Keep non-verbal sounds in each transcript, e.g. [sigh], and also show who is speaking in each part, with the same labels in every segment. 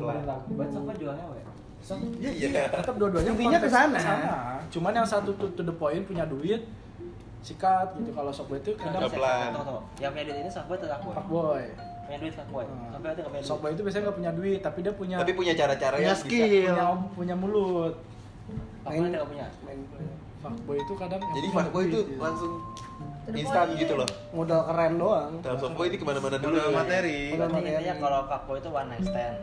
Speaker 1: lah
Speaker 2: Buat Sofa jualnya apa ya?
Speaker 3: Iya,
Speaker 1: iya
Speaker 3: tetap dua-duanya
Speaker 4: Intinya ke
Speaker 3: konteks
Speaker 4: sana.
Speaker 3: kesana. Cuman yang satu to, to the point punya duit sikat gitu kalau soft boy itu kadang
Speaker 1: Gak pelan.
Speaker 2: Tunggu, tunggu. Yang punya duit ini soft boy atau fuckboy?
Speaker 3: fuck boy.
Speaker 2: Punya duit fuckboy.
Speaker 3: Hmm.
Speaker 2: Soft boy itu nggak punya duit.
Speaker 3: Soft boy itu biasanya nggak punya duit tapi dia
Speaker 4: Iya.
Speaker 3: punya
Speaker 1: tapi punya cara-cara
Speaker 4: Punya
Speaker 1: yang bisa
Speaker 4: skill.
Speaker 3: punya punya mulut.
Speaker 2: Fuckboy itu nggak punya.
Speaker 3: Fuck boy itu kadang yang
Speaker 1: jadi
Speaker 3: punya
Speaker 1: fuckboy
Speaker 3: duit,
Speaker 1: itu
Speaker 4: Iya.
Speaker 3: gitu.
Speaker 1: langsung
Speaker 5: To the
Speaker 1: instan
Speaker 5: point.
Speaker 1: gitu loh
Speaker 4: modal keren doang
Speaker 1: dalam softboy ini kemana-mana dulu ya.
Speaker 6: Modal materi.
Speaker 3: Modal
Speaker 2: Berarti
Speaker 3: materi.
Speaker 2: intinya kalau fuckboy itu one night stand.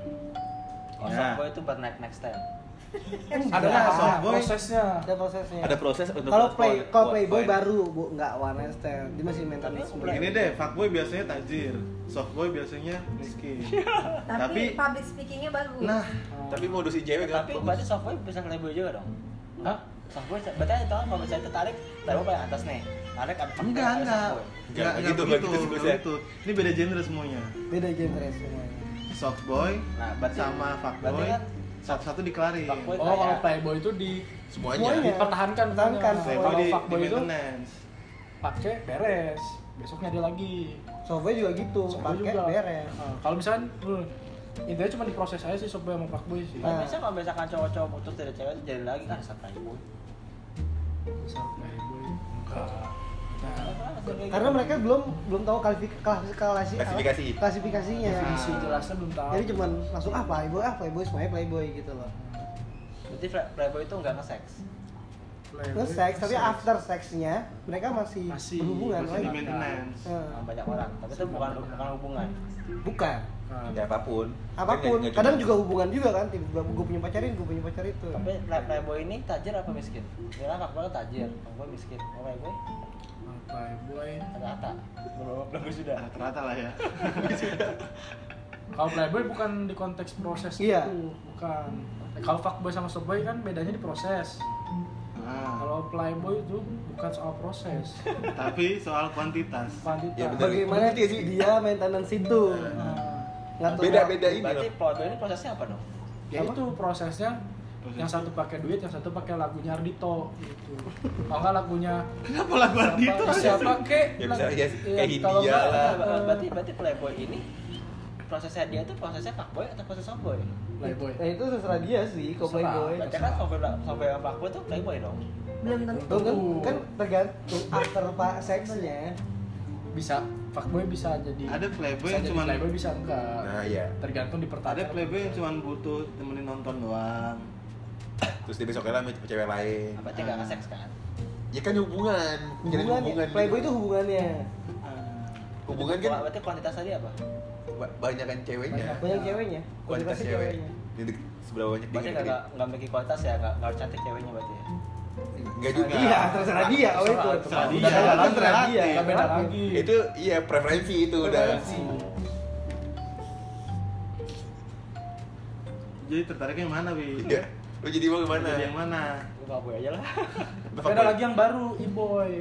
Speaker 2: Kalau
Speaker 6: Ya.
Speaker 2: soft boy itu bernight next stand.
Speaker 3: ada
Speaker 4: Ada
Speaker 3: soft boy prosesnya.
Speaker 4: ada prosesnya
Speaker 6: Ada proses untuk
Speaker 4: kalau play
Speaker 6: buat-
Speaker 4: kalau
Speaker 6: buat
Speaker 4: playboy
Speaker 6: poin.
Speaker 4: baru bu nggak one night stand dia masih mentalisme
Speaker 2: Tapi-
Speaker 6: Ini deh, fuckboy biasanya tajir, softboy biasanya miskin.
Speaker 5: Tapi
Speaker 6: Tapi-
Speaker 5: public speakingnya bagus.
Speaker 1: nah tapi modusin cewek kan?
Speaker 2: Tapi
Speaker 1: gampang.
Speaker 2: berarti soft boy bisa ngelabel juga dong.
Speaker 3: Hah?
Speaker 2: Soft boy berarti ada tahu kalau misalnya itu tarik, tarik paling atas nih. Tarik ada fuckboy,
Speaker 6: Enggak,
Speaker 2: ada
Speaker 6: enggak.
Speaker 2: soft boy.
Speaker 1: Enggak,
Speaker 6: Enggak, enggak
Speaker 1: gitu,
Speaker 6: gitu,
Speaker 1: enggak
Speaker 6: enggak
Speaker 1: gitu sebutnya.
Speaker 6: gitu. Ini beda genre semuanya.
Speaker 4: beda genre semuanya
Speaker 6: Soft boy
Speaker 2: Nah, berarti
Speaker 6: sama
Speaker 2: berarti
Speaker 6: fuckboy
Speaker 2: kan
Speaker 6: satu-satu dikelarin.
Speaker 2: Fuckboy
Speaker 3: Oh, kalau playboy itu di
Speaker 1: semuanya
Speaker 3: dipertahankan
Speaker 4: Pertahankan.
Speaker 6: Playboy
Speaker 3: Kalau
Speaker 6: di, di
Speaker 3: fuckboy itu
Speaker 6: maintenance.
Speaker 3: pakai beres. Besoknya ada lagi.
Speaker 4: software juga gitu
Speaker 3: Softboy
Speaker 4: pakai
Speaker 3: juga.
Speaker 4: beres Oh.
Speaker 3: Nah, kalau misalkan hmm, intinya cuma diproses aja sih softboy sama fuckboy sih.
Speaker 4: Nah.
Speaker 2: Nah, biasanya kalau misalkan cowok-cowok putus dari cewek itu jadi lagi kan satu aja boy.
Speaker 3: Playboy. Enggak.
Speaker 4: karena mereka belum belum tahu kalifik- klasifikasi apa?
Speaker 1: Klasifikasi.
Speaker 4: klasifikasinya
Speaker 3: Definisi jelasnya belum tahu.
Speaker 4: jadi cuman langsung ah playboy ah playboy semuanya playboy gitu loh
Speaker 2: Berarti fla- playboy itu nggak nge-sex.
Speaker 3: Playboy,
Speaker 4: terus seks tapi
Speaker 3: sex.
Speaker 4: after seksnya mereka masih,
Speaker 3: Masih,
Speaker 4: berhubungan
Speaker 3: masih
Speaker 6: Masih di
Speaker 4: lagi
Speaker 6: maintenance.
Speaker 4: Eh,
Speaker 2: sama banyak orang tapi itu bukan bukan hubungan
Speaker 4: bukan
Speaker 3: Nah,
Speaker 1: ya apapun Nggak-
Speaker 4: apapun
Speaker 1: nggak
Speaker 4: kadang
Speaker 1: cuma-
Speaker 4: juga hubungan juga kan tiba-tiba gue punya pacarin gue punya pacar itu
Speaker 2: tapi play- playboy ini tajir apa miskin bilang fuckboy itu tajir fuckboy miskin oh playboy
Speaker 3: Playboy.
Speaker 2: ada ata belum sudah
Speaker 6: Rata-rata lah ya.
Speaker 3: Kalau playboy bukan di konteks proses
Speaker 4: Iya.
Speaker 3: itu, bukan. Kalau fuckboy sama softboy kan bedanya di proses.
Speaker 6: Nah,
Speaker 3: Kalau playboy itu bukan soal proses,
Speaker 6: tapi soal kuantitas.
Speaker 3: kuantitas.
Speaker 1: Ya, bener.
Speaker 4: bagaimana
Speaker 1: Ngerti sih?
Speaker 4: dia maintenance itu Ngatur
Speaker 1: Beda-beda. ini
Speaker 2: berarti
Speaker 1: loh.
Speaker 2: playboy ini prosesnya apa dong
Speaker 3: Nah, Ya itu prosesnya yang satu pakai duit, yang satu pakai lagunya Ardito gitu. Kalau nggak lagunya
Speaker 6: Kenapa lagu Ardhito?
Speaker 3: siapa- siapa kek?
Speaker 1: Ya, bisa aja sih,
Speaker 3: Iya,
Speaker 1: kayak
Speaker 3: kalau
Speaker 1: Hindia
Speaker 3: nggak,
Speaker 1: lah.
Speaker 3: eh,
Speaker 2: berarti berarti playboy ini prosesnya dia itu prosesnya fuckboy atau proses softboy
Speaker 3: Playboy.
Speaker 4: nah itu terserah dia sih
Speaker 3: Terserah.
Speaker 4: kalau playboy
Speaker 2: berarti kan softboy softboy sama fuckboy itu playboy dong
Speaker 5: Belum tentu.
Speaker 4: Tuh kan, kan tergantung after pak seksnya
Speaker 3: Bisa fuckboy bisa jadi.
Speaker 6: Ada playboy
Speaker 3: bisa
Speaker 6: yang
Speaker 3: jadi
Speaker 6: cuman
Speaker 3: playboy bisa enggak.
Speaker 1: nah ya
Speaker 3: Tergantung di
Speaker 6: ada playboy yang cuman butuh temenin nonton doang.
Speaker 1: terus dia besoknya lah sama cewek lain
Speaker 2: berarti nggak nge-sex kan
Speaker 1: ya kan hubungan gitu. Menjalin
Speaker 4: hubungan, playboy itu hubungannya
Speaker 1: hubungan kan
Speaker 2: Wah, berarti kuantitas tadi apa
Speaker 1: banyak kan ceweknya
Speaker 4: banyak ceweknya
Speaker 1: kualitas
Speaker 4: Kualitasnya
Speaker 1: cewek jadi seberapa banyak
Speaker 2: berarti nggak nggak- nggak memiliki kualitas ya nggak nggak cantik ceweknya berarti ya
Speaker 1: Enggak juga
Speaker 4: iya terserah dia
Speaker 3: Oh,
Speaker 4: kalau itu
Speaker 6: terserah dia.
Speaker 4: Udah
Speaker 6: Terserah
Speaker 4: kan terserah
Speaker 6: dia.
Speaker 4: dia
Speaker 3: Nggak beda lagi.
Speaker 1: itu iya preferensi itu udah
Speaker 6: Jadi tertariknya yang mana, Wi?
Speaker 1: iya lu jadi mau
Speaker 6: Mana?
Speaker 1: gimana
Speaker 6: Yang mana?
Speaker 2: lu fuckboy aja lah
Speaker 3: Beda lagi yang baru, e-boy.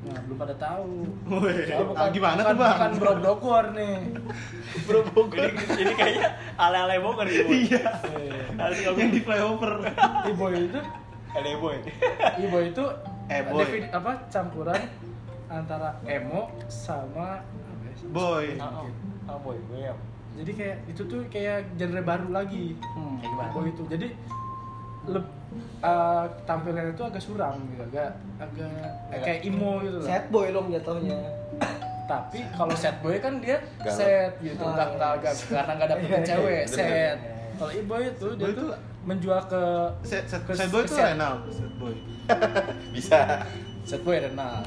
Speaker 3: Nah, belum pada tahu.
Speaker 6: Weh,
Speaker 3: Soalnya bukan-
Speaker 6: ah, gimana
Speaker 3: bukan,
Speaker 6: tuh, Bang?
Speaker 3: Bukan bro Bogor
Speaker 6: [laughs]
Speaker 3: nih.
Speaker 2: [laughs] bro Bogor ini, ini kayaknya ale-ale Bogor ini iya harus
Speaker 6: yang di flyover.
Speaker 3: E-boy itu
Speaker 2: ale boy
Speaker 3: Ibo itu
Speaker 6: E-boy.
Speaker 3: defini- apa campuran antara emo sama apa ya?
Speaker 6: Boy.
Speaker 2: oh oh boy boy apa?
Speaker 3: jadi kayak itu tuh kayak genre baru lagi
Speaker 2: Kayak gimana?
Speaker 3: boy itu jadi leb, eh, tampilannya itu agak suram gitu agak agak eh, kayak emo gitu
Speaker 4: sad
Speaker 3: lah
Speaker 4: boy dong jatuhnya
Speaker 3: tapi kalau sad boy kan dia
Speaker 1: Galak.
Speaker 3: sad gitu
Speaker 4: Oh,
Speaker 3: nggak
Speaker 4: iya.
Speaker 3: nggak nggak- karena nggak dapet
Speaker 4: Iya,
Speaker 3: cewek
Speaker 1: iya.
Speaker 3: sad kalau ibo itu dia
Speaker 6: Boy
Speaker 3: tuh
Speaker 6: tuh-
Speaker 3: menjual ke
Speaker 6: Set, set,
Speaker 3: ke-
Speaker 6: set boy
Speaker 3: ke
Speaker 6: itu
Speaker 3: sad-
Speaker 6: Renal. Set boy.
Speaker 1: bisa
Speaker 3: sad boy Renal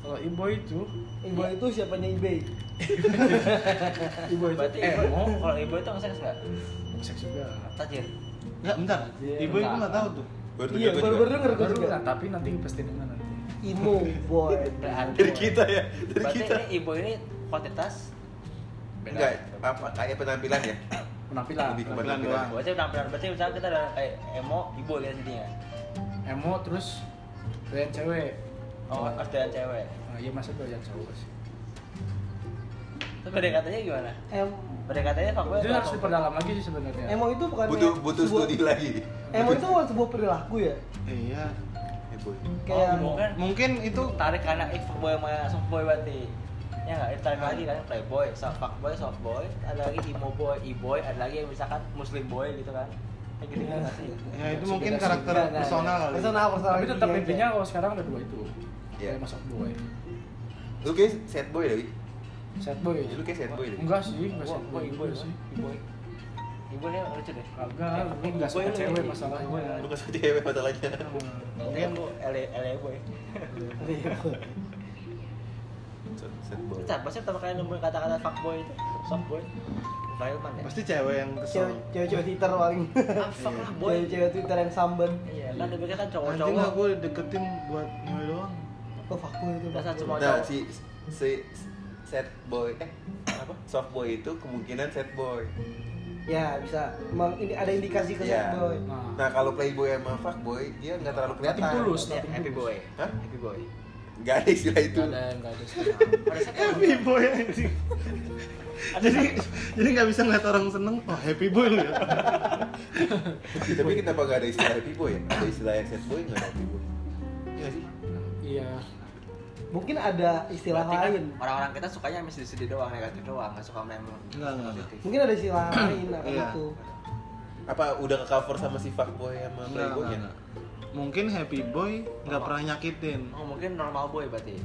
Speaker 3: kalau ibo itu
Speaker 4: ibu itu siapanya ebay
Speaker 3: ibo itu
Speaker 2: berarti
Speaker 1: eh.
Speaker 2: ibu oh,
Speaker 3: emo
Speaker 2: kalau ibu itu nge-sex nggak
Speaker 3: seks juga
Speaker 2: tajir
Speaker 6: Enggak, bentar. Ibu itu nggak tahu tuh.
Speaker 1: Baru
Speaker 4: iya
Speaker 1: dengar
Speaker 4: baru
Speaker 1: juga.
Speaker 4: baru denger gue
Speaker 3: Baru
Speaker 4: juga
Speaker 3: lah, tapi nanti pasti dengar nanti
Speaker 4: emo boy
Speaker 2: Berarti-
Speaker 1: dari kita ya dari
Speaker 2: berarti
Speaker 1: kita
Speaker 2: ini ibu ini kuantitas
Speaker 1: enggak apa kayak penampilan ya
Speaker 3: penampilan
Speaker 1: Lebih ke
Speaker 6: Bulan
Speaker 1: Bulan
Speaker 6: doang.
Speaker 2: berarti penampilan berarti misalnya kita ada kayak emo ibu gitu intinya
Speaker 3: emo terus doyan cewek
Speaker 2: oh harus doyan cewek
Speaker 3: Ah, iya masa doyan cowok sih
Speaker 2: terus pendekatannya gimana
Speaker 4: em
Speaker 2: pendekatannya fuckboy
Speaker 3: itu
Speaker 2: atau
Speaker 3: harus
Speaker 2: softboy?
Speaker 3: diperdalam lagi sih sebenarnya
Speaker 4: emo itu bukan
Speaker 1: butuh butuh studi lagi
Speaker 4: emo itu bukan sebuah perilaku ya
Speaker 6: Iya.
Speaker 1: Eh, boy.
Speaker 2: oh,
Speaker 4: kayak
Speaker 2: mungkin
Speaker 6: Mungkin itu
Speaker 2: tarik anak eh fuckboy sama softboy berarti ya nggak ada lagi kan playboy soft fuckboy softboy ada lagi emo boy e boy ada lagi yang misalkan muslim boy gitu kan kayak gitu kan sih
Speaker 6: Ya itu mungkin karakter
Speaker 2: Nggak, nggak,
Speaker 6: personal kali.
Speaker 4: personal personal
Speaker 3: tapi tetap
Speaker 4: dia aja.
Speaker 3: intinya kalau sekarang ada dua itu
Speaker 1: Iya.
Speaker 3: yeah. masuk boy
Speaker 1: Lu kayak sad boy Dawi.
Speaker 3: sad boy
Speaker 1: Lu kayak sad boy Dawi.
Speaker 3: enggak sih enggak
Speaker 2: gue
Speaker 3: sad
Speaker 2: gue
Speaker 3: boy
Speaker 2: e boy
Speaker 3: juga sih
Speaker 2: e boy e boy dia lucu deh
Speaker 3: Kagak, lu nggak suka cewek masalahnya.
Speaker 1: Lu kasih cewek masalahnya.
Speaker 2: mungkin gue ele ele E boy
Speaker 1: Sad- Sad boy.
Speaker 2: Kita pasti pertama kali nemuin kata-kata fuckboy itu, softboy. Fileman ya.
Speaker 6: Pasti cewek yang kesel.
Speaker 4: Cewek- cewek-cewek Twitter paling
Speaker 2: Ah, fuck lah boy.
Speaker 4: cewek-cewek Twitter yang samben
Speaker 2: Iya, kan demikian kan
Speaker 6: Anjing lah
Speaker 2: cowok-cowok.
Speaker 6: gue deketin buat nyewe doang.
Speaker 4: oh fuck boy itu
Speaker 2: Dasar
Speaker 4: fuck boy.
Speaker 2: semua
Speaker 1: Nah,
Speaker 2: cowok.
Speaker 1: si si sad boy eh
Speaker 2: Apa?
Speaker 1: soft boy itu kemungkinan sad boy.
Speaker 4: ya bisa emang ini ada indikasi ke
Speaker 1: Iya.
Speaker 4: sad boy
Speaker 1: Nah, kalau playboy sama fuckboy dia nggak terlalu kelihatan.
Speaker 3: Nothing to lose.
Speaker 2: Ya, happy boy.
Speaker 1: Hah?
Speaker 2: Happy boy.
Speaker 1: Nggak ada istilah itu.
Speaker 3: Nggak ada nggak ada sih.
Speaker 2: Pada saat
Speaker 6: [laughs] Happy boy anjing. jadi [laughs] jadi nggak bisa ngeliat orang seneng. Oh happy boy lu ya.
Speaker 1: Tapi kenapa nggak ada istilah happy boy ya? Ada istilah yang sad boy nggak ada happy boy. Iya sih.
Speaker 3: iya
Speaker 4: mungkin ada istilah
Speaker 2: Berarti kan
Speaker 4: lain
Speaker 2: Orang-orang kita sukanya yang sedih-sedih doang, negatif doang, nggak suka main
Speaker 6: Nggak, nggak,
Speaker 2: positif.
Speaker 4: mungkin ada istilah lain gitu. akan
Speaker 6: Iya.
Speaker 4: itu
Speaker 1: Apa udah ke cover sama si fuckboy sama
Speaker 6: Nggak,
Speaker 1: playboy
Speaker 6: nggak,
Speaker 1: ya?
Speaker 6: nggak. Mungkin happy boy nggak
Speaker 2: Apa?
Speaker 6: pernah nyakitin.
Speaker 2: Oh, mungkin normal boy berarti.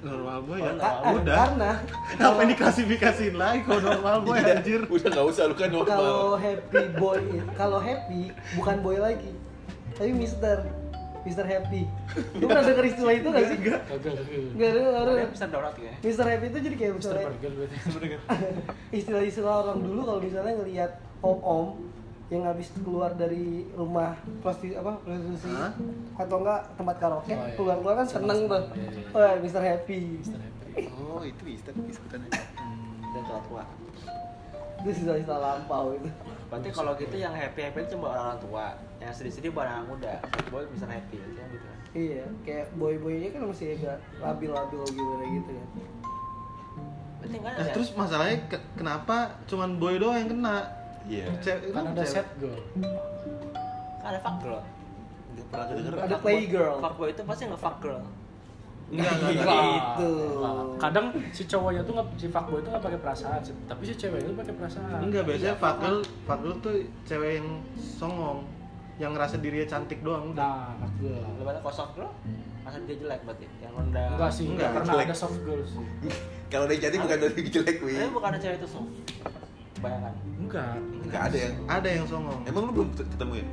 Speaker 6: Normal boy ya.
Speaker 2: Oh,
Speaker 4: Ka-
Speaker 2: normal.
Speaker 4: eh,
Speaker 6: Udah.
Speaker 4: karena
Speaker 6: Apa ini klasifikasiin lagi kalau normal boy
Speaker 1: Iya,
Speaker 6: anjir.
Speaker 1: Udah nggak usah lu kan
Speaker 4: kalau
Speaker 1: normal.
Speaker 4: happy boy kalau happy bukan boy lagi tapi mister Mister Happy. Lu pernah denger istilah itu gak sih? Enggak.
Speaker 3: kagak
Speaker 4: Enggak ada
Speaker 2: Dia
Speaker 4: orang.
Speaker 2: bisa donat ya.
Speaker 4: Mister Happy itu jadi kayak
Speaker 3: Mister
Speaker 4: misalnya
Speaker 3: Burger berarti
Speaker 4: istilah-istilah orang dulu kalau misalnya ngelihat om-om yang habis keluar dari rumah prosti apa prostitusi
Speaker 6: Hah?
Speaker 4: atau enggak tempat
Speaker 3: Oh,
Speaker 4: karaoke
Speaker 3: iya.
Speaker 4: keluar-keluar kan seneng tuh.
Speaker 3: Seneng, iya, iya.
Speaker 4: Wah, Mister Happy.
Speaker 3: Mister Happy
Speaker 1: Oh, itu istilah ikutan
Speaker 2: Dan tua-tua.
Speaker 4: Itu istilah-istilah lampau itu.
Speaker 2: Berarti kalau gitu yang happy-happy itu cuma orang tua, yang sedih-sedih buat anak muda. Boy bisa happy, kan gitu kan.
Speaker 4: Iya, kayak boy-boynya kan masih agak labil-labil gimana gitu ya.
Speaker 2: Berarti nggak
Speaker 6: Nah,
Speaker 2: ada. ya?
Speaker 6: terus masalahnya ke- kenapa cuman boy doang yang kena?
Speaker 1: Iya.
Speaker 6: Cewek-
Speaker 3: kan ada
Speaker 6: cewek.
Speaker 3: set girl
Speaker 2: Nggak ada fuck girl.
Speaker 1: Nggak pernah kedenger.
Speaker 4: Ada
Speaker 2: Fuckboy-
Speaker 4: playgirl.
Speaker 2: Fuckboy itu pasti nggak fuck girl.
Speaker 6: Enggak, enggak,
Speaker 1: Iya.
Speaker 6: enggak.
Speaker 4: Gitu.
Speaker 3: kadang si cowoknya tuh nggak si fuckboy tuh nggak pakai perasaan si- tapi si ceweknya tuh pakai perasaan
Speaker 6: Enggak, biasanya
Speaker 1: Iya,
Speaker 6: Fagel, Fagel tuh cewek yang songong Yang ngerasa dirinya cantik doang
Speaker 3: nah
Speaker 6: udah
Speaker 3: anak girl
Speaker 2: Lu mana kalau soft girl? Masa dia jelek berarti? Yang rendah.
Speaker 3: enggak sih enggak
Speaker 6: Enggak,
Speaker 3: pernah
Speaker 1: jelek.
Speaker 3: ada soft girl sih
Speaker 1: Kalau dia cantik bukan dari jelek, Wi.
Speaker 2: Tapi bukan cewek itu soft. Bayangkan.
Speaker 3: enggak
Speaker 1: Nggak ada yang.
Speaker 6: Ada yang songong
Speaker 1: Emang lu belum ketemu ya?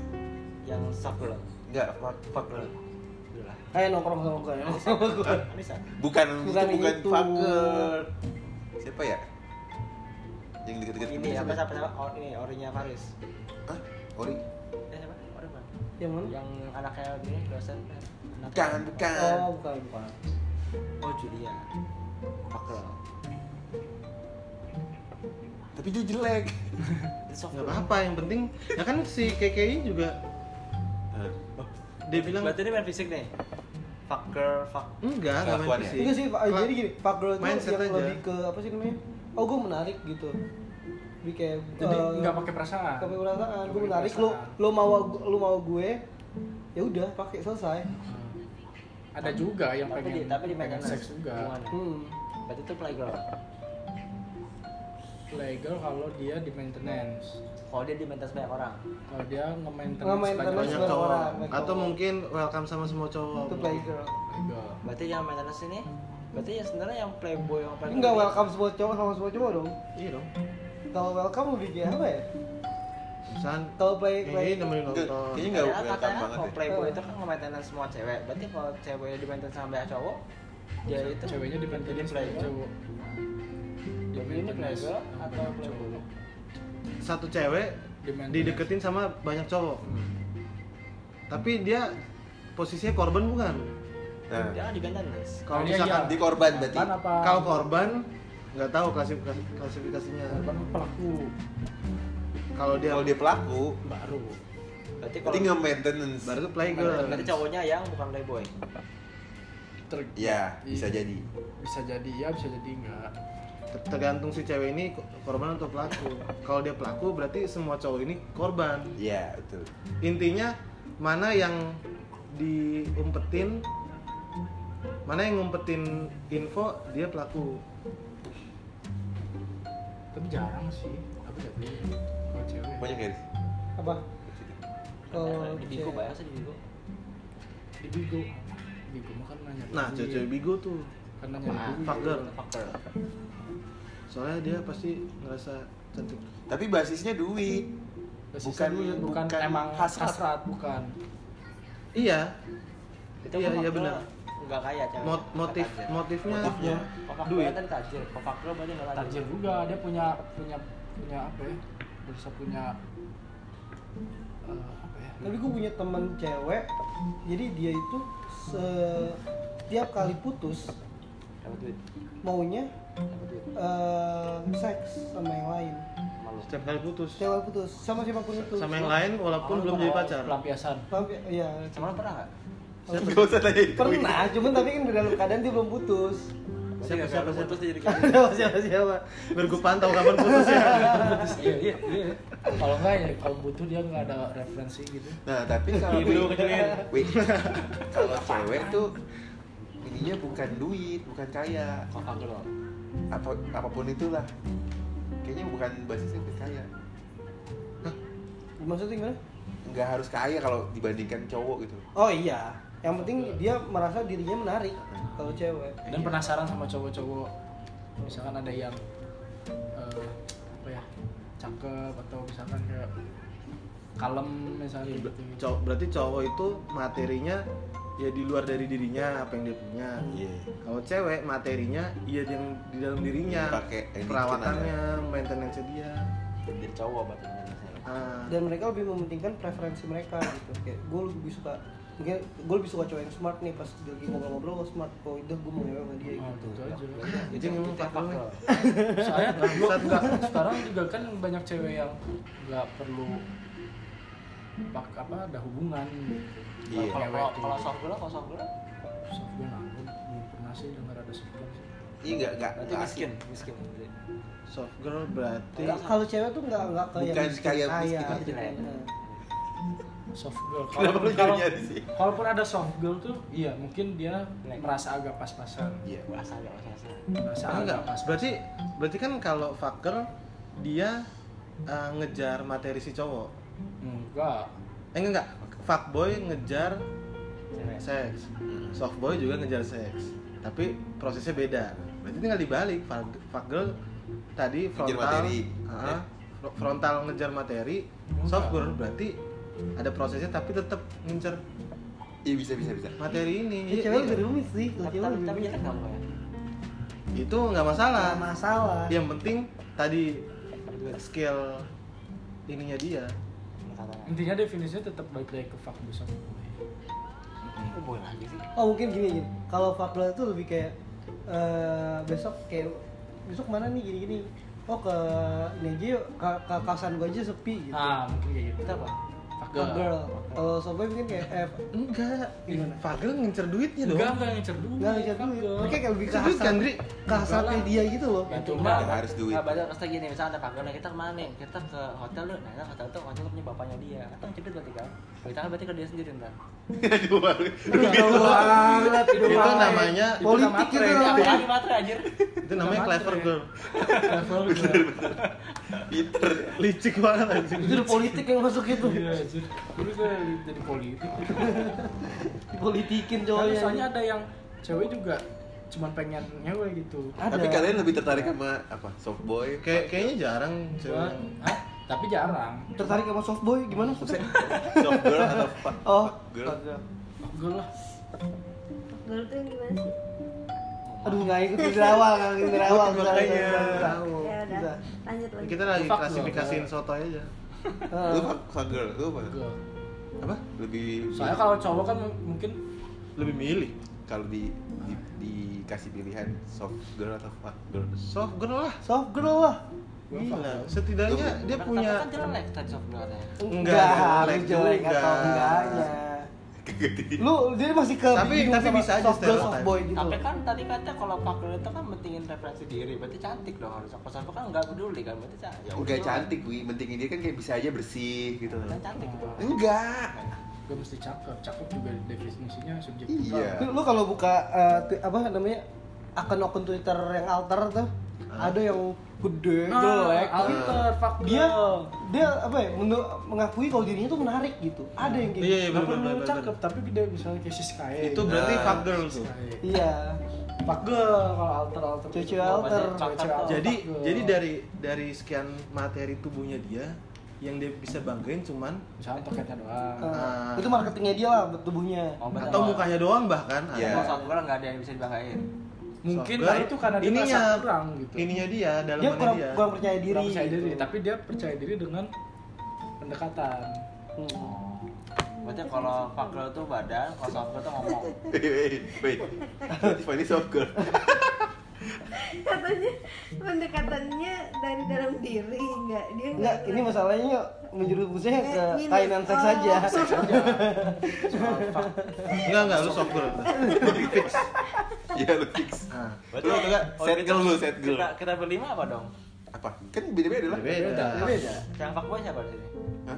Speaker 2: Yang soft girl.
Speaker 1: Nggak, fuck, fuck girl.
Speaker 2: Itulah.
Speaker 4: Ayo nongkrong sama ya. gue.
Speaker 3: [laughs]
Speaker 4: nongkrong sama gue.
Speaker 2: Anissa.
Speaker 1: Bukan,
Speaker 4: Bukan
Speaker 1: itu bukan
Speaker 4: itu.
Speaker 1: fuck girl. Siapa ya? Yang deket-deket
Speaker 2: Ini
Speaker 1: siapa?
Speaker 2: apa siapa siapa? Or, ini orinya Paris.
Speaker 1: Hah? Ori?
Speaker 2: Eh siapa? Ori mana?
Speaker 4: Yang mana?
Speaker 2: Yang anaknya ini dosen. Anaknya-
Speaker 1: Bukan, bukan.
Speaker 4: Oh, bukan, bukan.
Speaker 2: Oh Julia. Fuck girl.
Speaker 1: Tapi dia jelek.
Speaker 2: Itu soft
Speaker 6: Enggak
Speaker 2: girl.
Speaker 6: apa-apa, yang penting Ya kan si KKI juga Dia bilang
Speaker 2: Berarti ini main fisik nih. Fuck girl, fuck.
Speaker 6: Enggak, enggak main
Speaker 1: Kelakuan ya?
Speaker 6: fisik
Speaker 4: Enggak sih, Pak.
Speaker 6: Kela-
Speaker 4: jadi gini, Pak Bro itu
Speaker 6: Iya. mindset
Speaker 4: yang
Speaker 6: aja.
Speaker 4: lebih ke apa sih namanya? Oh, gue menarik gitu. Lebih kayak
Speaker 3: jadi
Speaker 4: eh,
Speaker 3: nggak pakai perasaan
Speaker 4: nggak pakai perasaan,
Speaker 3: Nggak
Speaker 4: gue
Speaker 3: pakai
Speaker 4: menarik lu
Speaker 3: perasaan.
Speaker 4: lu mau lu mau gue. Ya udah, pakai selesai.
Speaker 3: Hmm. ada juga yang
Speaker 2: Tapi di
Speaker 3: pengen
Speaker 2: tapi di
Speaker 3: pengen
Speaker 2: mekanis.
Speaker 3: seks juga
Speaker 2: Gimana?
Speaker 4: Hmm.
Speaker 2: Berarti itu playgirl.
Speaker 3: legal kalau dia di maintenance
Speaker 2: Kalau dia di mentas banyak orang.
Speaker 3: kalau dia nge-maintenance banyak
Speaker 4: Nge-maintenance
Speaker 6: Banyak
Speaker 4: Banyak
Speaker 6: cowok
Speaker 4: orang, banyak
Speaker 6: Atau
Speaker 4: cowok.
Speaker 6: mungkin welcome sama semua
Speaker 4: Itu
Speaker 6: cowok Iya
Speaker 4: playgirl.
Speaker 3: legal
Speaker 2: Berarti yang maintenance ini berarti ya sebenarnya yang playboy yang
Speaker 4: Tapi
Speaker 2: playboy.
Speaker 4: Enggak welcome semua cowok sama semua cowok dong.
Speaker 6: Iya dong
Speaker 4: Kalau welcome lebih kayak apa ya?
Speaker 6: Misalkan
Speaker 4: Kalau play
Speaker 6: KKI
Speaker 4: play
Speaker 6: nemenin
Speaker 1: Nggak,
Speaker 6: nonton
Speaker 1: Kayaknya nggak
Speaker 2: Padahal
Speaker 1: welcome
Speaker 2: katanya
Speaker 1: banget
Speaker 2: kalau
Speaker 1: ya.
Speaker 2: playboy itu kan nge-maintenance semua cewek. Berarti kalau cewek di maintenance sama banyak cowok, dia Ya, itu
Speaker 3: ceweknya di
Speaker 2: jadi
Speaker 3: maintenance
Speaker 2: playboy.
Speaker 3: cowok di
Speaker 2: Jadi ini
Speaker 3: maintenance
Speaker 2: playgirl atau
Speaker 3: banyak
Speaker 2: playboy?
Speaker 3: cowok.
Speaker 6: Satu cewek
Speaker 3: Di maintenance.
Speaker 6: dideketin sama banyak cowok
Speaker 1: Hmm.
Speaker 6: Tapi dia posisinya korban bukan?
Speaker 1: Nah,
Speaker 2: Dia kan di maintenance.
Speaker 6: Kalau
Speaker 3: Dia
Speaker 6: misalkan
Speaker 3: iya.
Speaker 1: di korban berarti.
Speaker 3: Kan apa?
Speaker 6: Kalau korban nggak tahu klasifikasi klasifikasinya.
Speaker 3: korban pelaku
Speaker 6: Kalau dia
Speaker 1: Kalau dia pelaku,
Speaker 3: baru
Speaker 2: Berarti kalau
Speaker 1: berarti nge-maintenance.
Speaker 6: baru tuh playgirl.
Speaker 2: berarti cowoknya yang bukan playboy.
Speaker 3: Ter-
Speaker 1: Ya, bisa
Speaker 3: i-
Speaker 1: jadi.
Speaker 3: Iya. bisa jadi ya bisa jadi enggak
Speaker 6: Ter- Tergantung si cewek ini ko- korban atau pelaku. Kalau dia pelaku berarti semua cowok ini korban.
Speaker 1: Ya, betul.
Speaker 6: Intinya mana yang diumpetin mana yang ngumpetin info dia pelaku
Speaker 3: tapi jarang sih aku jadi kalau cewek
Speaker 1: banyak ya
Speaker 4: apa
Speaker 3: Oh,
Speaker 4: kalau
Speaker 2: di Bigo
Speaker 4: cewek.
Speaker 3: ya.
Speaker 2: banyak sih di Bigo
Speaker 3: di bigo bigo mah kan nanya
Speaker 4: Iya.
Speaker 6: nah
Speaker 3: duit.
Speaker 6: cewek-cewek bigo tuh
Speaker 3: kan nanya duit.
Speaker 6: fuck girl
Speaker 2: Faktor
Speaker 6: soalnya dia
Speaker 4: Hmm.
Speaker 6: pasti ngerasa cantik
Speaker 1: tapi basisnya duit [laughs]
Speaker 3: Basisnya
Speaker 1: Bukan-
Speaker 3: duit, Nah, bukan,
Speaker 1: bukan
Speaker 3: emang
Speaker 1: hasrat.
Speaker 3: hasrat, bukan
Speaker 6: iya Iya, iya, benar.
Speaker 2: Enggak kan kaya cewek.
Speaker 6: Mot- motif motifnya
Speaker 1: Motifnya.
Speaker 6: duit
Speaker 2: duit kan tajir. Kok faktor berarti enggak tajir.
Speaker 3: tajir juga dia punya punya punya apa ya bisa punya eh, apa ya
Speaker 4: tapi gue punya temen cewek jadi dia itu setiap kali putus
Speaker 2: Dapat duit.
Speaker 4: maunya
Speaker 2: Dapat duit.
Speaker 4: eh, seks sama yang lain
Speaker 2: Malu.
Speaker 6: setiap kali putus
Speaker 4: cewek putus sama siapapun itu
Speaker 6: sama yang lain walaupun belum jadi pacar [laughs]
Speaker 3: pelampiasan
Speaker 4: Tapi- iya
Speaker 2: Sama lo pernah enggak?
Speaker 1: gak usah tanya duit
Speaker 4: pernah cuman tapi kan dalam keadaan dia belum putus
Speaker 6: Siapa, siapa, siapa?
Speaker 2: Putus jadi kayak
Speaker 4: siapa siapa siapa
Speaker 6: biar gue pantau kapan ya.
Speaker 4: [laughs]
Speaker 6: putusnya
Speaker 3: iya iya iya kalau enggak ya kalau butuh dia nggak ada referensi gitu
Speaker 1: nah tapi kalau
Speaker 2: Dulu kecilin.
Speaker 1: [laughs] Wait, kalau cewek tuh ininya bukan duit bukan kaya
Speaker 2: Kok faktor lo?
Speaker 1: apa apapun itulah kayaknya bukan basisnya bukan kaya
Speaker 4: maksudnya gimana
Speaker 1: nggak harus kaya kalau dibandingkan cowok gitu
Speaker 4: oh iya yang penting dia merasa dirinya menarik kalau cewek
Speaker 3: dan penasaran sama cowok-cowok misalkan ada yang eh, apa ya cakep atau misalkan kayak kalem misalnya gitu
Speaker 6: Cow- berarti cowok itu materinya ya di luar dari dirinya apa yang dia punya
Speaker 1: iya
Speaker 6: kalau cewek materinya ya yang di dalam dirinya
Speaker 1: Pakai yang
Speaker 6: perawatannya
Speaker 1: ya.
Speaker 6: maintenance dia
Speaker 2: Jadi cowok berarti Indonesia.
Speaker 6: Ah,
Speaker 4: dan mereka lebih mementingkan preferensi mereka gitu kayak gue lebih suka mungkin gue lebih suka cowok yang smart nih pas dia lagi ngobrol-ngobrol oh, smart kok itu gue mau ngewe sama dia
Speaker 3: Oh,
Speaker 4: gitu
Speaker 3: gitu
Speaker 1: Ya,
Speaker 3: aja.
Speaker 2: Jadi
Speaker 6: Jadi ngomong
Speaker 2: Iya, kita
Speaker 6: faktor
Speaker 2: faktor.
Speaker 3: [laughs]
Speaker 6: lo.
Speaker 3: soalnya gua nggak sekarang juga kan banyak cewek yang nggak perlu pak apa ada hubungan gitu.
Speaker 1: Iya.
Speaker 3: Kalau- kalau
Speaker 2: Kalau kalau
Speaker 3: kalau soft
Speaker 2: soft girl, kalau soft girl
Speaker 3: gue nanggung belum pernah sih dengar ada soft girl sih.
Speaker 1: iya nggak nggak
Speaker 2: berarti
Speaker 1: nggak
Speaker 2: miskin,
Speaker 1: asik.
Speaker 2: miskin. Berarti.
Speaker 6: soft girl
Speaker 2: Iya.
Speaker 6: berarti
Speaker 4: Nggak, kalau cewek tuh nggak nggak kayak Ah,
Speaker 1: Bukan kayak miskin,
Speaker 4: kaya,
Speaker 2: miskin aja.
Speaker 4: Nah,
Speaker 3: soft girl
Speaker 1: kenapa lu
Speaker 3: kalau
Speaker 1: jadi
Speaker 3: kalau
Speaker 1: nyari sih
Speaker 3: kalaupun ada soft girl tuh iya mungkin dia
Speaker 2: Black.
Speaker 3: merasa agak pas-pasan
Speaker 1: iya
Speaker 2: Bahasa enggak bahasa.
Speaker 3: merasa
Speaker 6: Ah,
Speaker 3: agak
Speaker 6: enggak
Speaker 3: pas-pasan
Speaker 6: berarti berarti kan kalau fuck girl dia ah, ngejar materi si cowok
Speaker 3: enggak
Speaker 6: eh enggak enggak fuck boy ngejar
Speaker 2: Cewek.
Speaker 6: seks soft boy juga ngejar seks tapi prosesnya beda berarti tinggal dibalik Fuck- fuck girl tadi
Speaker 1: Ngejar
Speaker 6: frontal
Speaker 1: materi. Eh.
Speaker 6: Ah, fro- frontal ngejar materi soft girl berarti ada prosesnya tapi tetap ngincer
Speaker 1: iya bisa bisa bisa
Speaker 6: materi ini
Speaker 4: ya,
Speaker 6: Iya,
Speaker 4: cewek
Speaker 6: iya.
Speaker 4: lebih rumit sih kalau
Speaker 2: Tapi tapi-
Speaker 4: cewek lebih
Speaker 2: tapi
Speaker 4: rumit
Speaker 2: jelek kamu ya.
Speaker 6: itu nggak masalah
Speaker 4: Nggak masalah
Speaker 6: yang penting tadi skill ininya dia
Speaker 2: Katanya.
Speaker 3: intinya definisinya tetap balik lagi ke fuck boy soft boy
Speaker 2: Kok boleh lagi sih?
Speaker 4: oh mungkin gini gini kalau fakta itu lebih kayak eh, besok kayak besok mana nih gini gini oh ke ini aja yuk ke, ke kawasan gue aja sepi gitu
Speaker 3: ah mungkin kayak gitu
Speaker 2: Kita apa?
Speaker 3: fuck
Speaker 4: Fuck girl kalau soft boy mungkin kayak eh,
Speaker 6: enggak
Speaker 4: Gimana?
Speaker 6: Fagel ngincer duitnya Iya dong
Speaker 3: enggak enggak ngincer duit
Speaker 4: nggak ngejar
Speaker 3: fuck
Speaker 4: duit
Speaker 3: girl.
Speaker 4: mereka kayak lebih ke
Speaker 6: Duit kan,
Speaker 4: hasrat
Speaker 6: Dri?
Speaker 4: ke hasratnya dia gitu loh
Speaker 3: Itu
Speaker 1: nggak
Speaker 3: mah
Speaker 1: harus duit
Speaker 2: Nah, baca
Speaker 1: [laughs]
Speaker 2: pasti gini, misalnya ada pagar, nah kita kemana nih? Kita ke hotel lu, nah hotel tuh hotel punya bapaknya dia Atau cepet berarti kan? Kalau kita kan berarti ke dia sendiri ntar
Speaker 1: aduh malu.
Speaker 4: Jauh banget
Speaker 6: itu namanya
Speaker 3: Itu
Speaker 4: politik
Speaker 1: Iya.
Speaker 3: nama tren.
Speaker 2: Apa
Speaker 4: itu namanya
Speaker 2: lagi matre anjir?
Speaker 6: itu namanya
Speaker 3: Sama
Speaker 6: clever
Speaker 3: aja.
Speaker 6: girl
Speaker 3: level gue
Speaker 1: pinter
Speaker 6: licik banget anjing
Speaker 4: itu udah politik yang masuk itu
Speaker 3: iya anjir dulu gue jadi politik
Speaker 4: dipolitikin
Speaker 3: Tapi
Speaker 4: cowoknya
Speaker 3: soalnya ada yang cewek juga cuman pengen nyewe gitu
Speaker 4: Ada.
Speaker 1: tapi kalian lebih tertarik sama apa soft boy
Speaker 6: Kayak kayaknya jarang cewek
Speaker 3: Gua-
Speaker 6: yang-
Speaker 3: Hah? tapi jarang
Speaker 4: tertarik sama softboy gimana maksudnya?
Speaker 1: [laughs] soft girl atau fuck
Speaker 4: oh
Speaker 1: fuck girl
Speaker 3: gue lah
Speaker 5: Girl tuh yang gimana sih?
Speaker 4: aduh nggak ikut dari awal nggak ikut dari awal
Speaker 6: Ikutin
Speaker 4: bentar,
Speaker 6: makanya.
Speaker 4: bentar, bentar.
Speaker 5: Ya
Speaker 4: Bisa.
Speaker 5: udah, lanjut lagi
Speaker 6: kita lagi
Speaker 3: Fuck
Speaker 6: klasifikasiin soto aja
Speaker 4: Ah.
Speaker 1: lu fuck Uh. fuck girl lu apa
Speaker 3: gue
Speaker 1: apa lebih
Speaker 3: soalnya kalau cowok kan m- mungkin
Speaker 6: lebih milih
Speaker 1: kalau di, di dikasih pilihan soft girl atau fuck [laughs] girl
Speaker 6: soft girl lah
Speaker 4: soft girl lah
Speaker 3: Gua
Speaker 6: gila
Speaker 3: fuck girl.
Speaker 6: setidaknya dia
Speaker 2: Nah,
Speaker 6: punya
Speaker 2: Kan jelek tadi soft girl katanya
Speaker 6: Enggak,
Speaker 4: harus
Speaker 6: jelek
Speaker 4: jelek
Speaker 6: juga.
Speaker 4: atau enggaknya lu jadi masih ke
Speaker 6: Tapi-
Speaker 4: bingung
Speaker 6: tapi
Speaker 4: sama
Speaker 6: bisa aja
Speaker 4: soft girl
Speaker 6: stereotype.
Speaker 4: soft boy gitu
Speaker 2: Tapi kan tadi kata kalau pagar itu kan mentingin referensi diri Berarti cantik dong harus Kalau soft girl kan nggak peduli kan Berarti cantik
Speaker 1: Enggak cantik, Wi. Pentingin dia kan kayak bisa aja bersih gitu.
Speaker 2: Kan cantik gitu
Speaker 1: Enggak.
Speaker 3: gak mesti cakep cakep juga definisinya subjektif
Speaker 1: Iya.
Speaker 4: Lu, lu kalau buka eh, twi- apa namanya akun-akun Twitter yang alter tuh ada yang gede
Speaker 3: Nah,
Speaker 4: jelek tapi
Speaker 3: alter, fuck
Speaker 4: dia
Speaker 3: girl.
Speaker 4: dia apa ya menu- mengakui kalau dirinya tuh menarik gitu ada yang kayak
Speaker 6: Iya,
Speaker 4: gitu.
Speaker 3: Gak
Speaker 6: iya, bener,
Speaker 3: perlu
Speaker 6: bener, bener,
Speaker 3: cakep tapi dia misalnya kayak sis kaya
Speaker 6: Itu berarti
Speaker 1: Nah.
Speaker 6: fuck girl tuh.
Speaker 4: iya
Speaker 3: Fuck girl kalau alter alter.
Speaker 4: Cucu
Speaker 3: gitu.
Speaker 4: alter.
Speaker 3: Namanya cakep,
Speaker 2: Cakep.
Speaker 3: fuck
Speaker 6: Jadi
Speaker 3: girl.
Speaker 6: jadi dari dari sekian materi tubuhnya dia yang dia bisa banggain cuman
Speaker 3: misalnya toketnya doang.
Speaker 4: Eh,
Speaker 6: Ah. Oh,
Speaker 4: itu marketingnya dia lah buat tubuhnya
Speaker 2: Obat apa?
Speaker 6: atau mukanya doang bahkan ada.
Speaker 1: Iya.
Speaker 2: Kalau soft girl nggak ada yang bisa dibanggain.
Speaker 3: Mungkin
Speaker 6: Software,
Speaker 3: lah itu karena dia
Speaker 6: ininya,
Speaker 3: merasa kurang gitu.
Speaker 6: Ininya dia,
Speaker 4: dia
Speaker 6: dalamannya
Speaker 4: kurang,
Speaker 6: dia.
Speaker 4: kurang percaya diri,
Speaker 3: Kurang percaya diri,
Speaker 4: gitu.
Speaker 3: tapi dia percaya diri dengan pendekatan.
Speaker 4: Hmm.
Speaker 2: Berarti kalau fuck girl tuh badan, kalau soft girl tuh ngomong.
Speaker 1: Wait, wait, wait. Berarti Fanny soft girl. [laughs]
Speaker 5: katanya pendekatannya dari dalam diri enggak dia
Speaker 4: Enggak, ini masalahnya menjerumusnya ke
Speaker 5: Eh, ini.
Speaker 4: kainan seks
Speaker 5: Oh.
Speaker 4: saja.
Speaker 3: Soal fuck
Speaker 6: Enggak enggak lu soft girl. Fix.
Speaker 1: Iya, lu fix.
Speaker 6: Nah,
Speaker 1: Lu enggak set girl lu, set girl.
Speaker 2: Kita, kita berlima apa dong?
Speaker 1: Apa? Kan beda-beda lah.
Speaker 6: beda.
Speaker 3: beda.
Speaker 2: Yang fuckboy siapa di sini?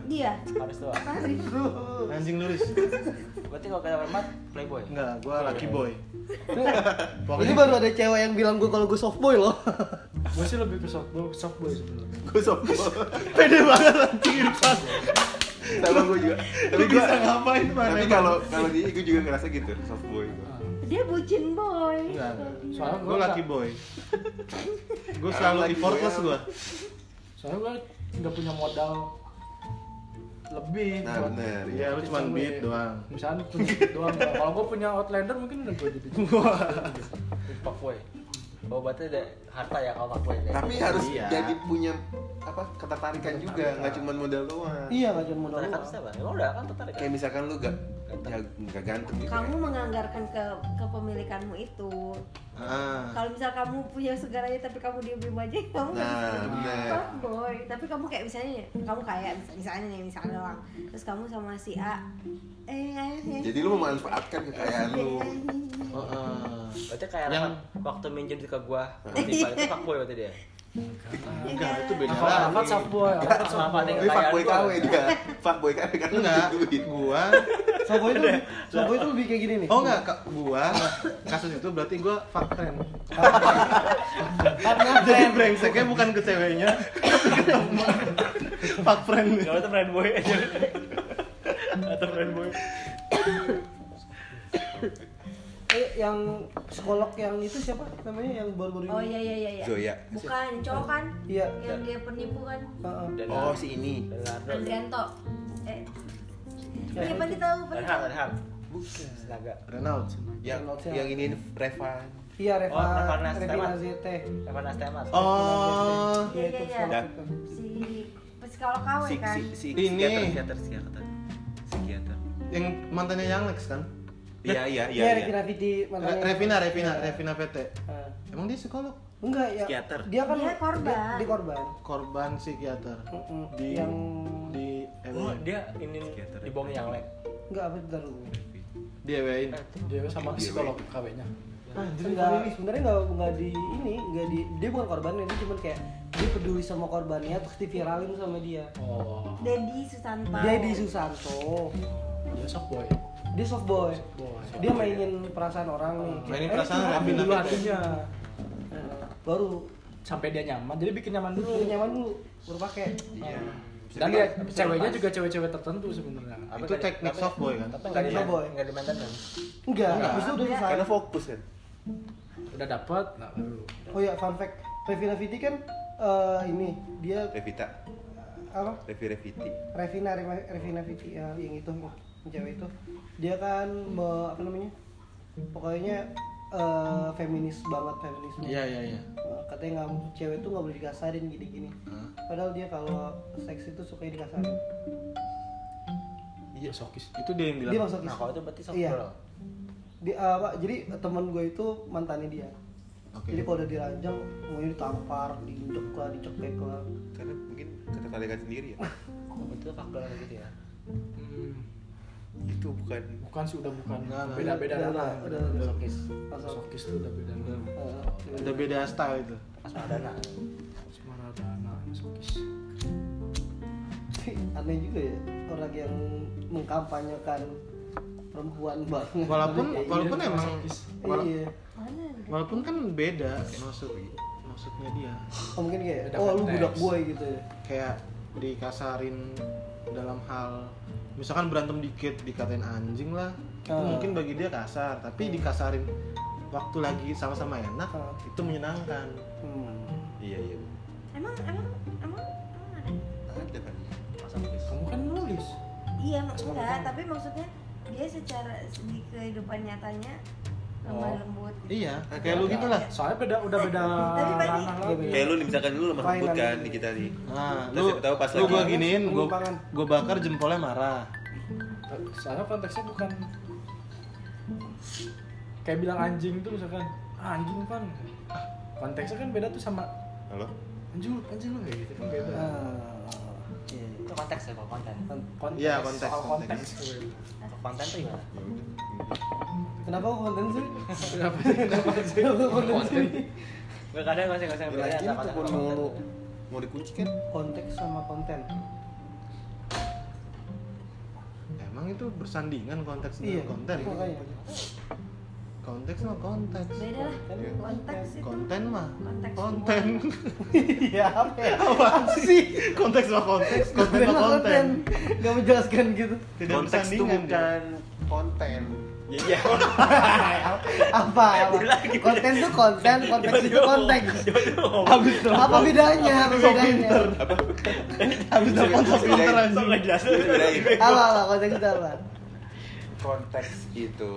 Speaker 5: dia
Speaker 2: Harus tuh.
Speaker 5: Arif
Speaker 6: Anjing luris.
Speaker 2: Berarti kalau kita berempat playboy.
Speaker 6: Enggak,
Speaker 1: Iya.
Speaker 6: gua laki boy. [laughs]
Speaker 4: ini baru ada cewek yang bilang gue kalau gue softboy loh.
Speaker 3: Gue sih lebih ke softboy, softboy sebenarnya.
Speaker 1: Gue soft girl.
Speaker 6: pede banget anjing Irfan.
Speaker 1: [laughs] Sama gue juga. Tapi
Speaker 6: Lu
Speaker 1: gua
Speaker 6: bisa ngapain, Man,
Speaker 1: Tapi
Speaker 6: emang?
Speaker 1: kalau kalau dia gue juga ngerasa gitu, soft boy. gua.
Speaker 6: Hmm.
Speaker 5: dia bucin boy
Speaker 6: Enggak.
Speaker 3: Soalnya
Speaker 6: Gua
Speaker 3: gue
Speaker 6: laki boy. Gua selalu
Speaker 1: Laki boy
Speaker 6: effortless
Speaker 1: apa?
Speaker 6: gua.
Speaker 3: Soalnya gue nggak punya modal lebih.
Speaker 1: Nah,
Speaker 3: buat-
Speaker 1: bener,
Speaker 6: iya. Lu cuman
Speaker 3: Cewek.
Speaker 6: beat doang.
Speaker 3: Misalnya cuma
Speaker 6: [laughs]
Speaker 3: beat doang. Kalau gue punya Outlander mungkin udah gue jadi.
Speaker 2: Fuckboy. Oh, berarti ada harta ya kalau fuckboy deh.
Speaker 1: Tapi harus
Speaker 6: Iya.
Speaker 1: jadi punya apa ketertarikan juga, nggak cuma modal doang.
Speaker 4: [laughs] iya, gak cuma modal.
Speaker 2: tertarik kan
Speaker 4: doang.
Speaker 2: siapa? Emang udah kan tertarik kan?
Speaker 1: Kayak misalkan lu gak nggak ganteng gitu.
Speaker 5: kamu menganggarkan ke kepemilikanmu itu
Speaker 6: Ah.
Speaker 5: kalau misal kamu punya segalanya tapi kamu diem aja kamu nggak bisa
Speaker 1: Nah, bener.
Speaker 5: Fuck boy tapi kamu kayak misalnya kamu kaya mis- misalnya nih misalnya doang terus kamu sama si A eh ayo, ayo.
Speaker 1: ya. Jadi lu memanfaatkan kekayaan lu.
Speaker 6: Oh, ah.
Speaker 2: Berarti kayak
Speaker 6: Yang-
Speaker 2: Rahmat waktu minjem duit ke gua, tiba itu fuckboy berarti dia.
Speaker 6: Enggak, itu beda
Speaker 3: Kalau
Speaker 6: lagi.
Speaker 3: Ahmad softboy, Ahmad
Speaker 2: Rahmat
Speaker 3: softboy.
Speaker 2: yang
Speaker 1: Tapi fuckboy
Speaker 2: gua.
Speaker 1: KW dia. Fuckboy KW kan lu
Speaker 6: Enggak,
Speaker 1: butuh duit.
Speaker 6: gua
Speaker 4: Softboy itu lebih, softboy itu lebih kayak gini nih.
Speaker 6: Oh enggak, Kak, gua kasus itu berarti gua fuck friend. Jadi brengseknya bukan ke ceweknya, tapi ke teman. Fuck friend.
Speaker 2: Kalau itu friend boy aja. Atau friend boy.
Speaker 4: Eh, yang psikolog yang itu siapa namanya yang baru-baru ini?
Speaker 5: oh iya iya iya iya
Speaker 1: Zoya.
Speaker 5: bukan cowok kan
Speaker 4: Iya.
Speaker 5: yang dia penipu kan
Speaker 4: Heeh.
Speaker 2: Dan
Speaker 1: Oh, si ini.
Speaker 6: Iya.
Speaker 2: Leonardo.
Speaker 5: Andrianto eh iya pasti tahu pasti
Speaker 2: Renhard,
Speaker 5: tahu
Speaker 2: Renhard. Bukan. Naga.
Speaker 6: Renault.
Speaker 1: Yang yang ini Revan.
Speaker 4: Iya, Reva,
Speaker 2: Oh, Reva Nas-
Speaker 4: Reva
Speaker 2: Temat.
Speaker 4: AZT.
Speaker 2: Evan Astemas.
Speaker 6: Oh,
Speaker 4: Iya, itu
Speaker 5: Iya, iya,
Speaker 4: psikolog
Speaker 1: iya.
Speaker 4: itu.
Speaker 5: si psikolog KW
Speaker 1: Si
Speaker 5: kan
Speaker 1: si si
Speaker 6: Ini.
Speaker 1: psikiater psikiater psikiater. Psikiater.
Speaker 6: yang mantannya yang Lex kan?
Speaker 1: Iya iya iya.
Speaker 4: Iya,
Speaker 1: iya.
Speaker 4: Revina Viti
Speaker 6: Re-
Speaker 4: mantannya. Iya.
Speaker 6: Revina, Revina, Revina PT.
Speaker 4: Ah.
Speaker 6: Emang dia psikolog?
Speaker 4: Enggak ya.
Speaker 1: Psikiater.
Speaker 4: Dia kan
Speaker 5: Dia korban.
Speaker 4: Dia, dia korban.
Speaker 6: Korban psikiater.
Speaker 4: Mm-mm.
Speaker 6: Di
Speaker 4: Yang
Speaker 6: di eh,
Speaker 2: Oh,
Speaker 6: ewe-
Speaker 2: dia ini
Speaker 1: Psikiater.
Speaker 2: dibohongin yang lain.
Speaker 4: enggak apa bentar dulu.
Speaker 6: di
Speaker 2: Eh,
Speaker 6: ewein.
Speaker 3: Dia sama psikolog KW-nya.
Speaker 4: Enggak, sebenarnya enggak enggak di ini, enggak di dia bukan korbannya, dia cuman kayak dia peduli sama korbannya terus diviralin sama dia.
Speaker 3: Oh,
Speaker 5: Dedi Susanto
Speaker 4: Dedi Susanto,
Speaker 3: dia softboy.
Speaker 4: dia soft boy.
Speaker 3: Boy.
Speaker 4: Dia mainin perasaan orang nih.
Speaker 6: Mainin
Speaker 4: Eh,
Speaker 6: perasaan
Speaker 4: cuman
Speaker 6: Raffi
Speaker 4: dulu
Speaker 6: Nafis.
Speaker 4: hatinya. Nah, Baru
Speaker 3: Sampai dia nyaman, jadi bikin nyaman
Speaker 4: baru
Speaker 3: dulu.
Speaker 4: nyaman dulu, baru pakai.
Speaker 1: Iya.
Speaker 3: Dan dia ceweknya juga cewek-cewek tertentu sebenarnya.
Speaker 2: Apa ya?
Speaker 6: Itu
Speaker 2: tadi?
Speaker 6: teknik
Speaker 2: Tapi-
Speaker 6: softboy kan?
Speaker 2: Tapi nggak di
Speaker 4: Teknik softboy.
Speaker 2: nggak di maintenance.
Speaker 4: Enggak, habis itu udah selesai.
Speaker 1: Karena fokus kan.
Speaker 3: Udah dapet, nah baru.
Speaker 4: Oh ya, fun fact, Revina Viti kan eh, ini dia
Speaker 1: Revita.
Speaker 4: apa?
Speaker 1: Revi Reviti.
Speaker 4: Revina Reva- Revina Vici ya, yang itu yang cewek itu dia kan me- apa namanya pokoknya eh, feminis banget feminisme
Speaker 6: Iya, iya, iya.
Speaker 4: Eh, katanya nggak cewek itu nggak boleh dikasarin gini gini
Speaker 6: Hah?
Speaker 4: padahal dia kalau seks itu suka dikasarin
Speaker 3: Iya, sokis.
Speaker 6: Itu dia yang bilang.
Speaker 4: dia masuk
Speaker 2: Nah, kalau itu berarti soft
Speaker 4: Iya.
Speaker 2: girl.
Speaker 4: di eh, apa jadi teman gue itu mantannya dia
Speaker 6: Oke.
Speaker 4: jadi kalau udah diranjang mau ditampar diinjek lah dicekek lah
Speaker 1: Karena mungkin ketertarikan sendiri ya.
Speaker 2: Itu fuck girl gitu ya.
Speaker 3: Hmm,
Speaker 1: Itu bukan
Speaker 3: bukan sih udah bukan.
Speaker 6: Enggak, enggak.
Speaker 3: Beda-beda
Speaker 4: Udah,
Speaker 3: ranah.
Speaker 4: udah, udah.
Speaker 3: Sokis.
Speaker 4: Masuk.
Speaker 3: Sokis tuh udah beda ranah.
Speaker 4: Eh,
Speaker 6: Ada beda style itu.
Speaker 2: Asmadana.
Speaker 3: Asmara dana, sokis.
Speaker 4: tapi aneh juga ya orang yang mengkampanyekan perempuan banget
Speaker 6: walaupun
Speaker 4: Tapi kayak
Speaker 6: walaupun
Speaker 4: iya.
Speaker 6: emang wala-
Speaker 4: iya
Speaker 5: Mana ada?
Speaker 6: walaupun kan beda maksud maksudnya dia
Speaker 4: oh, mungkin kayak
Speaker 3: Beda
Speaker 4: oh lu
Speaker 3: konteks.
Speaker 4: budak gue gitu ya
Speaker 6: kayak dikasarin dalam hal misalkan berantem dikit dikatain anjing lah itu
Speaker 4: Ah.
Speaker 6: mungkin bagi dia kasar tapi dikasarin waktu lagi sama-sama enak
Speaker 4: Ah.
Speaker 6: itu menyenangkan
Speaker 4: hmm.
Speaker 1: Iya iya.
Speaker 5: Emang emang emang emang ada?
Speaker 1: Ada kan.
Speaker 3: Kamu kan nulis.
Speaker 5: Iya mak- enggak, tapi maksudnya dia secara di kehidupan nyatanya
Speaker 3: Oh.
Speaker 5: lemah lembut.
Speaker 6: iya kayak lu gitu lah
Speaker 3: Soalnya beda udah beda
Speaker 5: Tapi berarti-
Speaker 3: ranah lagi.
Speaker 1: Kayak lu nih, misalkan lu lemah lembut
Speaker 4: Mainan.
Speaker 1: kan di kita nih.
Speaker 6: nah
Speaker 1: Terus
Speaker 6: lu
Speaker 1: siapa tahu pas
Speaker 6: lu
Speaker 1: lagi- kan?
Speaker 6: gua giniin gua
Speaker 4: Pengembangan.
Speaker 6: gua bakar jempolnya marah
Speaker 3: Soalnya konteksnya bukan kayak bilang anjing tuh misalkan ah, anjing pan. Ah, Konteksnya kan beda tuh sama
Speaker 1: Halo.
Speaker 3: anjing lu, anjing lu kayak gitu kan beda.
Speaker 4: Ah, iya.
Speaker 2: Itu konteks ya, kalau konten.
Speaker 3: Konteks,
Speaker 6: Iya, konteks,
Speaker 3: soal konteks.
Speaker 6: konteks.
Speaker 2: Kalau Konten tuh gimana?
Speaker 1: Ya udah.
Speaker 4: kenapa kok konten sih
Speaker 3: Kenapa sih? Kenapa sih?
Speaker 4: kenapa kok konten sih
Speaker 2: Gue kadang masih nggak
Speaker 1: Ya,
Speaker 2: sampai
Speaker 1: lagi
Speaker 2: sama
Speaker 1: itu
Speaker 2: konten.
Speaker 1: pun mau mau dikunci kan?
Speaker 4: konteks sama konten Iya.
Speaker 6: emang itu bersandingan konteks
Speaker 4: iya
Speaker 6: dengan konten
Speaker 4: makanya
Speaker 6: konteks sama konteks
Speaker 5: Beda lah.
Speaker 1: Iya.
Speaker 5: Konteks itu.
Speaker 6: konten mah
Speaker 5: Konteks
Speaker 6: konten
Speaker 4: iya apa ya
Speaker 6: apaan sih [laughs] konteks sama konteks konten sama konten
Speaker 4: gak menjelaskan gitu
Speaker 6: tidak
Speaker 1: konteks itu
Speaker 6: bersandingan dia.
Speaker 1: bukan konten. Ya iya.
Speaker 4: apa konten tuh konten konteks itu konteks
Speaker 6: Abis
Speaker 4: apa bedanya apa bedanya
Speaker 1: [laughs] Apa?
Speaker 6: abis telepon
Speaker 1: Bisa
Speaker 6: sok
Speaker 1: bedain.
Speaker 6: pinter anjing.
Speaker 1: Bedain.
Speaker 4: apa apa konteks itu apa
Speaker 1: Konteks itu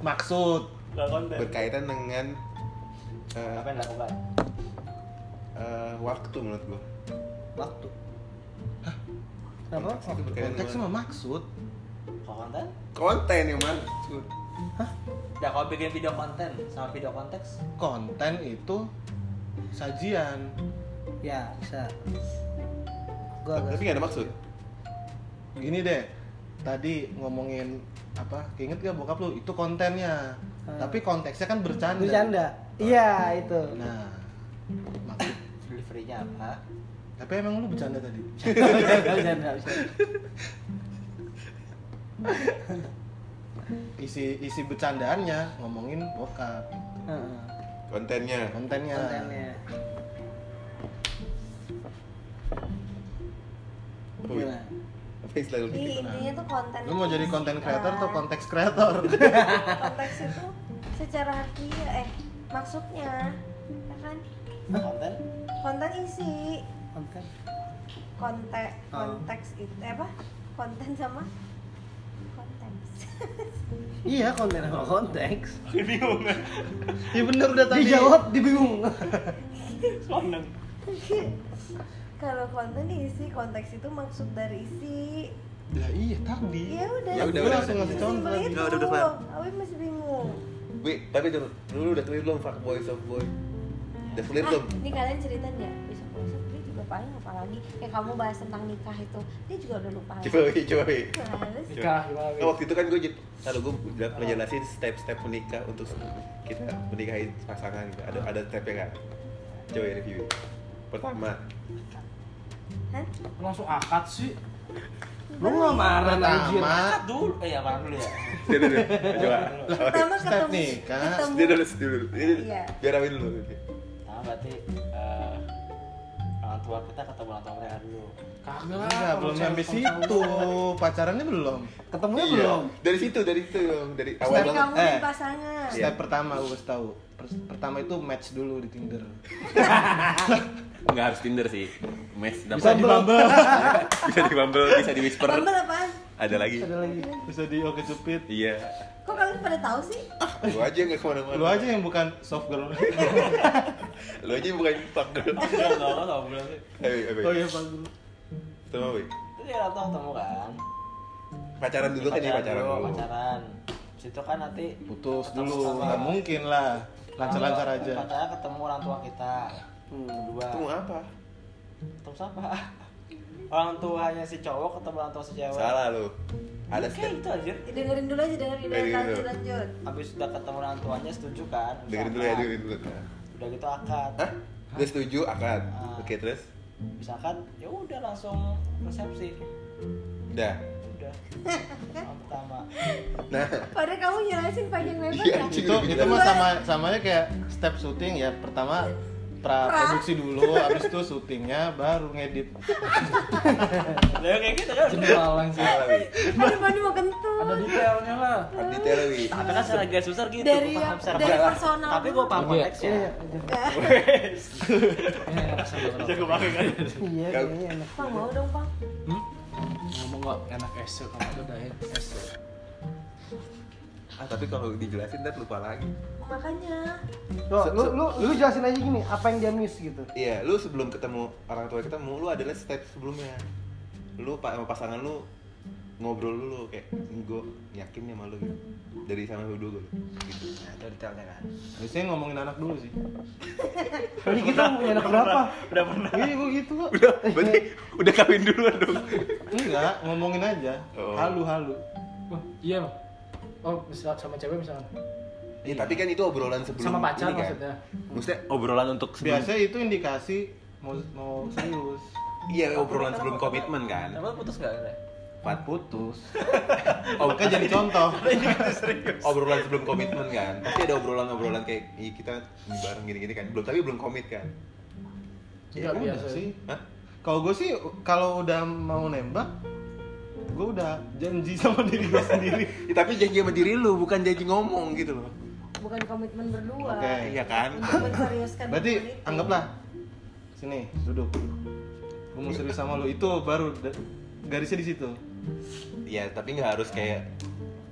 Speaker 6: Maksud
Speaker 2: Kalau konten.
Speaker 1: berkaitan dengan eh,
Speaker 2: Apa yang dilakukan?
Speaker 1: eh, waktu menurut gua.
Speaker 4: waktu kenapa
Speaker 1: Konteks itu berkaitan
Speaker 6: konteks sama
Speaker 1: dengan
Speaker 6: maksud.
Speaker 2: Kalau konten?
Speaker 1: konten yang maksud.
Speaker 2: Ya kalau bikin video konten sama video konteks
Speaker 6: Konten itu sajian.
Speaker 4: ya bisa gua agak
Speaker 1: Tapi nggak ada maksud.
Speaker 6: Gini deh. Tadi ngomongin apa? Ingat gak bokap lu? Itu kontennya.
Speaker 4: Hmm.
Speaker 6: Tapi konteksnya kan bercanda.
Speaker 4: bercanda iya itu [laughs]
Speaker 6: Nah, maksud.
Speaker 2: deliverynya apa?
Speaker 6: Tapi emang lu bercanda tadi?
Speaker 4: bercanda bisa
Speaker 6: Isi isi bercandaannya ngomongin bokap.
Speaker 4: Heeh.
Speaker 1: Kontennya.
Speaker 6: Kontennya.
Speaker 4: kontennya gimana
Speaker 1: Apa gitu? yang selalu
Speaker 5: Jadi
Speaker 1: bikin?
Speaker 5: intinya tuh konten. kan?
Speaker 6: Lu mau jadi konten creator atau
Speaker 5: konten?
Speaker 6: konteks creator?
Speaker 5: Konteks itu secara hati eh maksudnya ya kan
Speaker 2: Konten?
Speaker 5: konten isi
Speaker 4: konten
Speaker 5: konten
Speaker 1: Oh.
Speaker 4: Ah.
Speaker 5: konteks itu eh, apa konten sama konteks
Speaker 4: iya konten apa konteks
Speaker 2: Bingung.
Speaker 6: Iya bener udah tadi.
Speaker 4: dijawab dibingung
Speaker 2: Konten.
Speaker 5: kalau konten diisi konteks itu maksud dari isi
Speaker 6: Lah iya tadi.
Speaker 5: ya udah
Speaker 1: Ya udah,
Speaker 6: Gua
Speaker 1: udah,
Speaker 6: langsung
Speaker 1: udah.
Speaker 6: ngasih contoh.
Speaker 5: Sesimpel
Speaker 6: tadi.
Speaker 5: itu.
Speaker 1: Udah, udah, udah, kelar.
Speaker 5: Awi masih bingung
Speaker 1: Wih, tapi dulu, dulu udah clear belum fuckboy, softboy? Udah clear
Speaker 5: ah
Speaker 1: belum?
Speaker 5: ini kalian cerita nggak besok besok dia juga paling apa lagi kayak kamu bahas tentang nikah itu dia juga udah lupa lagi.
Speaker 1: Coba, Wi, coba. Wi.
Speaker 5: Males.
Speaker 3: Nikah gimana?
Speaker 1: Nah, waktu itu kan gue kalau gue udah ngejelasin step-step menikah untuk kita menikahi pasangan gitu. Ada ada stepnya kan? Coba ya, review. Pertama,
Speaker 5: Hah?
Speaker 3: Lu Langsung akad sih.
Speaker 4: lu nggak marah anjir
Speaker 6: Pertama,
Speaker 2: Akad dulu. Eh ya makan dulu ya.
Speaker 1: dia dulu, coba.
Speaker 5: pertama
Speaker 6: step
Speaker 5: ketemu
Speaker 6: nikah.
Speaker 5: ketemu
Speaker 1: Dia dulu, dia dulu. Dia dulu.
Speaker 5: Iya.
Speaker 1: Biar Awi dulu.
Speaker 2: Nah berarti eh, orang tua kita ketemu orang tua mereka dulu.
Speaker 3: Kagak lah.
Speaker 6: Enggak,
Speaker 3: kalau
Speaker 6: Iya, belum
Speaker 3: cewek
Speaker 6: sampai
Speaker 3: Ah, sama cowok.
Speaker 6: situ. Pacarannya belum.
Speaker 4: ketemunya
Speaker 1: Iya.
Speaker 4: belum
Speaker 1: Dari situ, dari situ dong, dari awal
Speaker 5: Step
Speaker 1: banget.
Speaker 5: kamu dan
Speaker 6: Eh.
Speaker 5: pasangan
Speaker 6: Step pertama gue kasih tahu. Per- Pertama itu match dulu di Tinder.
Speaker 1: Enggak harus Tinder sih. Mes
Speaker 6: Bisa di Bumble,
Speaker 1: bisa di Bumble, bisa di Whisper.
Speaker 5: Bumble apaan?
Speaker 1: Ada lagi.
Speaker 4: ada lagi
Speaker 6: bisa di OkCupid.
Speaker 1: Iya.
Speaker 5: Kok kalian pada tahu sih?
Speaker 1: Lu aja enggak kemana mana
Speaker 6: Lu aja yang bukan soft girl.
Speaker 1: Lu aja bukan fuck girl.
Speaker 2: Enggak enggak enggak belum sih.
Speaker 1: Eh,
Speaker 6: oh
Speaker 1: Awi,
Speaker 6: iya, Pak Guru.
Speaker 1: Tunggu, Awi.
Speaker 2: Terus ya orang tua ketemu kan.
Speaker 1: Pacaran dulu kan ya pacaran
Speaker 2: dulu,
Speaker 1: dulu.
Speaker 2: Pacaran. Situ kan nanti
Speaker 6: Putus
Speaker 2: ketemu
Speaker 6: dulu,
Speaker 2: sama-
Speaker 6: nggak mungkin lah. Lancar-lancar aja.
Speaker 2: Pacarnya ketemu orang tua kita. Kedua.
Speaker 1: Tunggu apa?
Speaker 2: Ketemu siapa? [laughs] Orang tuanya si cowok ketemu orang tua si cewek.
Speaker 1: Salah lu. Ada
Speaker 2: Oke
Speaker 1: step.
Speaker 2: itu aja.
Speaker 5: Dengerin dulu aja, dengerin
Speaker 1: Eh,
Speaker 5: dulu,
Speaker 1: dengerin
Speaker 5: lanjut
Speaker 1: dulu.
Speaker 5: lanjut
Speaker 2: Habis udah ketemu orang tuanya setuju kan?
Speaker 1: ya, Dengerin dulu ya, dengerin dulu.
Speaker 2: Udah gitu akad.
Speaker 1: Hah? Lu setuju akan.
Speaker 2: Ah.
Speaker 1: Oke, terus
Speaker 2: misalkan ya udah langsung resepsi
Speaker 1: Udah.
Speaker 2: udah yang pertama
Speaker 1: Nah,
Speaker 5: Padahal kamu jelasin panjang lebar
Speaker 1: Iya,
Speaker 5: ya.
Speaker 1: cuy.
Speaker 6: itu itu mah sama samanya kayak step syuting ya pertama pra produksi dulu habis itu syutingnya baru ngedit
Speaker 2: Lah, kayak gitu kan
Speaker 3: General langsung.
Speaker 1: salah wi.
Speaker 5: Aduh, Manu mau kentut.
Speaker 3: Ada detailnya lah.
Speaker 1: Detail wi.
Speaker 2: tapi kan secara garis besar gitu
Speaker 5: Dari-
Speaker 2: gua paham secara
Speaker 5: dari
Speaker 2: garis.
Speaker 5: personal
Speaker 2: tapi gue paham
Speaker 3: dulu.
Speaker 2: konteksnya
Speaker 4: Iya, iya, iya.
Speaker 3: Ini enak sih, enak.
Speaker 2: bisa gue pakai kan
Speaker 4: Iya, kayaknya enak.
Speaker 5: Pang mau dong, Pang.
Speaker 3: Ngomong nggak enak esok kalau udah ya. esok.
Speaker 1: Ah, tapi kalau dijelasin ntar lupa lagi.
Speaker 5: Makanya.
Speaker 4: Tuh, lu, lu, lu jelasin aja gini, apa yang dia miss gitu.
Speaker 1: Iya, lu sebelum ketemu orang tua ketemu, lu adalah step sebelumnya. Lu pak sama pasangan lu ngobrol dulu kayak gue yakin nih sama lu gitu. Dari sama lu dulu gitu.
Speaker 2: nah itu detailnya kan
Speaker 6: harusnya ngomongin anak dulu sih
Speaker 4: Jadi kita punya iya, anak berapa?
Speaker 2: udah pernah
Speaker 6: iya gue gitu kok
Speaker 1: Udah, berarti udah kawin duluan dong.
Speaker 6: enggak ngomongin aja
Speaker 1: Oh.
Speaker 6: halu halu
Speaker 3: Wah, iya loh. Oh, misal sama cewek misalkan.
Speaker 1: Iya, tapi kan itu obrolan sebelum
Speaker 3: Sama pacar
Speaker 1: ini kan.
Speaker 3: maksudnya.
Speaker 1: Maksudnya obrolan untuk sebelum
Speaker 6: biasa itu indikasi mau mau serius
Speaker 1: Iya, obrolan sebelum komitmen kan.
Speaker 2: emang putus gak kan
Speaker 6: Pat
Speaker 1: [laughs]
Speaker 6: putus oh kan jadi contoh
Speaker 1: Obrolan sebelum komitmen kan. Pasti ada obrolan-obrolan kayak "Ih, kita bareng gini-gini kan. Belum tapi belum komit kan.
Speaker 3: Enggak
Speaker 6: udah
Speaker 3: biasa
Speaker 6: sih
Speaker 1: Hah?
Speaker 6: kalau gue sih kalau udah mau nembak gue udah janji sama [laughs] diri gue sendiri
Speaker 1: Ih, Ya, tapi janji sama diri lu, bukan janji ngomong gitu loh.
Speaker 5: Bukan komitmen berdua.
Speaker 6: Oke.
Speaker 1: Iya kan?
Speaker 5: Untuk menseriuskan
Speaker 6: Berarti
Speaker 5: hubungan itu.
Speaker 6: anggaplah sini duduk. Gue mau serius sama lu itu baru da- garisnya di situ.
Speaker 1: Iya, tapi nggak harus kayak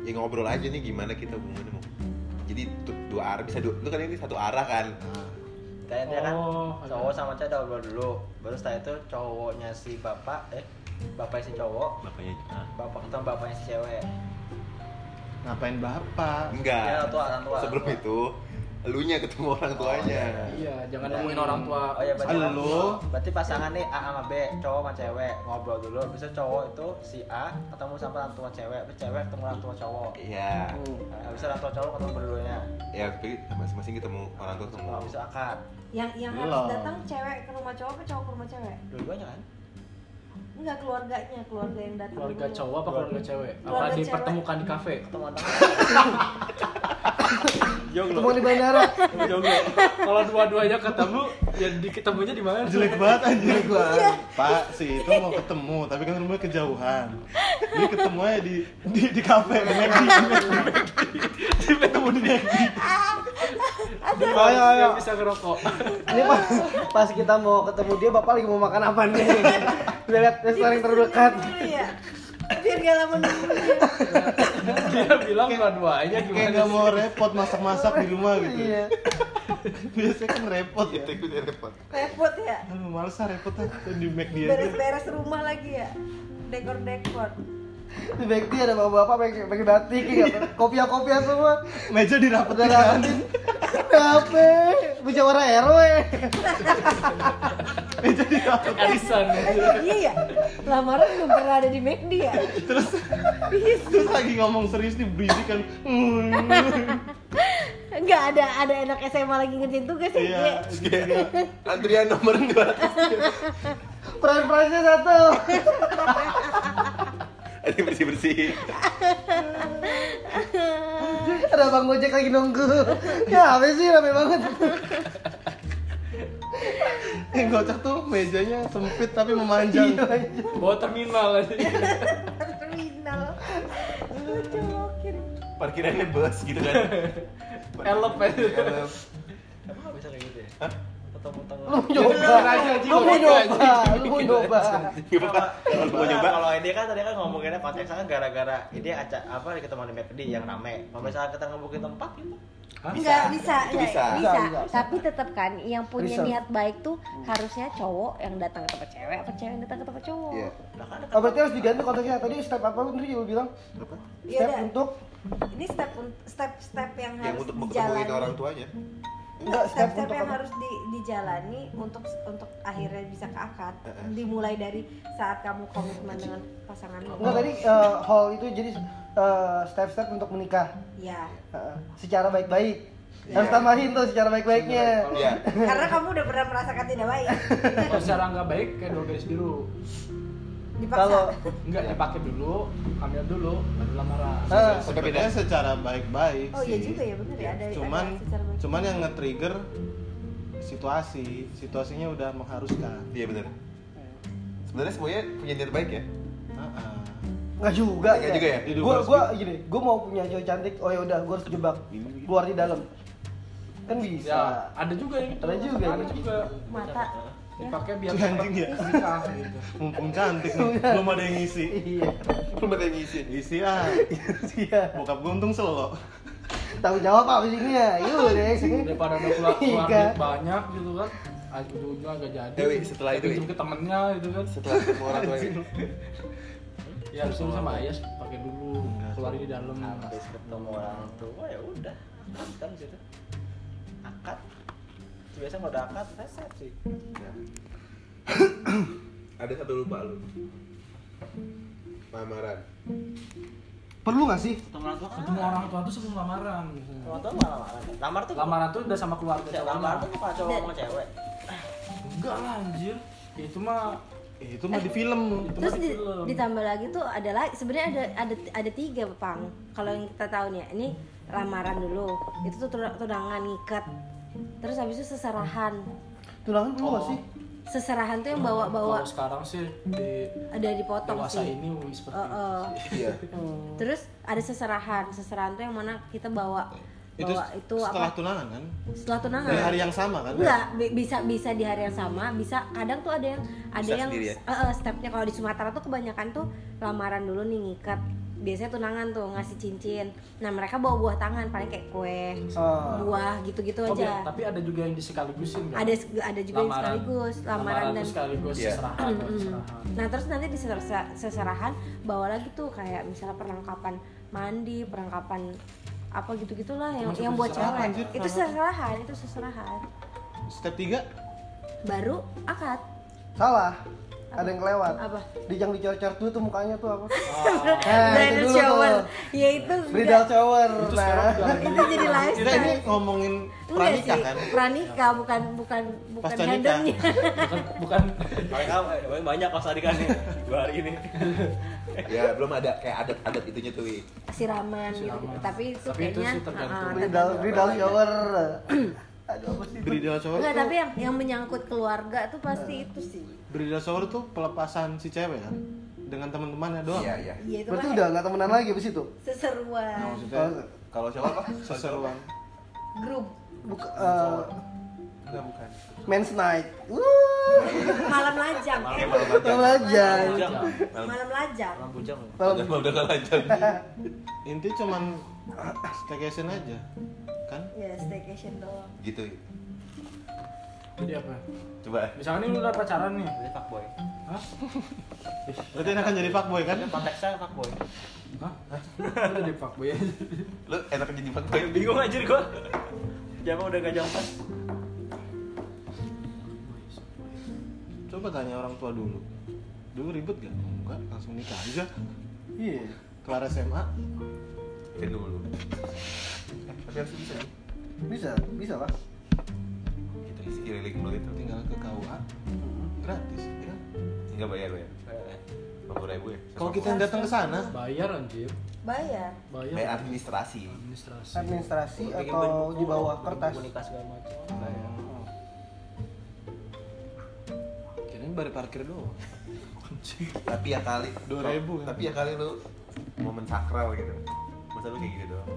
Speaker 1: ya ngobrol aja nih gimana kita hubungannya mau. Jadi tu- dua arah bisa dua, lu kan ini satu arah kan.
Speaker 2: kayak dia kan
Speaker 3: Oh,
Speaker 2: cowok sama cewek udah ngobrol dulu baru setelah itu cowoknya si bapak eh bapaknya si cowok
Speaker 1: Bapaknya
Speaker 2: bapak ketemu bapaknya si cewek
Speaker 6: Ngapain bapak?
Speaker 1: Enggak.
Speaker 2: Ya, orang tua, orang tua,
Speaker 1: Sebelum
Speaker 2: orang tua.
Speaker 1: itu elunya ketemu orang tuanya.
Speaker 3: Iya, jangan iya, nemuin orang tua.
Speaker 2: oh ya berarti
Speaker 6: Halo.
Speaker 2: berarti pasangan nih A sama B cowok sama cewek ngobrol dulu bisa cowok itu si A ketemu sama orang tua cewek terus cewek ketemu orang tua cowok
Speaker 1: Iya.
Speaker 2: Nah, habis itu orang tua cowok ketemu berduanya
Speaker 1: Ya, tapi masing-masing ketemu orang tua ketemu.
Speaker 2: habis itu akad
Speaker 5: Yang yang
Speaker 6: Belum.
Speaker 5: harus datang cewek ke rumah cowok ke cowok ke rumah cewek?
Speaker 2: dua-duanya kan
Speaker 5: Enggak keluarganya, keluarga yang datang.
Speaker 3: Keluarga
Speaker 5: dulu.
Speaker 3: cowok apa keluarga cewek? Apa
Speaker 5: Keluarga cewek.
Speaker 3: dipertemukan di kafe?
Speaker 2: teman
Speaker 4: Ketemu di bandara.
Speaker 3: Kalau dua-duanya ketemu, ya di ketemunya di mana?
Speaker 6: Jelek banget anjir gua. Pak, si itu mau ketemu tapi kan rumahnya kejauhan. Jadi ketemu aja di di di kafe di McD. Di ketemu di McD.
Speaker 3: Di
Speaker 4: Ayo,
Speaker 3: mana
Speaker 6: ya.
Speaker 4: ayo.
Speaker 3: dia bisa ngerokok? [laughs]
Speaker 4: Ini pas, pas kita mau ketemu dia, bapak lagi mau makan apa nih? Kita lihat restoran yang terdekat.
Speaker 5: Dipesenin dulu ya. Biar gak lama nunggu ya.
Speaker 3: Dia bilang dua-duanya
Speaker 6: Kayak
Speaker 3: Iya, gimana?
Speaker 6: nggak mau repot masak-masak di rumah gitu.
Speaker 4: Iya.
Speaker 6: Biasanya kan repot ya.
Speaker 1: Itu dia repot.
Speaker 5: Repot ya.
Speaker 6: Aduh, males ah repot ah di McD aja.
Speaker 5: Beres-beres rumah lagi ya. Dekor-dekor.
Speaker 4: Di back dia ada bapak-bapak pakai pakai batik gitu. Kopiah-kopiah semua.
Speaker 6: Meja dirapetin kan.
Speaker 4: Daratin. Apa? Bicara RW.
Speaker 3: Arisan.
Speaker 5: Eh, [laughs] iya ya. Lamaran belum pernah ada di McD ya.
Speaker 6: terus terus lagi ngomong serius nih berisik kan
Speaker 5: Enggak ada ada anak SMA lagi ngerjain tugas ya.
Speaker 6: iya
Speaker 5: Iya. [laughs]
Speaker 1: Antrian nomor 2
Speaker 4: Peran-perannya satu.
Speaker 1: Ada [laughs] bersih-bersih.
Speaker 4: Ada bang Gojek lagi nunggu. Ya, apa sih rame banget.
Speaker 6: yang kocak tuh mejanya sempit tapi memanjang
Speaker 3: Bawa terminal aja.
Speaker 5: Terminal. Lucu mungkin.
Speaker 1: Parkirannya bus gitu kan.
Speaker 3: Elep aja.
Speaker 1: Elep.
Speaker 2: emang nggak bisa kayak gitu ya ketemu teman
Speaker 4: Lu nyoba. Lu mau [laughs] nyoba. Lu mau nyoba.
Speaker 1: Gak apa-apa. Kalau mau nyoba.
Speaker 2: kalau ini kan tadi kan ngomonginnya konteksnya kan gara-gara ini acak apa ketemu di McD yang rame. Kalau misalnya kita ngebukin tempat gitu,
Speaker 5: Enggak bisa,
Speaker 1: Itu
Speaker 5: enggak,
Speaker 1: bisa.
Speaker 5: bisa.
Speaker 4: Bisa, bisa.
Speaker 5: Tapi tetap kan yang punya
Speaker 4: Bisa.
Speaker 5: niat baik tuh harusnya cowok yang datang ke tempat cewek apa cewek yang datang ke tempat cowok.
Speaker 1: Iya.
Speaker 2: nah kan
Speaker 4: Oh, berarti harus diganti konteksnya. Tadi step apa lu tadi lu bilang?
Speaker 5: Iya,
Speaker 4: Step
Speaker 5: dah.
Speaker 4: untuk
Speaker 5: Ini step un- step step
Speaker 1: Yang
Speaker 5: yang harus
Speaker 1: Iya, untuk
Speaker 5: dijalani.
Speaker 1: ketemu orang tuanya.
Speaker 5: Enggak,
Speaker 4: step
Speaker 5: step step
Speaker 4: untuk
Speaker 5: yang
Speaker 4: apa?
Speaker 5: harus di- dijalani untuk untuk akhirnya bisa ke akad.
Speaker 1: Heeh.
Speaker 5: Dimulai dari saat kamu komitmen dengan pasanganmu.
Speaker 4: Enggak tadi eh, hall itu jadi eh, step-step untuk menikah
Speaker 5: Ya.
Speaker 4: Eh, secara baik-baik. harus
Speaker 1: Iya.
Speaker 4: tambahin tuh secara baik-baiknya
Speaker 1: Iya.
Speaker 7: Karena kamu udah pernah merasakan tidak
Speaker 4: [laughs]
Speaker 7: baik.
Speaker 3: Kalau secara nggak baik kayak dua garis biru.
Speaker 7: Dipaksa.
Speaker 4: kalau
Speaker 3: Enggak dipakai dulu, ambil dulu, baru lah marah.
Speaker 6: Eh,
Speaker 4: Ah.
Speaker 6: sebenarnya secara baik-baik
Speaker 7: Oh, iya
Speaker 6: sih.
Speaker 7: juga ya, bener ya, ada-
Speaker 6: cuman
Speaker 7: ada secara baik.
Speaker 6: cuman yang nge-trigger situasi situasinya udah mengharuskan
Speaker 1: Iya benar. Sebenarnya semuanya punya niat baik ya.
Speaker 6: Ah,
Speaker 4: nggak juga
Speaker 1: Nggak juga ya?
Speaker 4: gue gue gini gue mau punya cewek cantik oh ya udah gue harus jebak keluar di dalam kan bisa
Speaker 3: Ya, ada juga yang gitu.
Speaker 4: Ada juga yang
Speaker 3: Ada
Speaker 4: gitu.
Speaker 3: juga.
Speaker 7: Mata.
Speaker 3: Dipakai biar
Speaker 6: Anjing ya?
Speaker 3: nikah gitu.
Speaker 6: ah. mumpung cantik nih, belum ada yang ngisi
Speaker 4: iya
Speaker 1: Belum ada yang ngisi.
Speaker 6: ngisi ah
Speaker 4: iya
Speaker 6: bokap gue untung selo
Speaker 4: tanggung jawab apa sih ini ya yuk deh sini
Speaker 3: Daripada ada keluar keluar
Speaker 4: Iya.
Speaker 3: duit banyak gitu kan. Ah, ujung-ujungnya agak jadi.
Speaker 1: Dewi, setelah itu,
Speaker 3: Pinjam
Speaker 1: Wi.
Speaker 3: ke temennya gitu kan.
Speaker 1: Setelah ketemu orang tua ya.
Speaker 3: Ya, disuruh sama Ayas pakai dulu, keluarin di dalam.
Speaker 2: habis ketemu orang tua ya udah kan situ akad biasa kalau udah akad resepsi
Speaker 1: Ya. ada satu lupa lu. Lamaran.
Speaker 4: perlu nggak sih
Speaker 2: ketemu orang tua kan
Speaker 3: Ketemu orang tua tuh sebelum lamaran. biasanya.
Speaker 2: orang tua malah lamaran lamar tuh
Speaker 3: Lamaran tuh udah sama keluarga.
Speaker 2: lamar
Speaker 3: cowoknya.
Speaker 2: tuh bukan cowok sama cewek
Speaker 3: Enggak lah anjir. Ya, Itu mah
Speaker 6: Eh, itu mah di film
Speaker 3: itu mah
Speaker 7: Terus
Speaker 3: di
Speaker 7: di-
Speaker 3: film.
Speaker 7: ditambah lagi tuh ada lagi sebenarnya ada ada ada tiga pang. Kalau yang kita tahu nih, ini lamaran dulu. Itu tuh tun- tunangan ngikat. Terus habis itu seserahan.
Speaker 4: tunangan perlu nggak sih
Speaker 7: Seserahan tuh yang bawa-bawa
Speaker 3: Kalau sekarang sih di
Speaker 7: ada dipotong
Speaker 3: dewasa
Speaker 7: sih.
Speaker 3: ini wih, seperti
Speaker 7: Eh, eh.
Speaker 1: Iya.
Speaker 7: Terus ada seserahan. Seserahan tuh yang mana kita bawa
Speaker 6: itu,
Speaker 7: bawa itu,
Speaker 6: setelah
Speaker 7: apa?
Speaker 6: tunangan kan
Speaker 7: Setelah tunangan.
Speaker 6: dari hari yang sama kan
Speaker 7: Enggak, bi- bisa bisa di hari yang sama, bisa kadang tuh ada yang ada
Speaker 1: Bisa
Speaker 7: yang
Speaker 1: sendiri ya?
Speaker 7: eh, eh, stepnya kalau di Sumatera tuh kebanyakan tuh lamaran dulu nih ngikat. Biasanya tunangan tuh ngasih cincin. Nah, mereka bawa buah tangan paling kayak kue,
Speaker 4: Ah.
Speaker 7: buah gitu-gitu
Speaker 3: Oh, bi-
Speaker 7: aja.
Speaker 3: tapi ada juga yang disekaligusin kan?
Speaker 7: Ada ada juga yang sekaligus lamaran
Speaker 3: tuh
Speaker 7: dan
Speaker 3: sekaligus
Speaker 1: Iya.
Speaker 3: seserahan,
Speaker 7: Mm-mm.
Speaker 3: seserahan.
Speaker 7: Nah terus nanti di seser- seserahan bawa lagi tuh kayak misalnya perlengkapan mandi, perlengkapan apa gitu-gitulah yang
Speaker 3: Masuk
Speaker 7: yang buat
Speaker 3: seserahan,
Speaker 7: cewek.
Speaker 6: anjir.
Speaker 7: Itu seserahan, itu seserahan.
Speaker 6: step 3
Speaker 7: Baru akad.
Speaker 4: salah ada yang kelewat
Speaker 7: Apa?
Speaker 4: dijang dicor-cor tuh tuh mukanya tuh apa
Speaker 7: Nah,
Speaker 4: nah itu
Speaker 7: bridal
Speaker 4: dulu
Speaker 7: shower.
Speaker 4: tuh
Speaker 7: Ya itu
Speaker 4: bridal
Speaker 7: enggak-
Speaker 4: shower
Speaker 3: Itu sekarang
Speaker 4: nah
Speaker 3: udah lagi
Speaker 7: itu jadi
Speaker 6: kita ini
Speaker 7: lifestyle.
Speaker 6: ngomongin
Speaker 7: Eh, Enggak
Speaker 6: pranikah
Speaker 7: sih,
Speaker 6: kan
Speaker 7: pranikah bukan bukan bukan
Speaker 6: Pasca nikah.
Speaker 7: hedonnya.
Speaker 3: bukan bukan
Speaker 2: [laughs] paling kamu eh, paling banyak kos tadi kan nih, dua hari ini
Speaker 1: Ya belum ada kayak adat-adat itunya tuh. Wi.
Speaker 7: Siraman gitu.
Speaker 3: Siraman.
Speaker 7: Tapi itu
Speaker 3: Tapi itu
Speaker 7: kayaknya
Speaker 3: sih tergantung.
Speaker 7: ah, ah,
Speaker 4: bridal bridal shower aduh apa sih itu?
Speaker 6: bridal shower
Speaker 7: Enggak,
Speaker 6: tuh
Speaker 7: tapi yang yang menyangkut keluarga tuh pasti itu sih.
Speaker 6: bridal shower tuh pelepasan si cewek kan dengan teman-temannya doang
Speaker 1: Iya iya.
Speaker 7: Iya itu
Speaker 4: berarti
Speaker 7: kan
Speaker 4: udah nggak temenan lagi abis itu Oh,
Speaker 7: seseruan
Speaker 6: maksudnya
Speaker 1: Kalau siapa apa?
Speaker 6: seseruan
Speaker 7: grup
Speaker 4: buka eh,
Speaker 6: enggak bukan
Speaker 4: men's night Wuh,
Speaker 7: malam lajang eh,
Speaker 4: malam lajang
Speaker 2: Bujang.
Speaker 7: malam lajang
Speaker 2: orang bujang
Speaker 1: Udah
Speaker 4: Malam-
Speaker 1: udah nggak lanjut.
Speaker 6: inti cuman staycation aja kan
Speaker 7: ya staycation doang
Speaker 1: Gitu. Wi.
Speaker 3: jadi apa?
Speaker 1: Coba.
Speaker 3: Misalkan ini lu udah pacaran nih.
Speaker 2: jadi fuckboy
Speaker 3: Hah?
Speaker 6: berarti enakan jadi fuckboy kan
Speaker 2: konteksnya fuckboy
Speaker 3: Hah? Udah deh Pak Boy.
Speaker 1: Lu enak jadi fuckboy.
Speaker 2: Paling bingung anjir gua Jawa udah gak jawab
Speaker 6: coba tanya orang tua dulu dulu ribet gak enggak langsung nikah aja
Speaker 4: iya
Speaker 6: kelar SMA
Speaker 1: Cek dulu. Eh, Tapi harus bisa. Wi.
Speaker 4: bisa bisa lah
Speaker 1: Gitu isi keliling lu itu.
Speaker 6: tinggal ke KUA gratis ya
Speaker 1: Enggak bayar lu ya. 50 ribu ya.
Speaker 6: kalau kita yang datang ke sana
Speaker 3: Bayar anjir.
Speaker 7: bayar
Speaker 1: bayar
Speaker 3: Bayar.
Speaker 1: administrasi.
Speaker 3: Administrasi.
Speaker 4: administrasi atau di bawah kertas
Speaker 2: nikah segala macam
Speaker 6: kirain bare parkir doang
Speaker 1: Tapi ya kali
Speaker 6: 2.000 ya.
Speaker 1: Tapi ya kali lu momen sakral gitu. Masa lu kayak gitu doang.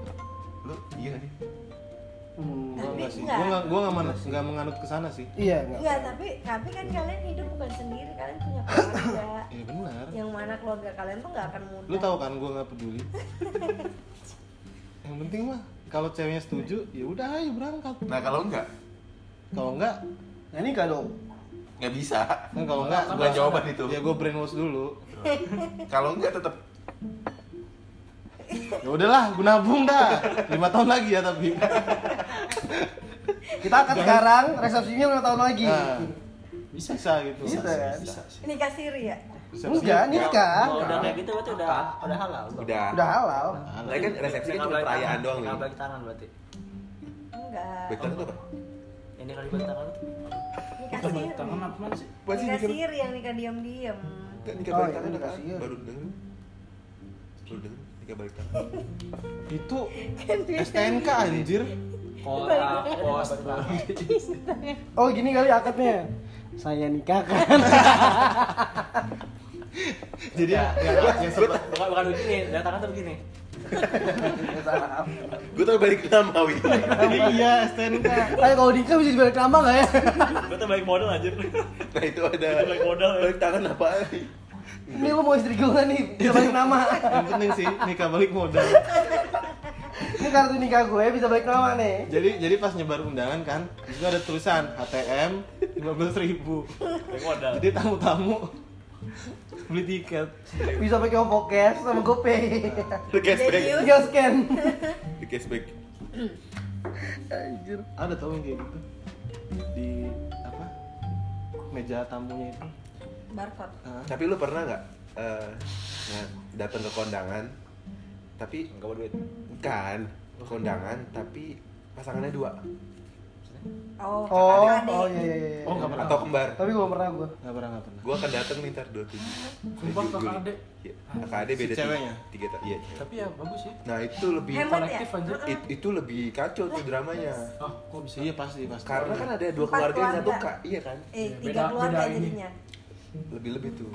Speaker 1: Lu iya gak sih?
Speaker 4: Hmm,
Speaker 6: gua
Speaker 7: Tapi
Speaker 6: enggak sih
Speaker 7: enggak.
Speaker 6: gua enggak gua enggak man- enggak menganut ke sana sih
Speaker 4: iya
Speaker 7: Iya,
Speaker 4: nggak
Speaker 7: tapi tapi kan kalian hidup bukan sendiri kalian punya keluarga
Speaker 4: [coughs]
Speaker 6: ya benar
Speaker 7: yang mana keluarga kalian tuh nggak akan mudah
Speaker 6: lu tahu kan gue nggak peduli yang penting mah kalau ceweknya setuju ya udah ayo berangkat
Speaker 1: Nah kalau enggak,
Speaker 6: kalau enggak
Speaker 4: nah ini nggak dong
Speaker 1: nggak bisa.
Speaker 6: kan kalau enggak
Speaker 1: Bukan
Speaker 6: gua
Speaker 1: jawaban itu.
Speaker 6: ya gue brainwash dulu
Speaker 1: Kalau enggak tetap
Speaker 6: ya udahlah gue nabung dah lima tahun lagi ya tapi
Speaker 4: kita akan sekarang resepsinya lima tahun lagi
Speaker 6: nah,
Speaker 3: Bisa.
Speaker 6: bisa gitu
Speaker 4: Bisa, kan?
Speaker 6: bisa
Speaker 7: nikah siri ya
Speaker 4: enggak nikah
Speaker 2: Kalau udah kayak gitu berarti udah udah halal
Speaker 1: udah.
Speaker 4: udah halal
Speaker 1: Nah, kan resepsi kan cuma perayaan doang.
Speaker 2: Nggak
Speaker 1: Wi.
Speaker 2: balik tangan berarti
Speaker 5: enggak
Speaker 1: Backline itu apa?
Speaker 2: Yang di Kalimantan itu
Speaker 4: Iya,
Speaker 5: nikah
Speaker 3: Tangan
Speaker 5: siri
Speaker 3: tangan apa sih?
Speaker 1: Masih
Speaker 5: nikah
Speaker 1: nikah-
Speaker 5: siri yang nikah diam-diam
Speaker 1: Enggak, nikah
Speaker 4: Oh,
Speaker 1: balik
Speaker 4: iya,
Speaker 1: tangan udah
Speaker 4: nikah
Speaker 1: kan?
Speaker 4: sihir.
Speaker 1: Baru denger Baru denger nikah balik tangan
Speaker 6: Itu STNK anjir.
Speaker 2: Kotak, pos, bang.
Speaker 4: Oh gini kali akadnya. Saya nikah
Speaker 6: [laughs]
Speaker 4: kan.
Speaker 6: Jadi ya, ya, ya sempet-
Speaker 2: Bukan, bukan begini, datangan tuh begini
Speaker 1: Gue tau balik nama Wi
Speaker 6: Iya, STNK.
Speaker 4: Ayo kalau nikah bisa dibalik nama nggak ya?
Speaker 2: Gue tuh balik modal anjir
Speaker 1: Nah itu ada
Speaker 2: Itu balik modal ya.
Speaker 1: Balik tangan apa Ali?
Speaker 4: Ini lu mau istri gue nggak nih? Bisa balik nama.
Speaker 6: Yang penting sih nikah balik modal.
Speaker 4: Ini kartu nikah gue bisa balik nama nih.
Speaker 6: Jadi jadi pas nyebar undangan kan, itu ada tulisan HTM 15.000
Speaker 2: Balik modal
Speaker 6: Jadi tamu-tamu beli tiket.
Speaker 4: Bisa pakai OVO Cash sama GoPay.
Speaker 1: The cashback
Speaker 5: Jadi,
Speaker 4: Tinggal scan.
Speaker 1: The cashback
Speaker 4: Anjir.
Speaker 6: Ada tau yang kayak gitu di apa? Meja tamunya itu.
Speaker 5: barcode
Speaker 6: Hah?
Speaker 1: Tapi lu pernah nggak eh, nge- datang ke kondangan tapi
Speaker 2: Enggak mau duit
Speaker 1: bukan kondangan tapi pasangannya dua
Speaker 5: oh
Speaker 4: Oh,
Speaker 5: kakak-kakak
Speaker 4: oh
Speaker 5: adik.
Speaker 4: iya iya iya.
Speaker 6: Oh, nggak pernah.
Speaker 1: atau kembar.
Speaker 4: Tapi gue pernah gue.
Speaker 6: Nggak pernah nggak pernah.
Speaker 1: Gue akan datang nih ntar dua tujuh.
Speaker 3: Sumpah, kakak adek.
Speaker 1: Kakak iya, ade
Speaker 6: Si
Speaker 1: beda tiga-
Speaker 6: ceweknya?
Speaker 1: tiga tahun. Iya. cewek.
Speaker 3: Tapi ya bagus sih.
Speaker 1: Nah itu lebih
Speaker 5: hemat ya
Speaker 3: kolektif aja.
Speaker 7: Eh,
Speaker 1: it- itu lebih kacau tuh dramanya.
Speaker 3: Ah, kok bisa?
Speaker 6: Iya pasti pasti.
Speaker 1: Karena kan ada dua
Speaker 5: Empat
Speaker 1: keluarga yang satu
Speaker 5: keluarga.
Speaker 1: kak, iya kan?
Speaker 5: eh
Speaker 3: Beda-
Speaker 5: tiga keluarga
Speaker 3: beda ini.
Speaker 5: jadinya
Speaker 1: Lebih-lebih tuh.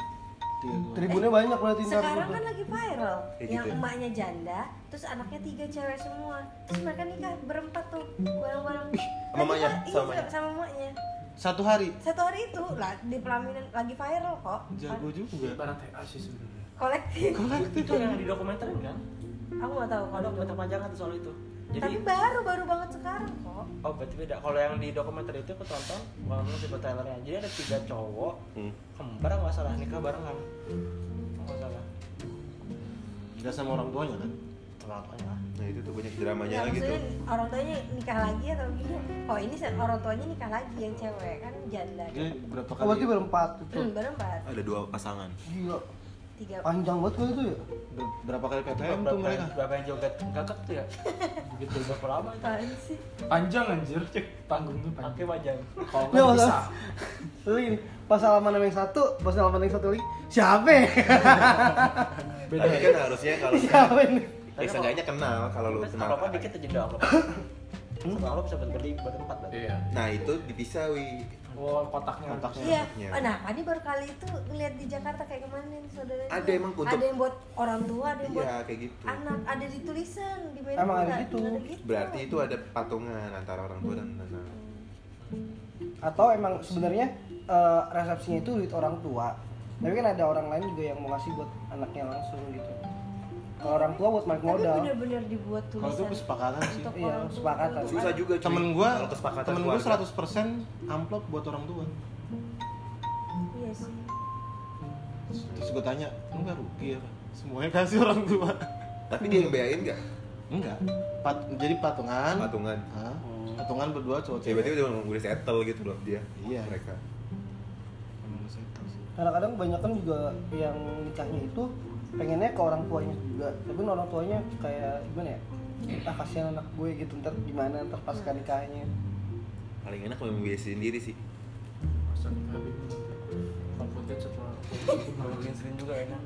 Speaker 6: Tiga keluarga.
Speaker 4: Tribunnya banyak berarti ntar.
Speaker 5: sekarang kan lagi viral
Speaker 1: Kayak
Speaker 5: yang
Speaker 1: gitu ya.
Speaker 5: emaknya janda terus anaknya tiga cewek semua terus mereka nikah berempat tuh bareng-bareng
Speaker 1: sama emaknya, sama
Speaker 5: sama
Speaker 1: emaknya.
Speaker 5: sama emaknya
Speaker 6: Satu hari.
Speaker 5: satu hari itu lah di pelaminan lagi viral kok
Speaker 6: Jago juga. Iya.
Speaker 3: Ibarat TA sih ya, sebenarnya.
Speaker 5: kolektif
Speaker 6: Kolektif.
Speaker 2: Itu yang di dokumenter kan?
Speaker 5: aku nggak tahu
Speaker 2: Ada
Speaker 5: kalau
Speaker 2: dokumenter panjang tuh soal itu
Speaker 5: tapi
Speaker 2: Jadi,
Speaker 5: baru baru banget sekarang kok
Speaker 2: oh berarti beda Kalau yang di dokumenter itu aku tonton Walaupun tipe trailernya Jadi ada tiga cowok
Speaker 1: Hmm.
Speaker 2: Kembar nggak salah, nikah barengan Nggak salah
Speaker 6: Gak sama orang tuanya kan?
Speaker 2: Terlalu banyak lah
Speaker 1: Nah itu tuh banyak dramanya gitu.
Speaker 5: Ya,
Speaker 1: lagi tuh.
Speaker 5: maksudnya orang tuanya nikah lagi atau gimana? Oh ini se- orang tuanya nikah lagi yang cewek kan janda.
Speaker 6: Jadi berapa
Speaker 4: Oh, berarti
Speaker 6: kali?
Speaker 4: berempat itu.
Speaker 5: Hmm, berempat,
Speaker 1: Ada dua pasangan.
Speaker 4: Gila.
Speaker 5: tiga.
Speaker 4: Panjang banget gue itu ya.
Speaker 6: ber- berapa kali PPM
Speaker 2: Berapa
Speaker 6: tuh mereka?
Speaker 2: berapa yang joget gagak tuh ya? Joget joget lama itu
Speaker 5: Apaan sih?
Speaker 3: Panjang anjir. Panggungnya
Speaker 2: Pakai
Speaker 3: panjang.
Speaker 2: panjang
Speaker 3: Kalau
Speaker 4: Ya,
Speaker 3: nggak bisa.
Speaker 4: masalah. Lalu gini, pas halaman sama yang satu, pas halaman yang satu lagi, siapa? ya?
Speaker 3: Beda.
Speaker 1: Tapi kan harusnya kalau
Speaker 4: siapa ini?
Speaker 1: ya seenggaknya kenal kalau lu Hmm? kenal.
Speaker 2: Apa-apa dikit aja dong apa Satu amplop bisa beli berempat berarti
Speaker 3: Iya.
Speaker 1: Nah itu dipisah wi.
Speaker 3: Oh, kotaknya.
Speaker 6: Kontaknya.
Speaker 5: Iya.
Speaker 1: Iya.
Speaker 5: Oh, nah, Fani baru kali itu ngeliat di Jakarta kayak kemarin saudaranya.
Speaker 1: Ada emang untuk-
Speaker 5: Ada yang buat orang tua, ada yang buat
Speaker 1: Iya kayak gitu.
Speaker 5: anak, ada di tulisan di media.
Speaker 4: Emang ada gitu.
Speaker 1: Berarti itu ada patungan antara orang tua dan anak.
Speaker 4: Atau emang sebenarnya eh, resepsinya itu duit orang tua. Tapi kan ada orang lain juga yang mau ngasih buat anaknya langsung gitu. Kalau orang tua buat balik
Speaker 5: Tapi
Speaker 4: modal.
Speaker 5: bener-bener dibuat
Speaker 6: Kalau
Speaker 5: tulisan.
Speaker 6: itu kesepakatan sih.
Speaker 5: untuk
Speaker 4: Iya,
Speaker 5: orang tua.
Speaker 4: kesepakatan.
Speaker 1: Susah juga. cuy.
Speaker 6: Temen gua,
Speaker 1: Kalau kesepakatan
Speaker 6: temen gua
Speaker 1: keluarga.
Speaker 6: 100% amplop buat orang tua.
Speaker 5: Iya sih. [laughs]
Speaker 6: Terus gua tanya, lu nggak rugi apa? Semuanya kasih orang tua.
Speaker 1: Tapi dia yang bayain nggak?
Speaker 6: Enggak. Pat- jadi patungan.
Speaker 1: Patungan.
Speaker 6: Hah? Patungan berdua cowok
Speaker 1: Ya Oh. berarti
Speaker 6: cewek.
Speaker 1: udah udah settle gitu loh dia.
Speaker 6: Iya.
Speaker 1: Mereka.
Speaker 6: Emang gua settle sih.
Speaker 4: Kadang-kadang kebanyakan juga yang nikahnya itu pengennya ke orang tuanya juga. Tapi orang tuanya kayak gimana ya? Ah kasihan anak gue gitu ntar gimana ntar pas nikahnya.
Speaker 1: Paling enak kalau membiayai sendiri sih.
Speaker 3: Masa nggak bingung. Kalau podcast gitu. setelah
Speaker 2: Ngomongin sering juga enak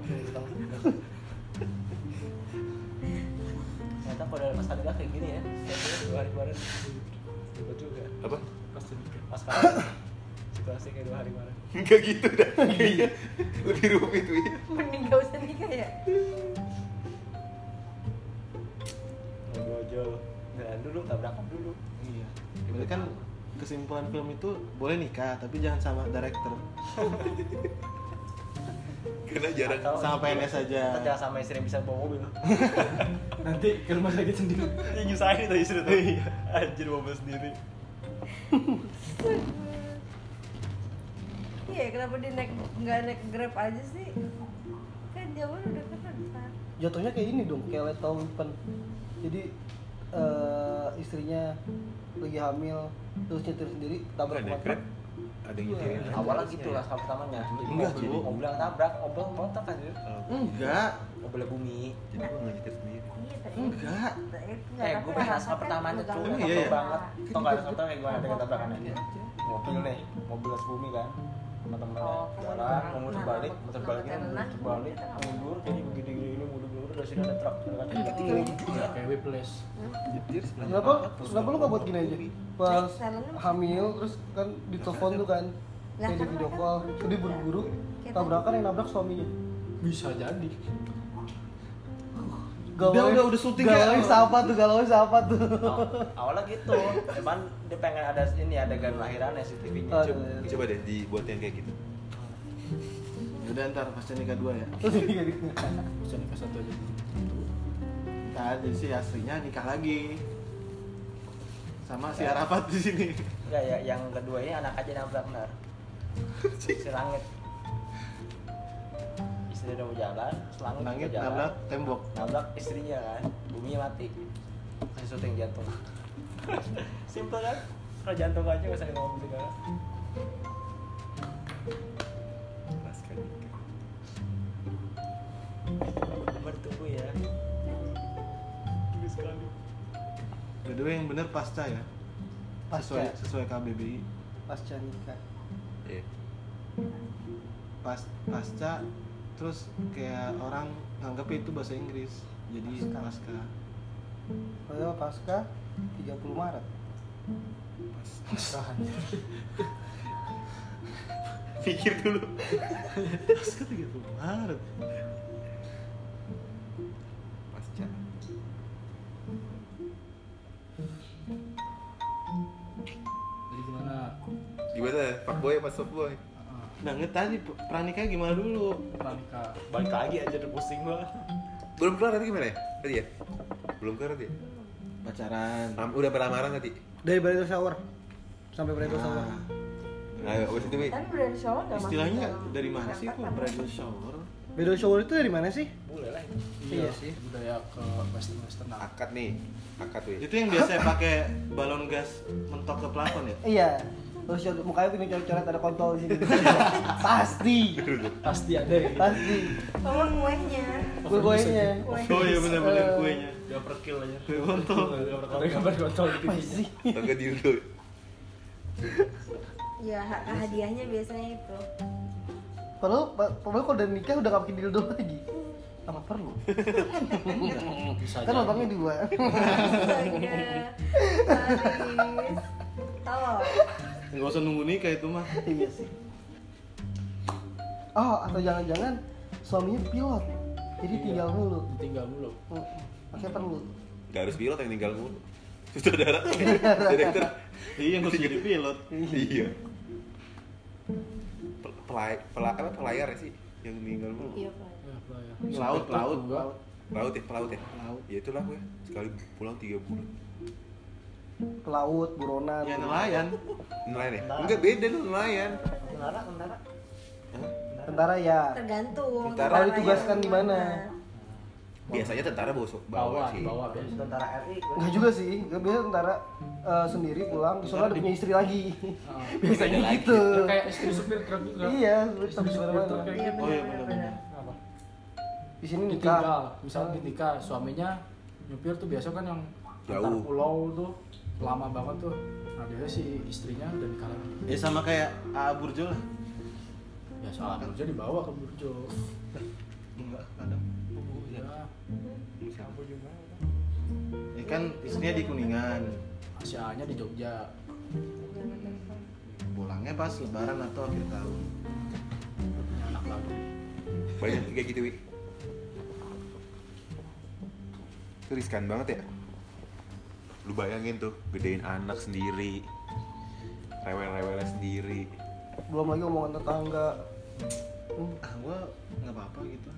Speaker 2: Ternyata kalau ada Mas Adela kayak gini ya Setiap Dua hari kemarin Coba juga
Speaker 1: Apa? [laughs]
Speaker 3: pasti nikah.
Speaker 2: Mas Karen [clears throat] Situasi kayak dua hari kemarin
Speaker 1: Enggak gitu dah. Kayaknya lebih rumit wi.
Speaker 5: Mending gak usah nikah ya.
Speaker 2: Ngojol Jalan dulu, tabrakan dulu
Speaker 6: Iya. Berarti kan kesimpulan film itu boleh nikah, tapi jangan sama director.
Speaker 1: Karena jarang.
Speaker 2: Atau-
Speaker 6: Sama PNS aja.
Speaker 2: Atau jangan sama istri yang bisa bawa mobil [laughs]
Speaker 3: Nanti ke rumah sakit sendiri.
Speaker 2: Dia nyusahin itu istri tuh Anjir mobil sendiri
Speaker 5: Iya, kenapa dia naik nggak naik grab aja sih? Kan zaman udah kenal.
Speaker 4: jatuhnya kayak ini dong kayak let tahun depan jadi eh, istrinya lagi hamil terus nyetir sendiri
Speaker 1: Nggak
Speaker 4: tabrak
Speaker 1: naik
Speaker 4: motor
Speaker 1: Grab. ada
Speaker 7: Iya.
Speaker 1: yang nyetirin aja
Speaker 2: awalnya
Speaker 1: harusnya
Speaker 2: gitu
Speaker 1: ya.
Speaker 2: lah kalau pertamanya
Speaker 1: Enggak,
Speaker 2: mobil
Speaker 1: Bu.
Speaker 2: mobil yang nabrak mobil motor kan jadi
Speaker 1: Kalau gua-
Speaker 6: Enggak,
Speaker 2: mobil bumi
Speaker 1: jadi gua nggak nyetir sendiri
Speaker 7: Iya, tapi-
Speaker 6: enggak.
Speaker 7: tapi
Speaker 2: eh
Speaker 7: nggak tahu
Speaker 2: gue
Speaker 7: kenapa
Speaker 2: pernah sama
Speaker 7: kan
Speaker 2: pertama itu
Speaker 7: udah
Speaker 2: tuh
Speaker 6: Emang
Speaker 7: tahu.
Speaker 6: iya
Speaker 2: iya,
Speaker 6: ya?
Speaker 2: banget tau nggak
Speaker 6: Kita-
Speaker 2: tau kayak gimana ada tabrakan aja mobil nih mobil sebumi kan teman-teman
Speaker 4: Oh,
Speaker 2: jalan mau muter balik muter baliknya muter balik mundur jadi begini gini gini mundur mundur dari sini ada truk gitu kan
Speaker 4: Iya.
Speaker 3: Ya, kayak whiplash.
Speaker 1: nyetir sebenarnya
Speaker 4: Kenapa, kenapa lu gak buat gini aja? Pas
Speaker 7: Jalan lu-
Speaker 4: hamil terus kan ditelepon tuh kan
Speaker 7: Lah,
Speaker 4: Kayak di
Speaker 7: kan
Speaker 4: video
Speaker 7: mereka-
Speaker 4: call, jadi buru-buru
Speaker 7: Kita-
Speaker 4: Tabrakan yang nabrak suaminya
Speaker 3: Bisa jadi.
Speaker 6: Udah, udah, udah syuting ya.
Speaker 4: galauin siapa tuh, galauin siapa tuh [laughs]
Speaker 2: Oh, awalnya gitu cuman dia pengen ada ini adegan lahirannya si TV-nya
Speaker 6: Oh.
Speaker 4: Aduh.
Speaker 2: Cuma-
Speaker 1: coba deh dibuat yang kayak gitu
Speaker 6: Ya udah ntar pasca nikah dua ya.
Speaker 4: Terus jadi kayak gitu.
Speaker 3: Bisa nikah satu aja.
Speaker 6: Tadi Kan, si aslinya nikah lagi sama si Arafat di sini.
Speaker 2: Enggak ya, yang kedua ini anak aja nabrak benar. Si langit. Istri udah mau jalan, selangit
Speaker 6: Langit
Speaker 2: juga jalan.
Speaker 6: nabrak tembok.
Speaker 2: Nabrak istrinya kan, buminya mati. Kasih syuting jantung. [laughs] Simple kan? Kalau jantung aja nggak usah ngomong gitu kan. segala.
Speaker 1: pasca
Speaker 6: kan.
Speaker 1: nikah
Speaker 2: Bertunggu ya. Gini sekali.
Speaker 6: By the way, yang bener pasca ya.
Speaker 4: Pasca,
Speaker 6: Sesuai, sesuai KBBI.
Speaker 4: pasca nikah
Speaker 1: Iya.
Speaker 6: Pas pasca terus kayak orang nganggapnya itu bahasa Inggris. Jadi
Speaker 4: Pasca.
Speaker 6: pasca.
Speaker 4: Padahal pasca 30 Maret
Speaker 1: pikir dulu
Speaker 6: Pasca 30 Maret.
Speaker 1: pasca
Speaker 3: Jadi gimana?
Speaker 1: gimana fuckboy apa softboy
Speaker 3: Uh,
Speaker 6: Nah, nge- tadi pranikahnya gimana dulu?
Speaker 3: pranikah.
Speaker 2: Balik lagi aja udah pusing gua.
Speaker 1: belum keluar tadi gimana ya tadi ya belum keluar tadi ya?
Speaker 6: Pacaran.
Speaker 1: Ram- udah berlamaran tadi
Speaker 4: Dari Barito Shower Sampai Barito Shower
Speaker 6: Nah,
Speaker 1: ayo Nah, abis itu Mi.
Speaker 7: Tapi Kan brand shower nggak masuk
Speaker 6: istilahnya
Speaker 7: dalam-
Speaker 6: dari mana sih kok
Speaker 7: dalam-
Speaker 6: bridal shower?
Speaker 4: Barito Shower itu dari mana sih?
Speaker 2: Boleh lah.
Speaker 4: Iya sih.
Speaker 3: Budaya ke Western Western. Nah,
Speaker 1: akad nih akad tuh ya
Speaker 6: Itu yang biasa pakai balon gas mentok ke plafon
Speaker 4: [laughs]
Speaker 6: ya?
Speaker 4: Iya Terus coret- mukanya pengen coret-coret ada kontol [laughs] di sini Pasti
Speaker 3: pasti ada ya.
Speaker 4: Pasti
Speaker 7: Tolong Oh, kuenya.
Speaker 4: Gue-guenya
Speaker 6: Oh iya benar-benar
Speaker 4: Eh,
Speaker 6: kuenya.
Speaker 2: Gak perkill aja.
Speaker 6: Kue kontol.
Speaker 3: Ada gambar kontol di
Speaker 4: Apa
Speaker 3: TV.
Speaker 4: sih?
Speaker 1: atau gak dildo
Speaker 7: Ya, ha- hadiahnya biasanya itu.
Speaker 6: [laughs]
Speaker 4: Padahal, padahal kalau udah nikah udah gak pakai dildo lagi Apa perlu?
Speaker 3: Bisa
Speaker 4: Kan lubangnya
Speaker 3: jadi.
Speaker 4: dua [laughs]
Speaker 7: Astaga. Manis. Tolong.
Speaker 6: Enggak usah nunggu nikah itu mah.
Speaker 4: Iya sih Oh, atau jangan-jangan suaminya pilot Jadi
Speaker 3: Iya.
Speaker 4: tinggal dulu
Speaker 3: Tinggal dulu.
Speaker 4: Pakai perlu
Speaker 1: gak harus pilot yang tinggal mulu sutradara direktur
Speaker 6: Iya, enggak usah jadi pilot.
Speaker 1: iya Pel- pelay pela- apa pelayar ya sih yang tinggal mulu
Speaker 5: Iya, Pak.
Speaker 3: Ya, apa ya.
Speaker 6: Laut, laut.
Speaker 3: Juga.
Speaker 1: laut ya pelaut ya
Speaker 6: Laut.
Speaker 1: ya itulah gue sekali pulang tiga bulan
Speaker 4: Ke Iya, laut, buronan
Speaker 6: Ya nelayan.
Speaker 1: nelayan ya enggak beda lu nelayan
Speaker 2: Menara, menara.
Speaker 1: Hah?
Speaker 4: Tentara ya
Speaker 7: Tergantung. ya,
Speaker 1: Tentara
Speaker 7: tentaranya
Speaker 4: ditugaskan di mana.
Speaker 1: biasanya tentara bawa so-
Speaker 3: Bawa,
Speaker 1: bawa sih
Speaker 3: bawa biasa.
Speaker 2: Tentara RI. gua-
Speaker 4: Enggak juga sih, enggak biasa tentara eh, sendiri pulang, soalnya ada punya istri lagi.
Speaker 3: Heeh.
Speaker 4: Biasanya
Speaker 1: lagi.
Speaker 4: gitu.
Speaker 3: Itu kayak istri supir truk juga.
Speaker 4: Iya,
Speaker 3: Istri
Speaker 4: tapi
Speaker 3: supir truk
Speaker 4: kemana-mana.
Speaker 3: kayak
Speaker 7: Iya
Speaker 3: gitu.
Speaker 6: Oh iya
Speaker 7: benar-benar.
Speaker 6: benar-benar.
Speaker 3: Apa?
Speaker 4: Di sini
Speaker 3: ditinggal
Speaker 4: nikah.
Speaker 3: misalnya ditinggal suaminya nyupir tuh biasa kan yang
Speaker 1: Jauh.
Speaker 3: antar pulau tuh lama banget tuh nah biasanya si istrinya udah nikah lagi
Speaker 6: Ya sama kayak A Burjo lah.
Speaker 3: ya soal Burjo dibawa ke Burjo
Speaker 6: Enggak, kadang.
Speaker 1: Oh,
Speaker 3: ya
Speaker 1: iya.
Speaker 6: Ya kan istrinya di Kuningan.
Speaker 3: Asia nya di Jogja
Speaker 6: Pulangnya pas lebaran atau akhir tahun.
Speaker 3: punya anak lagi
Speaker 1: banyak kayak gitu wi itu riskan banget ya lu bayangin tuh gedein anak sendiri rewel-rewelnya sendiri
Speaker 4: Belum lagi omongan tetangga. Hmm,
Speaker 6: Ah, gua enggak apa-apa gitu.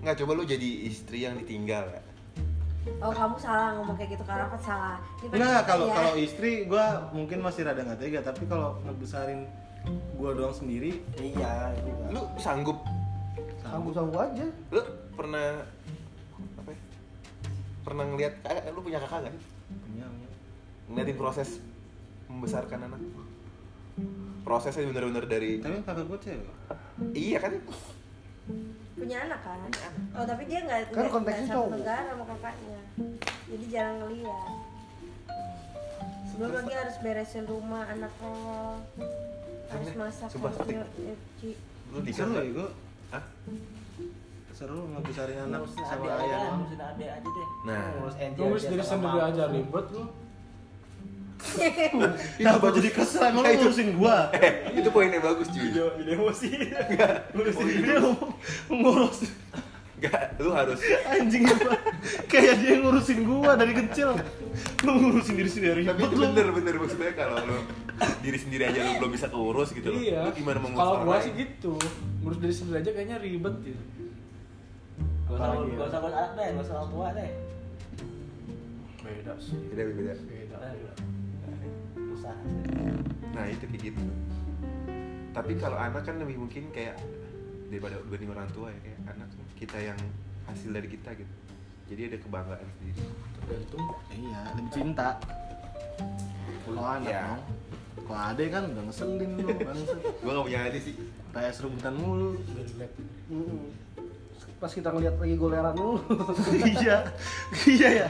Speaker 1: nggak coba lu jadi istri yang ditinggal ya
Speaker 7: Oh, kamu salah ngomong kayak gitu. Karafat salah. Ini
Speaker 6: Nah,
Speaker 7: pasti
Speaker 4: Iya.
Speaker 6: kalau
Speaker 7: ya.
Speaker 6: kalau istri gua mungkin masih rada nggak tega, tapi kalau ngebesarin gua doang sendiri
Speaker 4: Iya, juga.
Speaker 1: lu sanggup
Speaker 4: Sanggup-sanggup aja.
Speaker 1: lu pernah apa ya pernah eh, ngelihat kakak lu punya kakak nggak sih?
Speaker 6: punya punya.
Speaker 1: ngeliatin proses membesarkan anak prosesnya bener-bener dari
Speaker 6: Tapi kakak gue cewek.
Speaker 1: iya kan
Speaker 7: punya anak kan oh tapi dia nggak
Speaker 4: Kan
Speaker 7: nggak-
Speaker 4: konteksnya
Speaker 7: nggak satu
Speaker 4: cowok.
Speaker 7: negara sama kakaknya jadi jarang ngeliat sebelum lagi harus beresin rumah anak lo harus
Speaker 1: Aneh.
Speaker 7: masak eh,
Speaker 1: Sumpah,
Speaker 7: harus
Speaker 1: sakit.
Speaker 7: nyu- nyuci
Speaker 1: lu di
Speaker 6: Seru ya gue.
Speaker 1: Hah?
Speaker 6: Seru ngebesarin anak
Speaker 2: Ngurusin
Speaker 6: sama
Speaker 2: adik aja,
Speaker 6: ayah.
Speaker 2: ngurusin adik aja deh.
Speaker 1: Nah.
Speaker 2: ngurus ente
Speaker 3: Gue
Speaker 2: aja
Speaker 3: sendiri
Speaker 2: iya, sama
Speaker 3: sendiri
Speaker 2: mama.
Speaker 3: aja ribet lu.
Speaker 6: Kenapa jadi kesel emang lu
Speaker 1: Eh, itu-
Speaker 6: ngurusin gue?
Speaker 1: [laughs] itu poinnya bagus cuy
Speaker 2: Video video emosi.
Speaker 6: Ngurusin dia ngomong, ngurus
Speaker 1: Enggak, lu harus
Speaker 6: anjing apa? Kayak dia ngurusin gue dari kecil. Lu ngurusin diri sendiri
Speaker 1: tapi
Speaker 6: ribet
Speaker 1: itu
Speaker 6: lu.
Speaker 1: bener bener maksudnya kalau lu diri sendiri aja lu belum bisa keurus gitu loh
Speaker 3: Iya.
Speaker 1: lu gimana mengurus
Speaker 3: Kalau
Speaker 1: orang
Speaker 3: gua
Speaker 1: lain?
Speaker 3: sih gitu. Ngurus diri sendiri aja kayaknya ribet gitu.
Speaker 2: Gak usah
Speaker 3: Apalagi ya?
Speaker 2: gak usah ngurus anak deh, gak usah orang tua deh.
Speaker 3: Beda sih.
Speaker 1: beda beda
Speaker 3: Beda.
Speaker 2: Usaha.
Speaker 1: nah itu kayak gitu tapi kalau anak kan lebih mungkin kayak daripada berbanding orang tua ya kayak anak tuh kita yang hasil dari kita gitu jadi ada kebanggaan sendiri
Speaker 3: Tergantung
Speaker 6: Iya, lebih cinta. Kalau anak
Speaker 1: Iya.
Speaker 6: dong. Kalau adek kan udah ngeselin
Speaker 1: [laughs]
Speaker 6: lu, bangsat.
Speaker 1: gua gak punya adik sih
Speaker 6: Kayak rebutan mulu. [laughs]
Speaker 3: udah jelek.
Speaker 4: Mm-mm. Pas kita ngeliat lagi goleran lu. [laughs]
Speaker 6: iya iya ya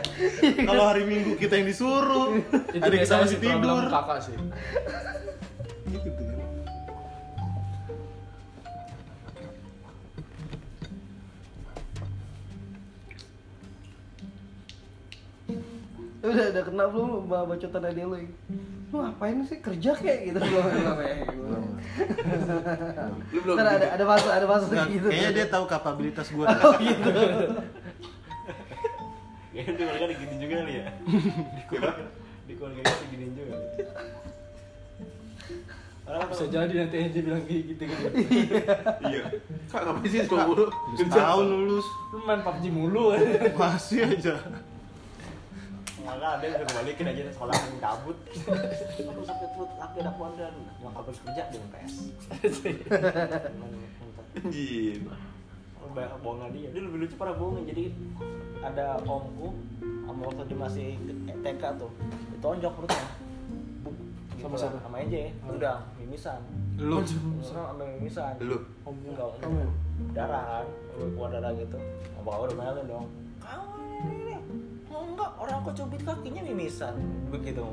Speaker 6: kalau hari minggu kita yang disuruh
Speaker 3: Itu
Speaker 6: hari kita
Speaker 3: biasanya
Speaker 6: masih
Speaker 3: sih problem
Speaker 6: tidur
Speaker 3: kakak sih.
Speaker 6: gitu kan
Speaker 4: udah udah kena belum ba- bacotan tadi lu? Ing? Lu ngapain sih kerja kayak gitu belum belum [laughs] ya.
Speaker 6: Belum.
Speaker 1: lu belum
Speaker 4: Ntar ada ada masa ada masa
Speaker 6: Nah,
Speaker 4: gitu.
Speaker 6: kayaknya dia tahu kapabilitas gue
Speaker 2: Kayaknya di keluarga digini juga kali ya. Di keluarga di keluarga itu digini juga. Orang
Speaker 3: Bisa jadi nanti dia bilang kayak gitu gitu.
Speaker 1: iya kak ngapain sih suka mulu
Speaker 6: setahun lulus
Speaker 3: Lu main PUBG mulu. eh.
Speaker 6: masih aja
Speaker 2: Malah ada udah kebalikin aja sekolah yang kabut. Aduh sakit perut, laki ada pondan. Yang kabut kerja di UPS. [laughs]
Speaker 1: anjir
Speaker 2: Lu banyak bohongan dia. Dia lebih lucu pada bohongin. Jadi ada omku sama waktu dia masih ke- TK tuh. Ditonjok perutnya. Buk, gitu
Speaker 3: Sama
Speaker 2: lah.
Speaker 3: siapa? Hmm.
Speaker 2: Sama aja ya. Udah, mimisan.
Speaker 3: Lu
Speaker 2: Senang ambil mimisan.
Speaker 1: lu
Speaker 2: Om enggak darah kan, Gua keluar darah gitu. Abang aku udah melin dong. Kamu ini, oh enggak orang aku cubit kakinya mimisan, begitu.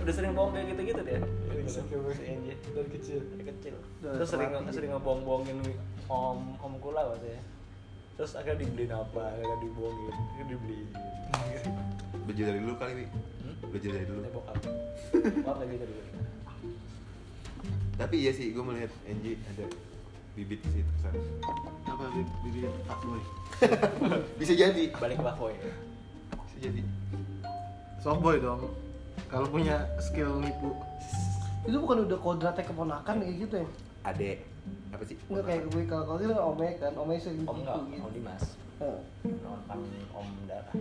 Speaker 2: udah sering bohong kayak gitu-gitu dia. Gitu. Si Enji.
Speaker 3: dari kecil.
Speaker 2: Dari kecil.
Speaker 4: Udah
Speaker 2: Terus sering
Speaker 4: terlatih.
Speaker 2: sering ngebohong-bohongin om om kula waktu ya. Terus akhirnya dibeliin apa, akhirnya dibohongin, akhirnya dibeliin.
Speaker 1: belajar dari lu kali nih belajar dari lu
Speaker 2: Ini [laughs] bokap. Bokap lagi gitu dulu.
Speaker 1: tapi iya sih gua melihat Angie ada bibit sih kesana
Speaker 6: apa jadi pak boy
Speaker 1: bisa jadi
Speaker 2: Balik ke Bafoy.
Speaker 1: bisa jadi
Speaker 6: soft boy dong kalau punya skill nipu
Speaker 4: [laughs] Itu bukan udah kodratnya keponakan kayak gitu ya?
Speaker 1: adek apa sih
Speaker 4: Enggak kayak gue kalau kalau dia kan omek kan, omek sering
Speaker 2: Om Oh, enggak,
Speaker 4: gitu gitu.
Speaker 2: Om Dimas.
Speaker 4: Heeh.
Speaker 2: Nonton Om darah.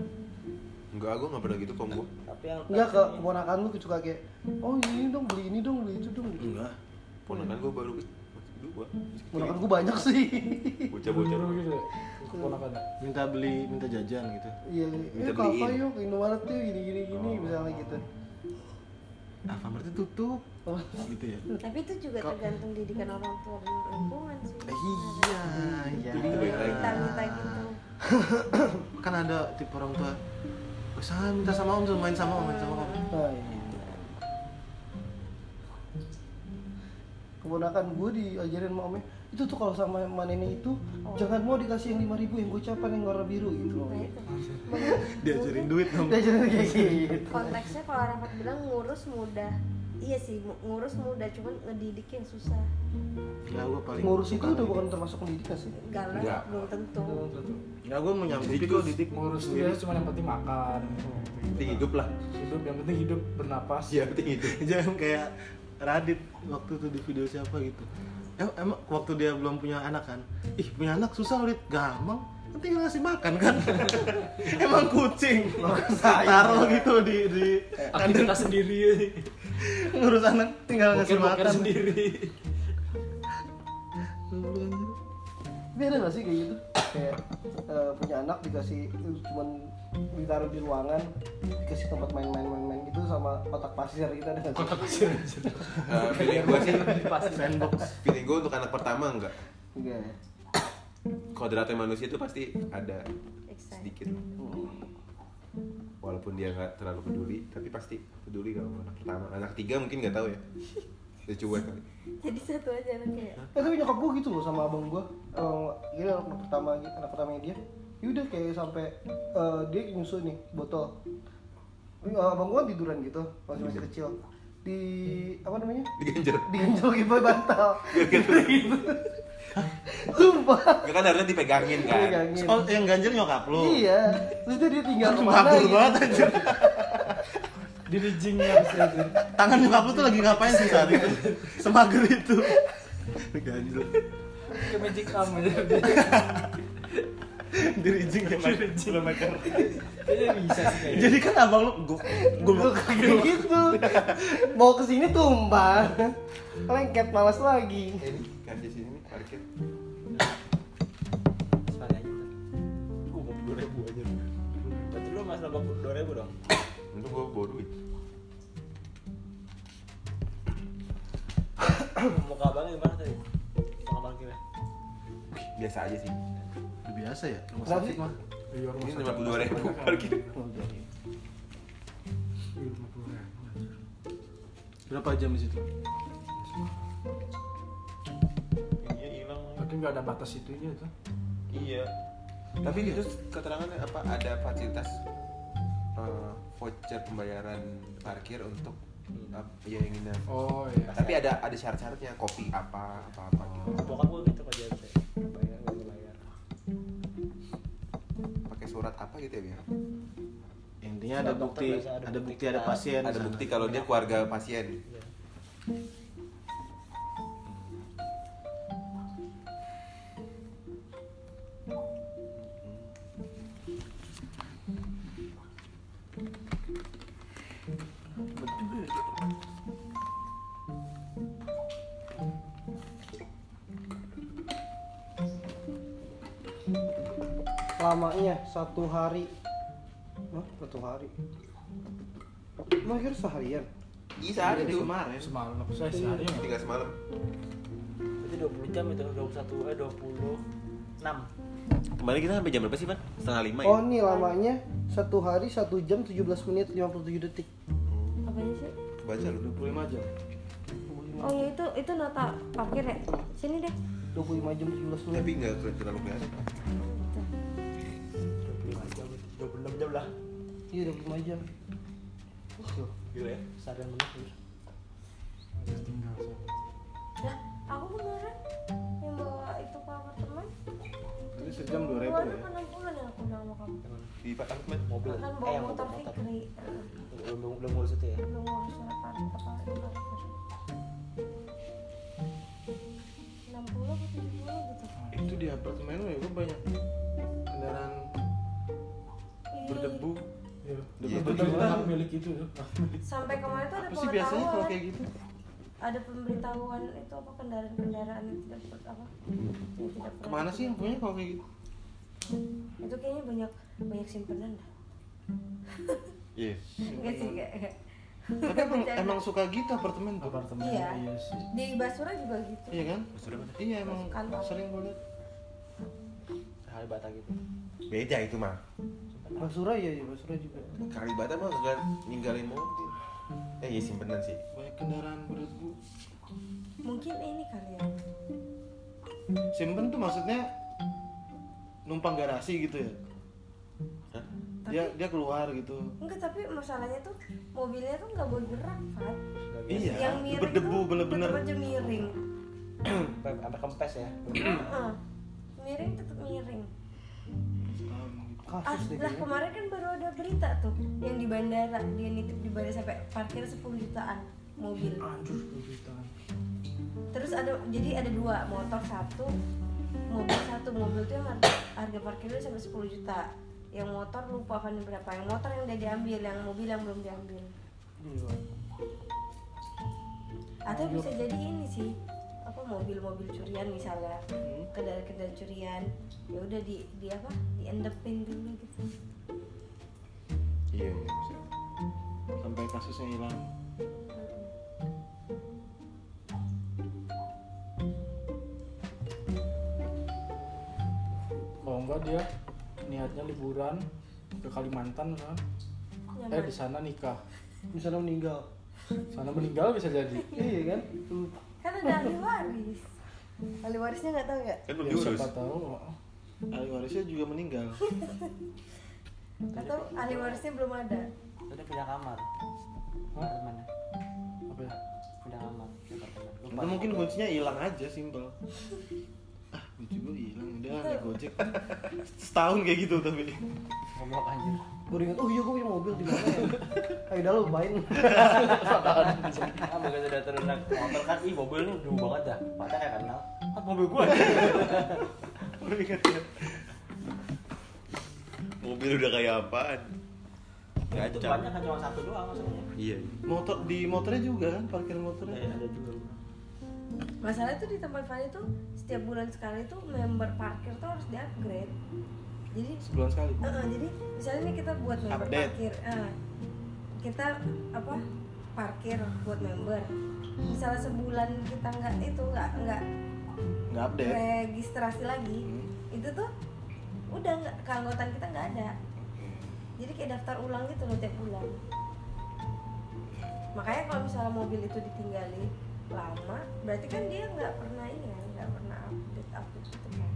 Speaker 1: enggak gua nggak pernah gitu kok gua
Speaker 2: Tapi yang
Speaker 4: Enggak ke keponakan lu suka kayak oh ini dong beli ini dong beli itu dong.
Speaker 6: enggak
Speaker 1: ponakan kan gua baru masih dua
Speaker 4: Keponakan gue banyak
Speaker 1: [laughs]
Speaker 4: sih.
Speaker 1: bocah-bocah
Speaker 3: Dulu gitu. Keponakan.
Speaker 6: minta beli minta jajan gitu
Speaker 4: Iya,
Speaker 1: Minta
Speaker 4: eh kalau apa
Speaker 1: beliin. Oh.
Speaker 4: yuk Indomaret tuh gini gini gini misalnya gitu.
Speaker 6: apa berarti tutup
Speaker 4: Oh.
Speaker 6: gitu ya
Speaker 7: tapi itu juga tergantung didikan orang tua dan lingkungan sih
Speaker 6: iya iya
Speaker 1: Itu balik lagi.
Speaker 7: kita kita gitu
Speaker 6: kan ada tipe orang tua usaha minta sama om suruh main sama om main sama om
Speaker 4: Nah, iya. Keponakan gue diajarin sama omnya itu tuh kalau sama manennya itu jangan mau dikasih yang 5000 yang gocapan yang warna biru gitu
Speaker 1: Oh.
Speaker 4: loh.
Speaker 7: nah itu
Speaker 6: diajarin duit dong
Speaker 4: Diajarin
Speaker 1: [laughs]
Speaker 4: kayak gitu.
Speaker 7: konteksnya kalau Rafa bilang ngurus mudah iya sih mu- ngurus mudah cuman ngedidik yang susah
Speaker 6: Enggak, gue paling
Speaker 4: Ngurus itu udah bukan termasuk pendidikan sih.
Speaker 7: galak
Speaker 1: Enggak.
Speaker 7: belum tentu [laughs]
Speaker 6: Enggak, gue menyanggupi
Speaker 1: Didik
Speaker 6: kok
Speaker 1: terus.
Speaker 6: didik
Speaker 3: Ngurus dia cuma yang penting makan.
Speaker 1: Iya. penting hidup lah
Speaker 3: Hidup yang penting hidup bernapas.
Speaker 1: iya penting hidup
Speaker 6: [laughs] Jangan kayak Radit waktu itu di video siapa gitu Em- Emang waktu dia belum punya anak kan Ih punya anak susah Radit Gampang Nanti ngasih makan kan [laughs] Emang kucing Taruh gitu di, di
Speaker 4: Eh,
Speaker 3: Aktivitas sendiri. eh.
Speaker 6: Ngurus anak tinggal ngasih
Speaker 3: Boker-boker
Speaker 6: makan
Speaker 3: sendiri.
Speaker 6: Lu anjir.
Speaker 4: Tapi ada gak sih kayak gitu? Kayak eh, punya anak dikasih eh, cuman ditaruh di ruangan dikasih tempat main-main main-main gitu sama kotak pasir gitu ada nggak sih?
Speaker 3: kotak pasir anjir.
Speaker 1: Eh, feeling gue sih
Speaker 3: pasir sandbox
Speaker 1: feeling gue untuk anak pertama enggak
Speaker 4: Enggak ya?
Speaker 1: kodratnya manusia itu pasti ada
Speaker 7: Excited.
Speaker 1: sedikit walaupun dia nggak terlalu peduli tapi pasti peduli kalau anak pertama anak ketiga mungkin nggak tahu ya dia cuek kali
Speaker 7: Jadi satu aja anaknya. ya?
Speaker 4: Eh, tapi nyokap gue gitu loh sama abang gue Emang gini anak pertama anak pertamanya dia Yaudah kayak sampai eh, dia nyusu nih botol Eh, Abang gue tiduran gitu masih masih kecil Di apa namanya?
Speaker 1: diganjar
Speaker 4: Digenjol gitu bantal Gitu. [laughs] Sumpah
Speaker 1: nggak kan harusnya dipegangin kan
Speaker 4: Dipegangin.
Speaker 6: Oh, yang ganjil nyokap lo?
Speaker 4: Iya Terus dia tinggal kemana
Speaker 6: Kabur
Speaker 4: gitu
Speaker 6: banget anjir.
Speaker 3: di [laughs] rijingnya harusnya anjir.
Speaker 6: Tangan nyokap lo tuh lagi ngapain sih saat itu? Semager itu. Ganjil.
Speaker 3: kayak magic arm anjir.
Speaker 6: Dirijing ya, Mas.
Speaker 3: kayaknya bisa sih kayaknya
Speaker 6: Jadi kan abang lo gue
Speaker 4: Gua kayak gitu Mau kesini tumpah Lengket malas lagi
Speaker 1: Eh, ini ya. kasih sini nih parkir
Speaker 2: Sekali aja. Gue mau dua ribu aja. Berarti lu masih nambah dua ribu dong?
Speaker 1: untuk gue bawa duit
Speaker 2: [coughs] Muka abangnya gimana tadi? Muka abang kira?
Speaker 1: biasa aja sih
Speaker 6: biasa ya, rumah
Speaker 4: Kenapa
Speaker 6: sakit
Speaker 4: sih?
Speaker 6: mah.
Speaker 3: Iya, rumah
Speaker 1: ini
Speaker 3: sakit.
Speaker 1: lima puluh dua ribu [laughs] ya. parkir
Speaker 3: Iya, 50.000, anjir.
Speaker 6: Berapa jam di situ?
Speaker 2: Iya hilang.
Speaker 3: tapi nggak ada batas itunya tuh
Speaker 2: Iya.
Speaker 1: tapi itu keterangannya apa ada fasilitas eh, voucher pembayaran parkir untuk
Speaker 2: Hmm.
Speaker 1: eh, ya yang nginep
Speaker 3: oh iya
Speaker 1: tapi ada ada syarat-syaratnya kopi apa apa apa gitu
Speaker 2: Bokap gue gitu kerjaan saya. Bayar gak bayar.
Speaker 1: pakai surat apa gitu ya Bia?
Speaker 6: Intinya ada
Speaker 2: Dokter
Speaker 6: bukti,
Speaker 2: biasa ada
Speaker 6: ada bukti,
Speaker 2: bukti
Speaker 6: ada
Speaker 2: kita.
Speaker 6: pasien. Iya, di
Speaker 1: ada
Speaker 6: sana.
Speaker 1: bukti kalau dia keluarga pasien
Speaker 2: Iya.
Speaker 4: lamanya satu hari Hah? satu hari Emang kira seharian
Speaker 1: iya sehari
Speaker 6: Jadi
Speaker 1: tuh
Speaker 6: kemarin.
Speaker 3: semalam saya sehari nggak
Speaker 1: tinggal semalam
Speaker 2: Berarti 20 jam itu 21 eh 26.
Speaker 1: kemarin kita sampai jam berapa sih Van? setengah lima ya?
Speaker 4: oh nih lamanya satu hari satu jam 17 menit 57 detik
Speaker 5: apa sih
Speaker 1: baca lu
Speaker 6: 25 jam.
Speaker 5: oh
Speaker 7: ya
Speaker 5: iya itu itu nota parkir ya sini deh
Speaker 4: 25 jam 17 menit
Speaker 1: tapi nggak kelihatan terlalu kelihatan
Speaker 5: Tuh.
Speaker 2: 25 jam. 26 jam lah.
Speaker 4: iya 25 jam Tuh.
Speaker 2: Gila ya. Seharian bener.
Speaker 3: ada tinggal
Speaker 5: lah aku kemarin yang bawa itu ke apartemen
Speaker 6: Jadi sejam 2000
Speaker 5: kemarin
Speaker 6: ya.
Speaker 5: apa enam bulan yang aku bilang sama kamu
Speaker 1: di Pak Ahmed
Speaker 2: Mobil.
Speaker 5: kan
Speaker 2: Eh,
Speaker 5: bawa
Speaker 2: yang
Speaker 5: motor Fikri
Speaker 2: Belum belum belum ngurus itu ya.
Speaker 5: belum ngurus apa apa enam puluh atau tujuh puluh gitu
Speaker 6: Itu di apartemen lo ya, gue banyak kendaraan berdebu.
Speaker 3: Iya.
Speaker 1: Iya,
Speaker 3: Itu
Speaker 6: Berdebu.
Speaker 3: hak milik itu ya, tuh. Hak milik.
Speaker 5: sampai kemarin tuh ada
Speaker 6: Apa sih biasanya kalau
Speaker 5: pengetahuan
Speaker 6: kayak gitu?
Speaker 5: ada pemberitahuan itu apa kendaraan-kendaraan yang tidak ber- apa yang tidak pernah
Speaker 6: Kemana sih yang punya kalau kayak gitu?
Speaker 5: itu kayaknya banyak banyak simpanan dah
Speaker 1: iya
Speaker 5: enggak sih enggak enggak.
Speaker 6: Tapi emang, emang suka gitu apartemen tuh.
Speaker 3: Apartemen
Speaker 5: Iya.
Speaker 3: iya sih.
Speaker 5: di Basura juga gitu
Speaker 6: Iya kan?
Speaker 1: Sudah, Van.
Speaker 6: Iya emang
Speaker 5: Kantor.
Speaker 6: sering gue liat.
Speaker 2: Kalibata gitu.
Speaker 1: beda itu mah
Speaker 4: Basura ya ya Basura juga
Speaker 1: Kalibata mah kagak ninggalin mobil eh iya simpenan sih
Speaker 6: banyak kendaraan berdebu.
Speaker 5: mungkin ini kali ya
Speaker 6: Simpen tuh maksudnya numpang garasi gitu ya.
Speaker 1: Hah?
Speaker 6: Dia dia keluar gitu.
Speaker 5: enggak tapi masalahnya tuh mobilnya tuh nggak boleh gerak kan
Speaker 6: Iya,
Speaker 5: yang miring
Speaker 6: berdebu
Speaker 5: tuh
Speaker 6: bener-bener.
Speaker 5: tetep aja
Speaker 6: [clears throat]
Speaker 5: miring
Speaker 2: Sampai sampai kempes ya.
Speaker 5: Heeh. miring tetap miring ah
Speaker 6: gitu. Ah,
Speaker 4: kasus deh
Speaker 5: lah
Speaker 4: kayaknya
Speaker 5: kemarin kan baru ada berita tuh yang di bandara dia nitip di bandara sampai parkir 10 jutaan mobil
Speaker 3: Anjir, kejutan.
Speaker 5: terus ada jadi ada dua motor satu mobil satu mobil tuh yang harga, harga parkirnya sampai 10 juta yang motor lupa kan berapa yang motor yang udah diambil yang mobil yang belum diambil
Speaker 4: Gila.
Speaker 5: atau bisa jadi ini sih apa mobil-mobil curian misalnya kendaraan-kendaraan curian ya udah di di apa diendepin dulu gitu
Speaker 1: iya iya maksudnya.
Speaker 6: sampai kasusnya hilang
Speaker 3: kalau enggak dia niatnya liburan ke Kalimantan kan eh di sana nikah
Speaker 4: misalnya meninggal
Speaker 3: sana meninggal bisa jadi
Speaker 4: iya kan Hmm.
Speaker 5: kan ada ahli waris ahli warisnya nggak tahu nggak
Speaker 1: kan belum
Speaker 3: ya,
Speaker 1: diurus
Speaker 3: siapa tahu
Speaker 6: ahli warisnya juga
Speaker 1: [laughs]
Speaker 6: meninggal
Speaker 5: atau ahli warisnya belum ada
Speaker 2: Udah pindah kamar.
Speaker 3: Hah?
Speaker 2: Di Mana?
Speaker 3: apa ya
Speaker 2: Pindah kamar. di apartemen. Lupa.
Speaker 6: Atau mungkin kuncinya hilang aja
Speaker 5: [laughs]
Speaker 6: simpel ah kunci gue hilang udah naik gojek [laughs] setahun kayak gitu tapi
Speaker 2: Goblok anjir.
Speaker 4: gue ingat oh iya gue punya mobil di mana
Speaker 3: [laughs]
Speaker 4: ya ayo dah lu main
Speaker 2: Ah, begitu udah turun naik motor kan, ih mobil ini dulu banget dah. Padahal kayak kenal. Ah, mobil gua.
Speaker 6: Lu ingat ya?
Speaker 1: mobil udah kayak apaan
Speaker 2: Itu
Speaker 1: kacau
Speaker 2: banyak kan cuma satu doang maksudnya.
Speaker 1: iya iya.
Speaker 6: motor di motornya juga kan parkir motornya
Speaker 2: Ada ada juga.
Speaker 5: masalah tuh di tempat Fanny tuh setiap bulan sekali tuh member parkir tuh harus di upgrade jadi
Speaker 6: sebulan sekali
Speaker 5: eh, eh, jadi misalnya nih kita buat member
Speaker 6: Update.
Speaker 5: parkir eh, kita apa parkir buat member misalnya sebulan kita nggak itu nggak nggak
Speaker 6: nggak update Hmm.
Speaker 5: registrasi lagi itu tuh udah nggak keanggotaan kita nggak ada jadi kayak daftar ulang gitu loh tiap bulan makanya kalau misalnya mobil itu ditinggali lama berarti kan dia nggak pernah ini kan nggak pernah update update gitu kan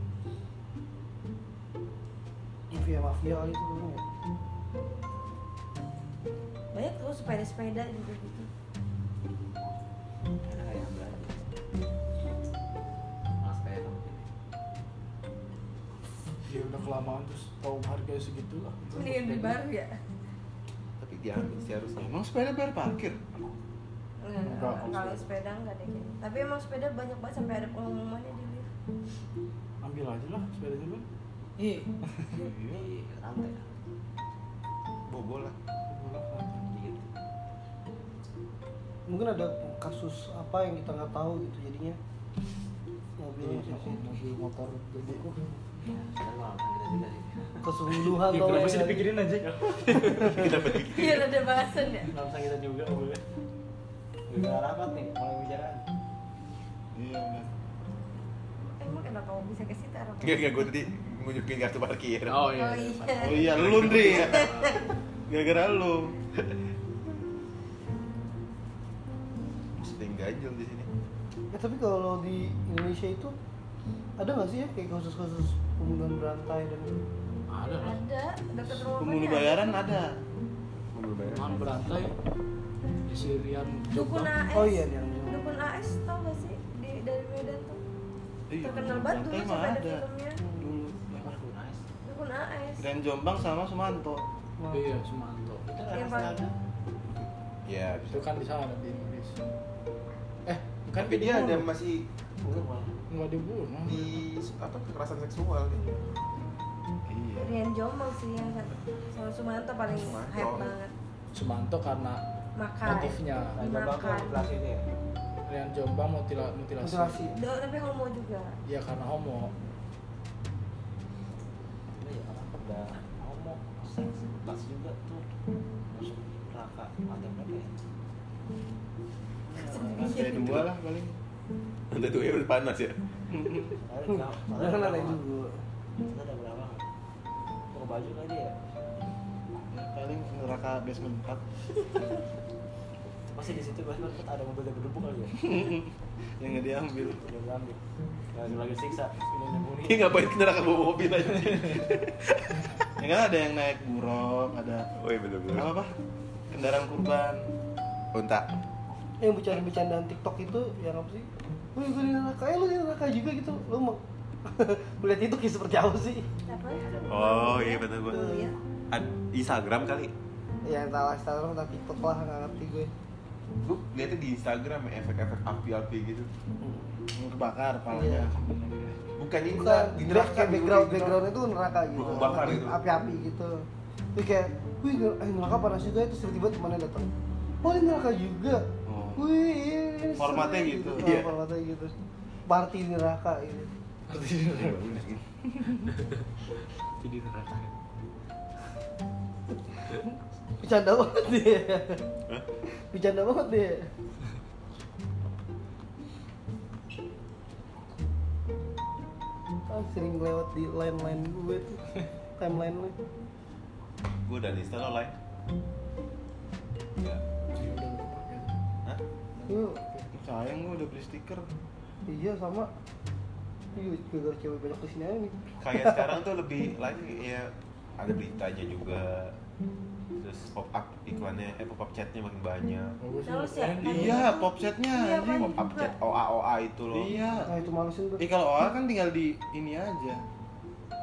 Speaker 4: mafia mafia kali itu dulu ya
Speaker 5: banyak tuh sepeda sepeda gitu gitu
Speaker 2: Ada nggak yang berani? Mas kayak itu.
Speaker 3: dia Ya udah kelamaan terus tahu harganya segitu lah
Speaker 5: mendingan beli baru ya
Speaker 1: tapi diambil sih harusnya
Speaker 6: emang sepeda bayar parkir
Speaker 1: Iya,
Speaker 5: Enggak,
Speaker 3: Enggak,
Speaker 5: kalau sepeda enggak deh kayaknya tapi emang sepeda banyak banget sampai ada pengumumannya di lift [laughs]
Speaker 3: ambil aja lah sepedanya kan
Speaker 2: Ih. Di rantai.
Speaker 1: bobol lah
Speaker 3: Boleh lah.
Speaker 2: Dikit.
Speaker 4: mungkin ada kasus apa yang kita nggak tahu gitu jadinya
Speaker 3: Iya,
Speaker 4: mobilnya
Speaker 3: pakai mobil motor gede kok
Speaker 2: Ya, sekarang malam kita juga sih.
Speaker 4: kesungguhan
Speaker 3: [laughs] Gitu
Speaker 4: tau nggak ya?
Speaker 3: aja
Speaker 5: iya ada bahasan ya
Speaker 2: Langsung kita juga
Speaker 3: ya.
Speaker 2: boleh. Udah rapat nih, mulai bicaraan.
Speaker 6: iya benar
Speaker 5: emang kenapa mau bisa ke situ Arab?
Speaker 1: enggak enggak gue tadi ngunjukin kartu parkir
Speaker 3: oh iya
Speaker 5: oh iya
Speaker 6: oh iya lu Ndri gara-gara lu
Speaker 1: sering ganjil di sini
Speaker 4: Ya, tapi kalau di Indonesia itu ada nggak sih ya kayak kasus-kasus pembunuhan berantai dan
Speaker 3: ada lah
Speaker 5: ada dekat rumah
Speaker 6: pembunuh
Speaker 5: Fanny ada.
Speaker 6: bayaran ada
Speaker 1: mobil bayar
Speaker 3: Cuman berantai di Sirian
Speaker 5: dukun
Speaker 3: Jogja.
Speaker 5: AS
Speaker 4: oh iya di Indonesia
Speaker 5: dukun AS tau gak sih di dari Medan tuh
Speaker 6: Iya,
Speaker 5: terkenal banget dulu
Speaker 6: Berantai mah
Speaker 5: sampai ada
Speaker 6: ada
Speaker 5: filmnya
Speaker 6: dulu
Speaker 2: Wah, nice.
Speaker 5: dukun AS
Speaker 6: Grand Jombang sama Sumanto
Speaker 3: iya Sumanto
Speaker 2: Kita
Speaker 5: Yang
Speaker 2: nggak ada.
Speaker 5: paling-
Speaker 1: ya
Speaker 3: itu kan di sana di Indonesia eh kan
Speaker 1: tapi dia ada masih
Speaker 2: Buruk malah.
Speaker 3: nggak dibunuh
Speaker 1: di apa kekerasan seksual dia
Speaker 6: iya
Speaker 5: Rian Jombang sih yang satu sama Sumanto paling
Speaker 1: Sumanto.
Speaker 5: hype banget
Speaker 3: Sumanto karena
Speaker 5: makan
Speaker 3: motifnya
Speaker 2: Nah, coba aku
Speaker 5: Makan.
Speaker 2: kelas ini ya.
Speaker 3: Rian Jombang mutila- mutilasi.
Speaker 4: mutilasi
Speaker 5: Do, tapi homo juga
Speaker 3: Iya karena homo.
Speaker 2: Ini ya, udah ngomong seks pas juga tuh masuk neraka mati berapa ya?
Speaker 5: Iya.
Speaker 6: lantai Nah, dua lah paling
Speaker 1: nanti tuh ya udah panas ya
Speaker 2: Ada
Speaker 4: Hmm,
Speaker 2: berapa?
Speaker 4: padahal kan ada juga
Speaker 2: Kita ada berapa? Toko baju kali ya?
Speaker 6: Ya, paling neraka basement 4
Speaker 2: Pasti di situ gue sempat ada mobil yang berdebu kali ya.
Speaker 6: yang nggak diambil
Speaker 2: Udah diambil. Nah, lagi siksa, ini nyembunyi.
Speaker 1: [laughs] ini ngapain ke neraka bawa mobil aja
Speaker 6: [laughs] ya kan ada yang naik buruk ada
Speaker 1: oh iya bener
Speaker 6: apa apa kendaraan kurban
Speaker 1: unta
Speaker 4: Eh, yang bercandaan-bercandaan TikTok itu yang apa sih Wih, gue di neraka, eh lu di neraka juga gitu Lu mau [laughs] melihat itu kayak seperti apa sih?
Speaker 5: apa
Speaker 1: oh iya bener gue
Speaker 5: Iya.
Speaker 1: Instagram kali
Speaker 4: Ya entahlah Instagram entah TikTok lah, nggak ngerti gue
Speaker 1: gue liatnya di Instagram ya, efek-efek api-api gitu
Speaker 6: yang kebakar palanya Iya.
Speaker 1: bukan ini
Speaker 4: Bukan,
Speaker 1: di
Speaker 4: terus
Speaker 1: neraka
Speaker 4: kayak
Speaker 1: di-
Speaker 4: background,
Speaker 1: di-
Speaker 4: background itu neraka gitu
Speaker 1: Buku bakar gitu.
Speaker 4: Api-api gitu Terus kayak, wih ner- eh, neraka panas juga, terus tiba-tiba temannya datang Oh ini neraka juga
Speaker 6: Oh.
Speaker 4: Wih, iya, iya,
Speaker 6: Formatnya
Speaker 4: seru."
Speaker 6: gitu.
Speaker 4: Oh,
Speaker 1: Iya.
Speaker 4: Formatnya gitu Party neraka gitu
Speaker 1: Iya, bener.
Speaker 3: Jadi neraka.
Speaker 4: Bercanda banget dia. Bercanda banget dia. Ah, sering lewat di line-line gue tuh. Timeline lu.
Speaker 1: Gue dan Insta lo like. Ya. Hah?
Speaker 4: Lu
Speaker 6: Sayang gua udah beli stiker.
Speaker 4: iya sama. Iya, gara-gara cewek banyak kesini aja nih.
Speaker 1: Kayak sekarang tuh lebih lagi ya ada berita aja juga. Terus pop up iklannya, eh pop up chatnya makin banyak.
Speaker 5: Terus ya?
Speaker 6: Iya, pop setnya.
Speaker 5: Iya,
Speaker 1: Pop up chat OA OA itu loh.
Speaker 4: Nah,
Speaker 6: Iya.
Speaker 4: itu males juga.
Speaker 6: Eh kalau OA kan tinggal di ini aja.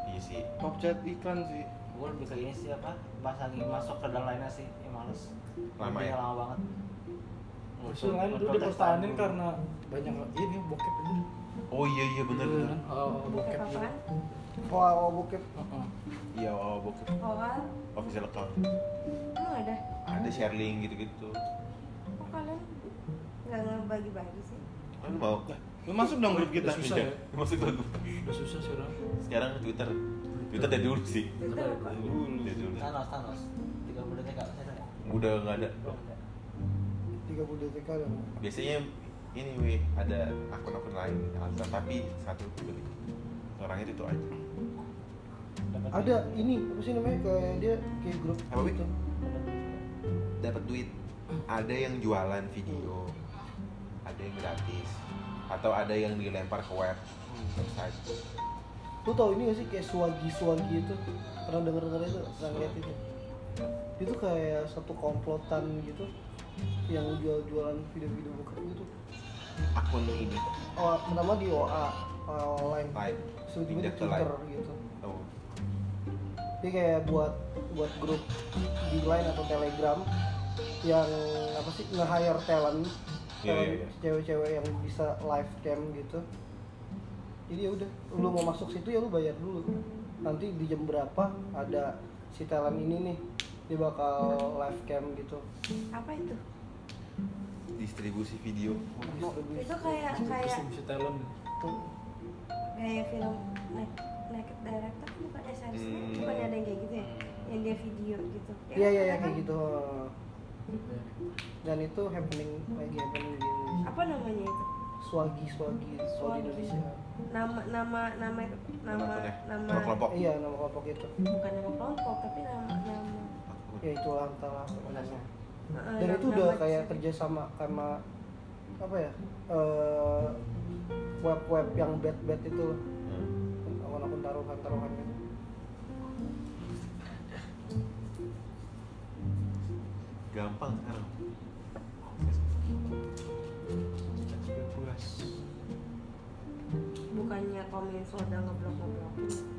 Speaker 1: Iya sih.
Speaker 6: Pop chat iklan sih.
Speaker 2: gue lebih ke ini sih apa pas lagi masuk ke dalam lainnya sih ya males
Speaker 1: Lama ya?
Speaker 2: Iya, lama banget
Speaker 3: Terus yang lain dulu dipertahanin karena banyak ini bokep aja.
Speaker 1: Oh iya iya bener bener.
Speaker 3: Oh, bokep. Oh,
Speaker 5: Kayak apaan?
Speaker 4: Wah, wah bokep.
Speaker 3: Heeh.
Speaker 1: Iya OA bokep.
Speaker 5: Awal
Speaker 1: Official account.
Speaker 5: emang ada?
Speaker 1: Ada share link gitu-gitu.
Speaker 5: Kok kalian nggak ngebagi-bagi sih?
Speaker 1: Kan lu mau?
Speaker 6: Lu masuk dong grup kita.
Speaker 3: Udah susah ya.
Speaker 1: Iya. Maksud gue
Speaker 3: Udah susah sekarang.
Speaker 1: sekarang Twitter. Twitter dari dulu sih.
Speaker 5: Itu apa?
Speaker 1: Dulu dari dulu.
Speaker 2: Thanos Thanos 30 detik gak bisa ya
Speaker 1: Udah nggak ada.
Speaker 4: 30 detik ada.
Speaker 1: Biasanya ini weh ada akun-akun lain Alza tapi satu gitu. Orangnya itu, itu aja.
Speaker 2: Dapat
Speaker 4: Ada ini, apa sih namanya? Kayak dia kayak grup
Speaker 1: Apa, Wi?
Speaker 4: gitu.
Speaker 1: Dapat duit. Ada yang jualan video. Ada yang gratis. Atau ada yang dilempar ke web website.
Speaker 4: Lu tau ini gak sih kayak suagi-suagi itu? Pernah denger denger itu? Pernah lihat itu? Itu kayak satu komplotan gitu yang jual-jualan video-video bokep gitu.
Speaker 1: Akun ini
Speaker 4: Oh, pertama di OA OA online.
Speaker 1: live.
Speaker 4: Sebelumnya di
Speaker 1: Pindah ke
Speaker 4: Twitter
Speaker 1: live.
Speaker 4: gitu.
Speaker 1: Oh,
Speaker 4: Jadi kayak buat buat grup di Line atau Telegram yang apa sih nge-hire talent
Speaker 1: Iya,
Speaker 4: talent
Speaker 1: iya, iya.
Speaker 4: cewek-cewek yang bisa live cam gitu. Jadi ya udah, lu mau masuk situ ya lu bayar dulu. Nanti di jam berapa ada si talent ini nih dia bakal live cam gitu.
Speaker 5: Apa itu?
Speaker 1: distribusi video.
Speaker 4: Distribusi. gitu.
Speaker 5: Itu kayak
Speaker 3: Terus
Speaker 5: kayak
Speaker 3: bisa talent.
Speaker 4: Tuh.
Speaker 5: kayak film Na- Naked Director kan bukan SRC,
Speaker 1: Hmm.
Speaker 5: bukan ada yang kayak gitu ya? Yang dia video gitu.
Speaker 4: Hmm. Iya iya iya,
Speaker 5: kan?
Speaker 4: kayak gitu. Dan itu happening lagi happening di Indonesia.
Speaker 5: Apa namanya itu?
Speaker 4: Swagi swagi swagi
Speaker 5: Swagi.
Speaker 4: Indonesia.
Speaker 5: Nama nama nama nama
Speaker 1: akunnya?
Speaker 5: nama
Speaker 1: Nama kelompok.
Speaker 4: Iya nama kelompok itu.
Speaker 5: bukan nama kelompok tapi nama nama
Speaker 1: Akun.
Speaker 4: Ya itu antara pokoknya.
Speaker 5: Heeh,
Speaker 4: dan
Speaker 5: nama-
Speaker 4: itu udah
Speaker 5: nama-
Speaker 4: kayak kerja sama sama apa ya eh, web-web yang bed-bed itu loh.
Speaker 1: Hmm.
Speaker 4: akun-akun taruhan-taruhan gitu.
Speaker 1: Gampang sekarang.
Speaker 5: bukannya kominfo udah ngeblok ngeblok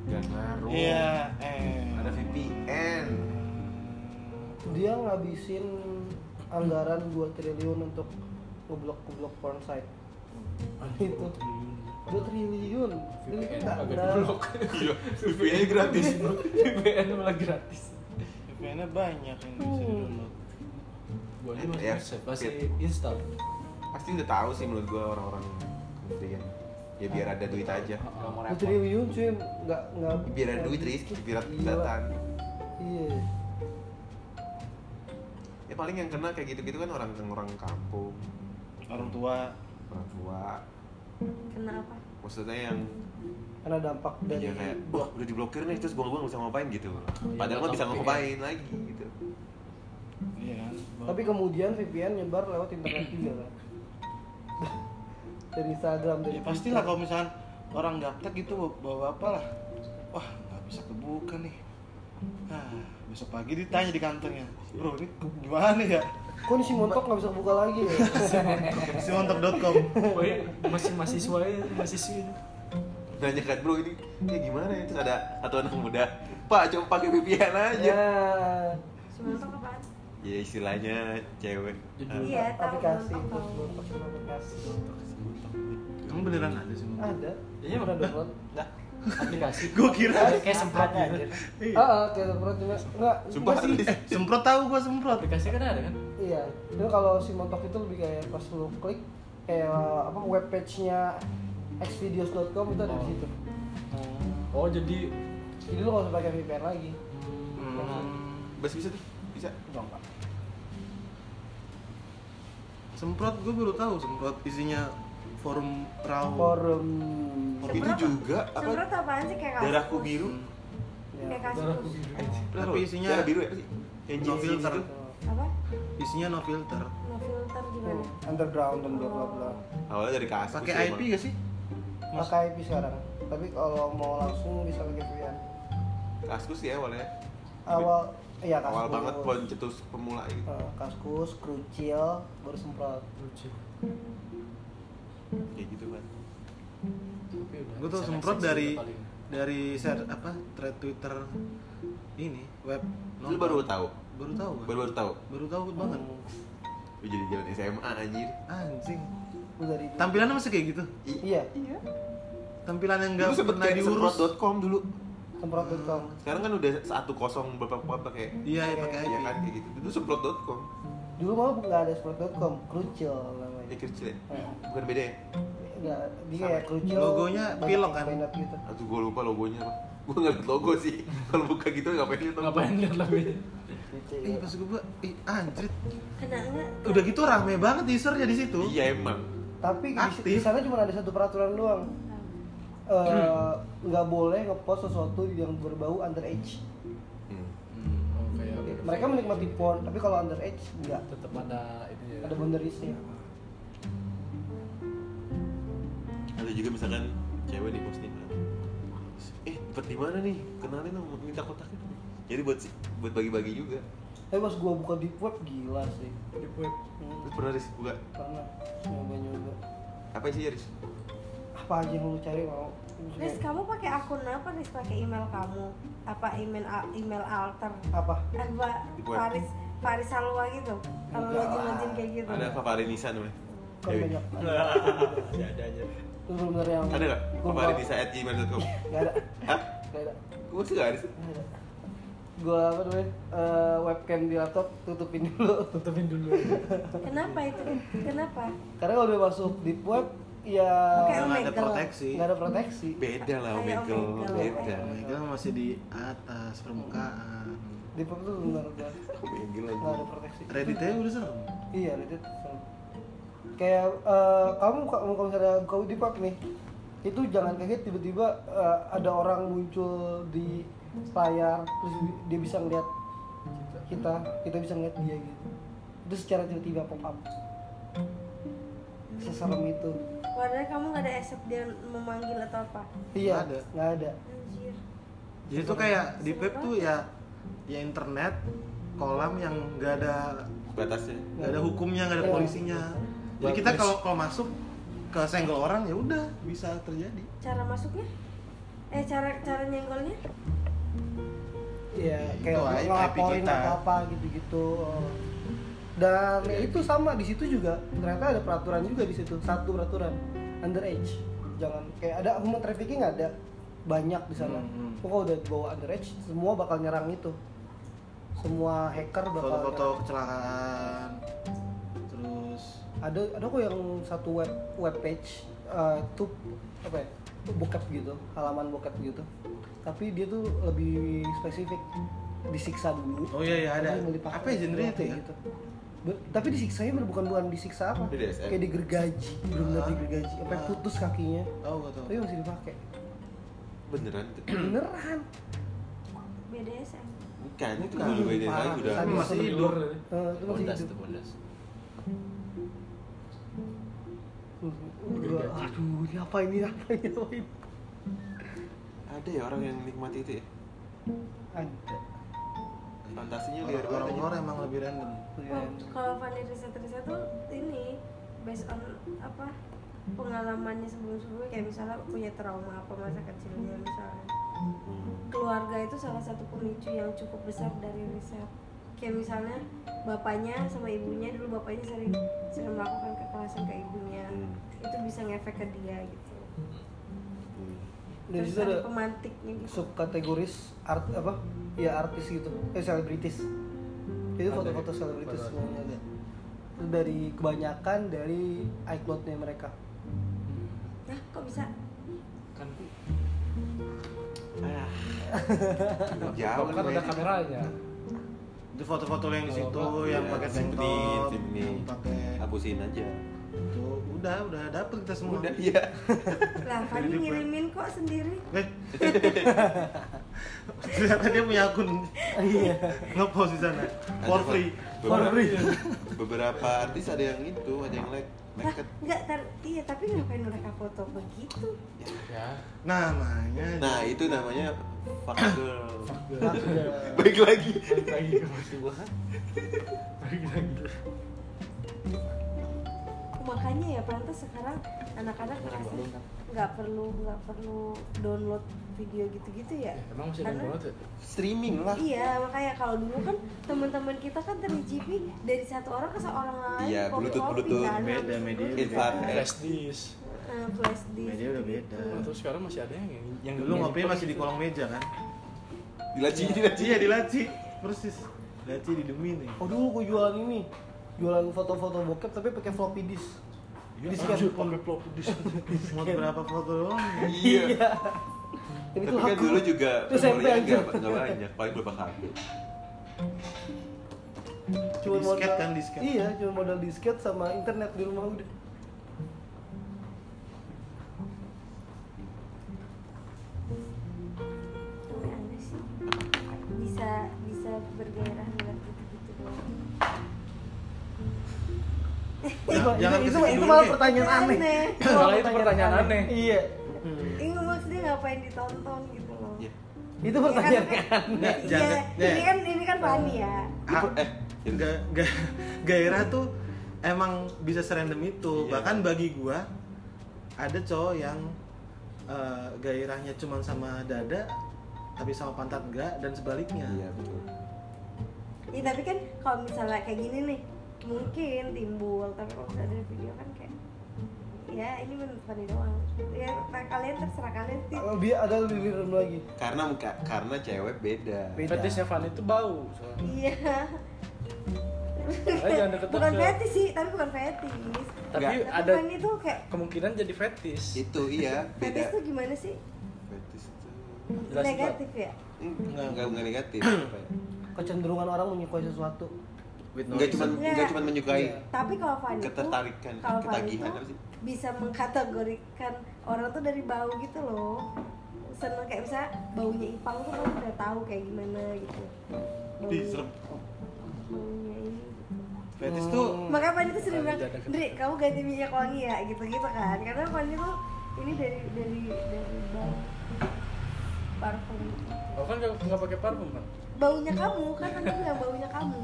Speaker 1: Gak ngaruh.
Speaker 6: Iya, eh.
Speaker 1: Ada VPN.
Speaker 4: dia ngabisin anggaran 2 triliun untuk ngeblok ngeblok porn site Nah, itu 2 triliun Ini
Speaker 3: VPN
Speaker 4: nggak
Speaker 3: agak
Speaker 4: benar.
Speaker 6: [laughs]
Speaker 3: diblok.
Speaker 1: Iya, VPN
Speaker 3: [laughs]
Speaker 1: gratis.
Speaker 3: VPN malah gratis.
Speaker 6: VPN-nya banyak yang bisa di download.
Speaker 3: Gua ini
Speaker 1: Ya.
Speaker 3: masih website, masih install.
Speaker 1: Pasti udah tahu sih menurut gua orang-orang kementerian. Ya biar ada duit aja.
Speaker 2: gak mau
Speaker 4: 2
Speaker 2: repot
Speaker 4: triliun cuy nggak nggak
Speaker 1: Biar ada duit Rizky, biar ada dataan.
Speaker 4: iya
Speaker 1: Ya paling yang kena kayak gitu-gitu kan orang orang kampung,
Speaker 6: Orang tua
Speaker 1: orang tua.
Speaker 5: kenapa
Speaker 1: Maksudnya yang
Speaker 4: karena dampak
Speaker 1: ya
Speaker 4: dari
Speaker 1: kayak, wah udah diblokir nih terus gua gua nggak bisa ngapain gitu. Padahal mah bisa
Speaker 3: nggak
Speaker 1: ngapain lagi gitu.
Speaker 6: iya kan.
Speaker 4: Tapi kemudian VPN nyebar lewat internet juga kan. dari Instagram dari
Speaker 6: ya pastilah kalau misalkan orang gaptek gitu bawa- bawa apa lah. Wah, nggak bisa kebuka nih. Ah, besok pagi ditanya di kantornya, bro ini ke- gimana [laughs]
Speaker 4: Twitter.
Speaker 6: ya?
Speaker 4: Kok ini si montok nggak bisa buka lagi ya?
Speaker 6: Simontok.com
Speaker 3: Pokoknya Oh, iya. masih mahasiswa ya, mahasiswi.
Speaker 1: Nanya kan bro ini, ya gimana ya? Terus ada satu anak muda, Pak coba pakai VPN aja.
Speaker 4: ya.
Speaker 5: semontok apaan
Speaker 1: Ya istilahnya cewek.
Speaker 3: Jujur.
Speaker 1: Ah,
Speaker 5: iya tahu
Speaker 4: aplikasi
Speaker 5: Semontok
Speaker 4: terus
Speaker 5: tahu.
Speaker 4: montok sama aplikasi.
Speaker 6: Kamu beneran ada sih?
Speaker 4: Ada.
Speaker 3: Iya,
Speaker 4: pernah
Speaker 3: udah.
Speaker 4: download.
Speaker 2: dah
Speaker 3: Aplikasi.
Speaker 6: [laughs] Gua kira
Speaker 3: kayak semprot
Speaker 2: Ada,
Speaker 3: gitu.
Speaker 2: anjir.
Speaker 4: Ah, ah, kayak pernah cuma enggak.
Speaker 1: Sumpah Riz.
Speaker 6: semprot tahu gua semprot.
Speaker 3: Aplikasi kan ada kan?
Speaker 4: Iya. Itu kalau si montok itu lebih kayak pas lu klik kayak apa webpage-nya xvideos.com itu ada di situ.
Speaker 3: Oh, jadi
Speaker 4: Jadi lu nggak usah pakai VPN lagi.
Speaker 1: Bas bisa tuh. bisa
Speaker 3: Enggak, enggak.
Speaker 6: semprot gue baru tahu semprot isinya forum raw
Speaker 4: forum
Speaker 1: itu
Speaker 5: Semprot-
Speaker 1: juga apa
Speaker 5: Semprot apaan sih kayak kaskus?
Speaker 1: darahku biru
Speaker 6: Hmm.
Speaker 4: ya,
Speaker 5: Kayak kaskus.
Speaker 1: Eh, Darah
Speaker 6: Tapi
Speaker 1: biru.
Speaker 6: isinya-
Speaker 1: darah biru ya apa sih yang
Speaker 6: no
Speaker 1: jeans jeans
Speaker 6: filter
Speaker 1: itu
Speaker 5: Apa?
Speaker 6: gitu. isinya no filter
Speaker 5: No filter
Speaker 4: hmm,
Speaker 5: gimana?
Speaker 4: underground dan bla bla bla
Speaker 1: awalnya dari kaskus
Speaker 6: pakai
Speaker 1: sih
Speaker 6: IP
Speaker 1: emang.
Speaker 6: gak sih Mas-
Speaker 4: pakai IP sekarang tapi kalau mau langsung bisa pakai VPN
Speaker 1: kaskus sih awalnya
Speaker 4: awal iya kaskus
Speaker 1: awal banget buat cetus pemula gitu
Speaker 4: Eh, kaskus krucil baru semprot
Speaker 3: Lucu.
Speaker 1: kayak gitu kan
Speaker 3: Tapi udah
Speaker 6: gue tuh
Speaker 3: bisa
Speaker 6: semprot
Speaker 3: naik
Speaker 6: dari
Speaker 3: seksi paling.
Speaker 6: dari share apa thread Twitter ini web
Speaker 1: lu baru tahu
Speaker 6: baru tahu kan?
Speaker 1: baru baru tahu
Speaker 6: baru tahu banget
Speaker 1: Lu jadi jalan SMA anjir
Speaker 6: anjing
Speaker 4: Gua dari dulu.
Speaker 6: tampilannya masih kayak gitu
Speaker 4: iya
Speaker 6: tampilan yang
Speaker 1: Dulu
Speaker 6: gak
Speaker 1: sempet
Speaker 6: pernah
Speaker 1: kayak
Speaker 6: diurus
Speaker 1: semprot.com dulu
Speaker 4: semprot.com
Speaker 1: sekarang kan udah satu kosong berapa berapa kayak
Speaker 6: iya ya, pakai IP
Speaker 1: ya kan kayak gitu dulu semprot.com
Speaker 4: dulu mah nggak ada semprot.com krucil namanya
Speaker 1: ya
Speaker 6: Iya.
Speaker 1: kecil ya
Speaker 4: Eh,
Speaker 1: bukan beda ya
Speaker 4: nggak dia kayak krucil
Speaker 6: Logonya
Speaker 4: banyak
Speaker 6: pilok kan?
Speaker 4: line up gitu
Speaker 1: aduh gue lupa logonya apa gue nggak liat logo sih [laughs] kalau buka gitu ngapain liat logo
Speaker 3: Ngapain lihat
Speaker 6: [laughs]
Speaker 3: lagi? Oh,
Speaker 4: Krucil,
Speaker 6: Ih,
Speaker 4: iya.
Speaker 6: pas gue buka, ih anjrit
Speaker 7: Kena nggak?
Speaker 6: Udah gitu rame banget usernya di situ
Speaker 1: iya emang
Speaker 4: tapi di-
Speaker 6: Aktif.
Speaker 4: di sana cuma ada satu peraturan doang Eh, nggak boleh ngepost sesuatu yang berbau underage
Speaker 1: hmm.
Speaker 3: Oh, kayak
Speaker 6: Iya.
Speaker 4: mereka menikmati porn tapi kalau underage nggak
Speaker 3: tetap ada itu ya.
Speaker 4: ada boundaries-nya
Speaker 1: ada juga misalkan cewek di posting kan eh dapat di mana nih kenalin dong minta kontaknya dong. jadi buat si- buat bagi-bagi juga
Speaker 4: tapi pas gua buka deep web gila sih Hmm,
Speaker 1: terus pernah Riz buka
Speaker 4: pernah nyoba nyoba
Speaker 1: apa sih ya Riz
Speaker 4: apa aja yang lu cari mau
Speaker 5: Riz,
Speaker 4: Maksudnya,
Speaker 5: kamu pakai akun apa Riz? Pakai email kamu? Apa email al- email alter?
Speaker 4: apa
Speaker 5: Apa
Speaker 1: Dibuat.
Speaker 5: Faris Faris Salwa gitu? Kalau
Speaker 4: Enggak
Speaker 5: login login
Speaker 4: lah.
Speaker 5: kayak gitu.
Speaker 1: ada Fafari Nisa namanya
Speaker 4: kan
Speaker 1: Dewi.
Speaker 4: banyak
Speaker 2: Masih ada aja.
Speaker 4: lu bener yang
Speaker 1: ada nggak
Speaker 4: Gua
Speaker 1: Fafari
Speaker 4: buka-
Speaker 1: Nisa at gmail.com
Speaker 4: nggak ada
Speaker 1: hah
Speaker 4: nggak ada
Speaker 1: gue sih nggak ada sih
Speaker 4: nggak ada gua apa namanya eh, webcam di laptop tutupin [laughs] dulu
Speaker 3: Tutupin dulu.
Speaker 5: Kenapa itu? Kenapa?
Speaker 4: karena kalau udah masuk deep web ya
Speaker 5: Pakai
Speaker 6: Gak ada
Speaker 5: Omegle.
Speaker 6: proteksi
Speaker 4: nggak ada proteksi
Speaker 1: beda lah
Speaker 5: Kayak
Speaker 1: Omegle
Speaker 5: Omegle.
Speaker 1: beda
Speaker 6: Omegle masih di atas permukaan
Speaker 4: deep web tuh bener udah
Speaker 1: Omegle
Speaker 4: nggak
Speaker 1: lagi
Speaker 4: ada proteksi
Speaker 6: Reddit aja udah serem
Speaker 4: iya Reddit kayak eh, kamu ka- kalau misalnya kau di pub nih itu jangan kaget tiba-tiba eh, ada orang muncul di layar terus di- dia bisa ngeliat kita kita bisa ngeliat dia gitu itu secara tiba-tiba pop up seserem itu
Speaker 5: Padahal kamu nggak ada accept dia memanggil atau apa?
Speaker 4: iya
Speaker 6: Nggak ada.
Speaker 4: nggak ada
Speaker 5: Anjir.
Speaker 6: Jadi tuh kayak di web tuh ya ya internet kolam yang gak ada
Speaker 1: batasnya
Speaker 6: nggak ada hukumnya nggak ada polisinya jadi kita kalau kalau masuk ke senggol orang ya udah bisa terjadi
Speaker 5: Cara masuknya? Eh cara cara nyenggolnya?
Speaker 4: Iya,
Speaker 6: Itu
Speaker 4: kayak
Speaker 6: aib-
Speaker 4: ngelaporin
Speaker 6: aib Gitu kita.
Speaker 4: atau apa gitu-gitu. Oh. Dan
Speaker 6: Iya.
Speaker 4: ya itu sama di situ juga ternyata ada peraturan juga di situ. Satu peraturan underage. Jangan kayak ada human trafficking ada banyak di sana.
Speaker 6: Hmm, hmm.
Speaker 4: Pokoknya udah bawa underage semua bakal nyerang itu. Semua hacker bakal
Speaker 6: foto-foto kecelakaan terus
Speaker 4: ada ada kok yang satu web web page eh, itu apa ya bokep gitu halaman bokep gitu tapi dia tuh lebih spesifik disiksa dulu
Speaker 6: oh iya iya ada
Speaker 4: Terus mau dipakai
Speaker 6: apa ya genre itu
Speaker 4: kayak
Speaker 6: ya
Speaker 4: gitu. Be- tapi disiksanya bener- bukan bukan disiksa apa
Speaker 1: BDSM.
Speaker 4: kayak digergaji benar
Speaker 6: Ah.
Speaker 4: digergaji sampai
Speaker 6: Ah.
Speaker 4: putus kakinya
Speaker 6: oh gak tau
Speaker 4: tapi masih
Speaker 6: [clears throat]
Speaker 4: dipakai
Speaker 1: beneran tuh
Speaker 4: beneran
Speaker 5: BDSM.
Speaker 1: bukan itu
Speaker 6: Bukan.
Speaker 1: dulu Nah, beda
Speaker 4: Parah.
Speaker 1: lagi udah
Speaker 4: Tapi
Speaker 6: masih hidup
Speaker 4: Eh, itu masih
Speaker 2: Bondas
Speaker 4: hidup
Speaker 2: tuh bondas.
Speaker 4: Hmm, gua, aduh ini apa ini apa ini apa ini
Speaker 1: ada ya orang yang nikmati itu ya
Speaker 4: ada
Speaker 1: fantasinya liar banget
Speaker 6: orang
Speaker 1: aja.
Speaker 6: luar Iya, emang lebih random
Speaker 5: Wah, kalau Fanny riset-riset tuh ini based on apa pengalamannya sebelum-sebelumnya kayak misalnya punya trauma apa masa kecilnya misalnya
Speaker 1: Hmm.
Speaker 5: keluarga itu salah satu pemicu yang cukup besar dari riset kayak misalnya bapaknya sama ibunya dulu bapaknya sering sering melakukan kekerasan ke ibunya
Speaker 1: Hmm.
Speaker 5: itu bisa ngefek ke dia gitu
Speaker 1: Hmm.
Speaker 4: dari
Speaker 5: terus
Speaker 4: situ
Speaker 5: ada
Speaker 4: ada
Speaker 5: pemantiknya gitu
Speaker 4: subkategoris art apa ya artis gitu eh selebritis itu
Speaker 3: Ada
Speaker 4: foto-foto
Speaker 3: ya?
Speaker 4: selebritis
Speaker 3: Foto.
Speaker 4: semuanya ada Itu dari kebanyakan dari iCloud-nya mereka
Speaker 5: nah
Speaker 4: [laughs]
Speaker 5: kok bisa
Speaker 3: Kan
Speaker 1: Ah.
Speaker 3: jauh
Speaker 1: Jauh
Speaker 3: kan ada
Speaker 1: men.
Speaker 3: kameranya.
Speaker 6: Itu foto-foto lo yang di situ
Speaker 3: Kalau
Speaker 6: yang
Speaker 1: Iya,
Speaker 6: pakai tank
Speaker 1: simpenin,
Speaker 6: top,
Speaker 1: simpenin.
Speaker 6: yang pakai
Speaker 1: hapusin aja
Speaker 6: itu Oh, udah udah dapet kita semua.
Speaker 1: udah iya
Speaker 5: Lah, Fani
Speaker 6: Jadi,
Speaker 5: ngirimin kok sendiri.
Speaker 6: Eh. [laughs] Ternyata dia punya akun
Speaker 4: iya
Speaker 6: ngepost di sana. For
Speaker 1: Ada
Speaker 6: free.
Speaker 1: be- beberapa artis ada yang itu ada yang like
Speaker 5: Lah,
Speaker 1: naked
Speaker 5: enggak, tar- iya, tapi ngapain mereka foto begitu?
Speaker 3: ya
Speaker 6: Namanya.
Speaker 1: nah itu namanya fuck girl
Speaker 4: Nah,
Speaker 1: baik lagi
Speaker 3: balik lagi ke Iya, maksud gua balik lagi
Speaker 5: Makanya ya, pantas sekarang anak-anak ngerasa nggak perlu nggak perlu download video gitu-gitu ya.
Speaker 3: emang masih ada
Speaker 5: Karena-
Speaker 3: banget ya
Speaker 1: streaming lah
Speaker 5: Iya, makanya kalau dulu kan teman-teman kita kan 3GP dari satu orang ke seorang lain.
Speaker 1: Iya,
Speaker 5: kopi-kopi
Speaker 1: Bluetooth, Bluetooth.
Speaker 5: kan,
Speaker 6: Beda,
Speaker 5: habis
Speaker 6: media
Speaker 5: itu-
Speaker 1: infrared.
Speaker 3: flash disk
Speaker 5: Eh, flash disk.
Speaker 6: Media udah beda.
Speaker 3: Nah, terus sekarang masih ada yang yang
Speaker 6: Dulu ngopinya masih di kolong meja kan?
Speaker 1: dilaci dilaci
Speaker 6: Iya di laci, persis. Laci di demi nih.
Speaker 4: oh dulu gue jualan ini jualan foto-foto bokep tapi pakai floppy disk
Speaker 6: Jadi
Speaker 4: scan.
Speaker 6: sekarang pakai plop di Mau berapa foto doang?
Speaker 1: iya
Speaker 4: Dan
Speaker 1: tapi kan
Speaker 4: aku.
Speaker 1: dulu juga kan?
Speaker 4: Itu SMP
Speaker 1: memorinya
Speaker 4: aja.
Speaker 1: nggak nggak banyak paling beberapa satu
Speaker 6: Iya.
Speaker 4: cuma
Speaker 6: Disket
Speaker 4: modal
Speaker 6: kan, disket.
Speaker 4: iya cuma modal disket sama internet di rumah udah
Speaker 5: Tuh, aneh sih. Bisa bisa bergairah ngeliat gitu-gitu doang.
Speaker 6: Jangan-
Speaker 4: Itu-
Speaker 6: Nah, jangan
Speaker 4: itu,
Speaker 6: kesini
Speaker 4: itu,
Speaker 6: dulu
Speaker 4: malah
Speaker 6: deh.
Speaker 4: pertanyaan aneh
Speaker 5: Iya, Aneh.
Speaker 4: malah
Speaker 3: Malah itu pertanyaan aneh.
Speaker 4: iya
Speaker 6: Hmm.
Speaker 5: Ini maksudnya ngapain ditonton gitu loh.
Speaker 1: Iya.
Speaker 4: itu
Speaker 5: Ya kan,
Speaker 4: pertanyaan Nah.
Speaker 6: Nggak,
Speaker 5: Iya,
Speaker 6: jangan-
Speaker 5: ini kan ini kan Fani ya.
Speaker 1: Ah,
Speaker 6: Ah,
Speaker 1: eh
Speaker 6: ga, ga- gairah tuh emang bisa serandom
Speaker 1: Iya.
Speaker 6: itu bahkan bagi gua ada cowok yang eh, gairahnya cuman sama dada tapi sama pantat enggak dan sebaliknya
Speaker 1: iya betul
Speaker 5: Ya, tapi kan kalau misalnya kayak gini nih mungkin timbul tapi kalau udah ada video kan kayak ya ini menurut Fani doang ya kalian terserah kalian sih
Speaker 4: dia Oh, ada lebih random lagi
Speaker 1: karena muka karena cewek beda
Speaker 4: Beda.
Speaker 3: fetishnya Van Iya, itu bau soalnya
Speaker 5: iya
Speaker 3: Ayo, Eh, jangan deket-deket.
Speaker 5: bukan fetish sih tapi bukan fetish
Speaker 3: tapi
Speaker 1: Nggak.
Speaker 5: tapi
Speaker 3: ada
Speaker 5: Fani tuh kayak
Speaker 3: kemungkinan jadi fetish
Speaker 1: itu iya
Speaker 5: fetish
Speaker 1: beda
Speaker 5: tuh gimana sih
Speaker 1: fetish itu
Speaker 3: Jelas
Speaker 5: negatif ya
Speaker 1: enggak enggak bukan negatif
Speaker 6: Iya.
Speaker 1: apa ya?
Speaker 4: kecenderungan orang menyukai sesuatu
Speaker 6: With no
Speaker 1: enggak cuma
Speaker 6: reason.
Speaker 1: enggak cuma menyukai
Speaker 6: Iya.
Speaker 5: tapi kalau Fani tuh-
Speaker 1: ketertarikan
Speaker 5: kalau Fani
Speaker 1: ketagihan apa
Speaker 5: tuh
Speaker 1: sih
Speaker 5: bisa mengkategorikan orang tuh dari bau gitu loh seneng kayak misalnya baunya ipang tuh kamu udah tahu kayak gimana gitu
Speaker 6: Ih, serem.
Speaker 5: baunya ini gitu.
Speaker 6: Fetish tuh
Speaker 5: makanya Fani tuh sering
Speaker 3: Tadi
Speaker 5: bilang
Speaker 3: ada-
Speaker 5: Dri kamu ganti minyak wangi ya gitu gitu kan karena Fani tuh ini dari dari dari bau parfum
Speaker 3: oh kan nggak nggak pakai parfum kan
Speaker 5: baunya kamu kan kamu bilang baunya kamu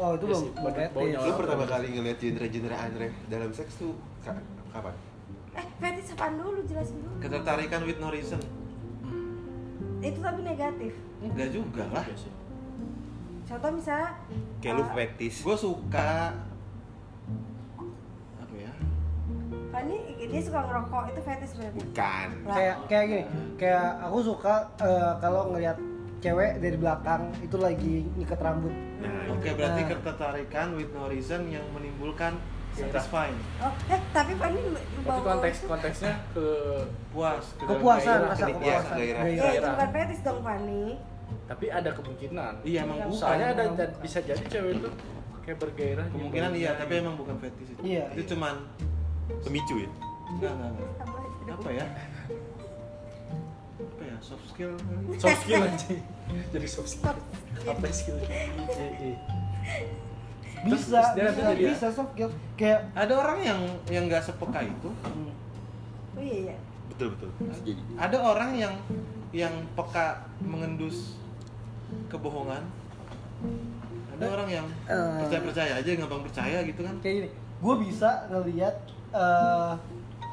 Speaker 4: oh itu
Speaker 3: Iya
Speaker 4: belum
Speaker 3: sih,
Speaker 4: belum
Speaker 3: baunya- baunya
Speaker 4: etis.
Speaker 1: lu pertama kali ngeliat genre-genre aneh dalam seks tuh ka- kapan
Speaker 5: eh fetish apaan dulu jelasin dulu
Speaker 6: ketertarikan with no reason
Speaker 5: itu tapi negatif
Speaker 6: enggak juga lah
Speaker 5: contoh misalnya
Speaker 1: kayak lu
Speaker 6: Ah,
Speaker 5: eh,
Speaker 1: fetish
Speaker 6: gua suka apa ya
Speaker 5: Fani dia suka ngerokok itu fetish berarti
Speaker 1: bukan
Speaker 5: Lah,
Speaker 4: kayak kayak gini kayak aku suka eh, kalau ngelihat cewek dari belakang itu lagi nyikat rambut
Speaker 1: nah
Speaker 6: oke
Speaker 1: itu.
Speaker 6: berarti
Speaker 4: Nah.
Speaker 6: ketertarikan with no reason yang menimbulkan satisfying
Speaker 5: oh eh tapi Fani
Speaker 3: tapi
Speaker 5: bau
Speaker 4: kan
Speaker 3: konteks konteksnya ke
Speaker 6: puas ke-
Speaker 4: kepuasan
Speaker 3: gairah,
Speaker 4: rasa
Speaker 1: gairah.
Speaker 4: kepuasan
Speaker 1: Gairah.
Speaker 5: ya
Speaker 4: gairah
Speaker 5: itu bukan fetish dong Fani
Speaker 3: tapi ada kemungkinan
Speaker 6: iya emang bukan
Speaker 3: soalnya ada dan bisa jadi cewek itu kayak bergairah di
Speaker 6: kemungkinan
Speaker 3: bawah
Speaker 6: iya
Speaker 3: gairah.
Speaker 6: tapi emang bukan fetish itu
Speaker 4: Iya.
Speaker 6: itu cuman
Speaker 1: pemicu ya
Speaker 6: enggak enggak enggak
Speaker 5: apa itu?
Speaker 6: apa ya apa ya soft skill kali?
Speaker 3: soft skill aja [laughs] jadi soft skill
Speaker 5: Soft
Speaker 3: apa skill
Speaker 4: bisa
Speaker 3: Terus dia nanti
Speaker 4: bisa
Speaker 3: jadi ya?
Speaker 4: bisa soft girl kayak
Speaker 6: ada orang yang yang nggak sepeka itu
Speaker 4: hmm,
Speaker 5: oh iya iya
Speaker 1: betul betul jadi
Speaker 6: ada orang yang yang peka mengendus kebohongan ada orang yang
Speaker 4: Eh.
Speaker 6: percaya percaya aja nggak bang percaya gitu kan
Speaker 4: kayak gini gue bisa ngelihat eh,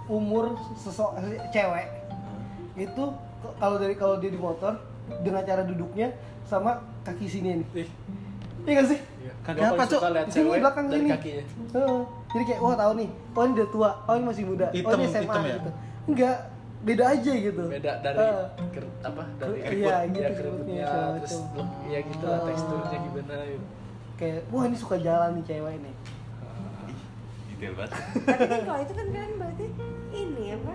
Speaker 4: umur sesok cewek
Speaker 3: Hmm.
Speaker 4: itu ke- kalau dari kalau dia di motor dengan cara duduknya sama kaki sini nih
Speaker 3: Ih,
Speaker 4: iya gak sih
Speaker 3: iya.
Speaker 6: Kaki
Speaker 3: Gua
Speaker 6: apa,
Speaker 3: paling suka
Speaker 6: Cuk?
Speaker 3: liat
Speaker 4: Di sini,
Speaker 3: cewek
Speaker 4: belakang
Speaker 3: dari ya.
Speaker 4: sini.
Speaker 3: kakinya
Speaker 4: Heeh. jadi kayak wah tahu nih oh ini udah tua oh ini masih muda oh
Speaker 6: Hitam-
Speaker 4: ini SMA
Speaker 6: hitam ya?
Speaker 4: gitu enggak beda aja gitu
Speaker 3: beda dari
Speaker 4: Heeh.
Speaker 3: ker- apa dari
Speaker 4: Iya,
Speaker 3: keriput
Speaker 4: gitu
Speaker 3: ya
Speaker 4: keriputnya,
Speaker 3: keriputnya
Speaker 4: segala
Speaker 3: terus
Speaker 4: macam.
Speaker 3: look- ya gitu lah
Speaker 4: Ah.
Speaker 3: teksturnya gimana gitu
Speaker 4: kayak wah ini suka jalan nih cewek nih
Speaker 1: detail banget
Speaker 5: tapi kan kalau itu kan kan berarti ini apa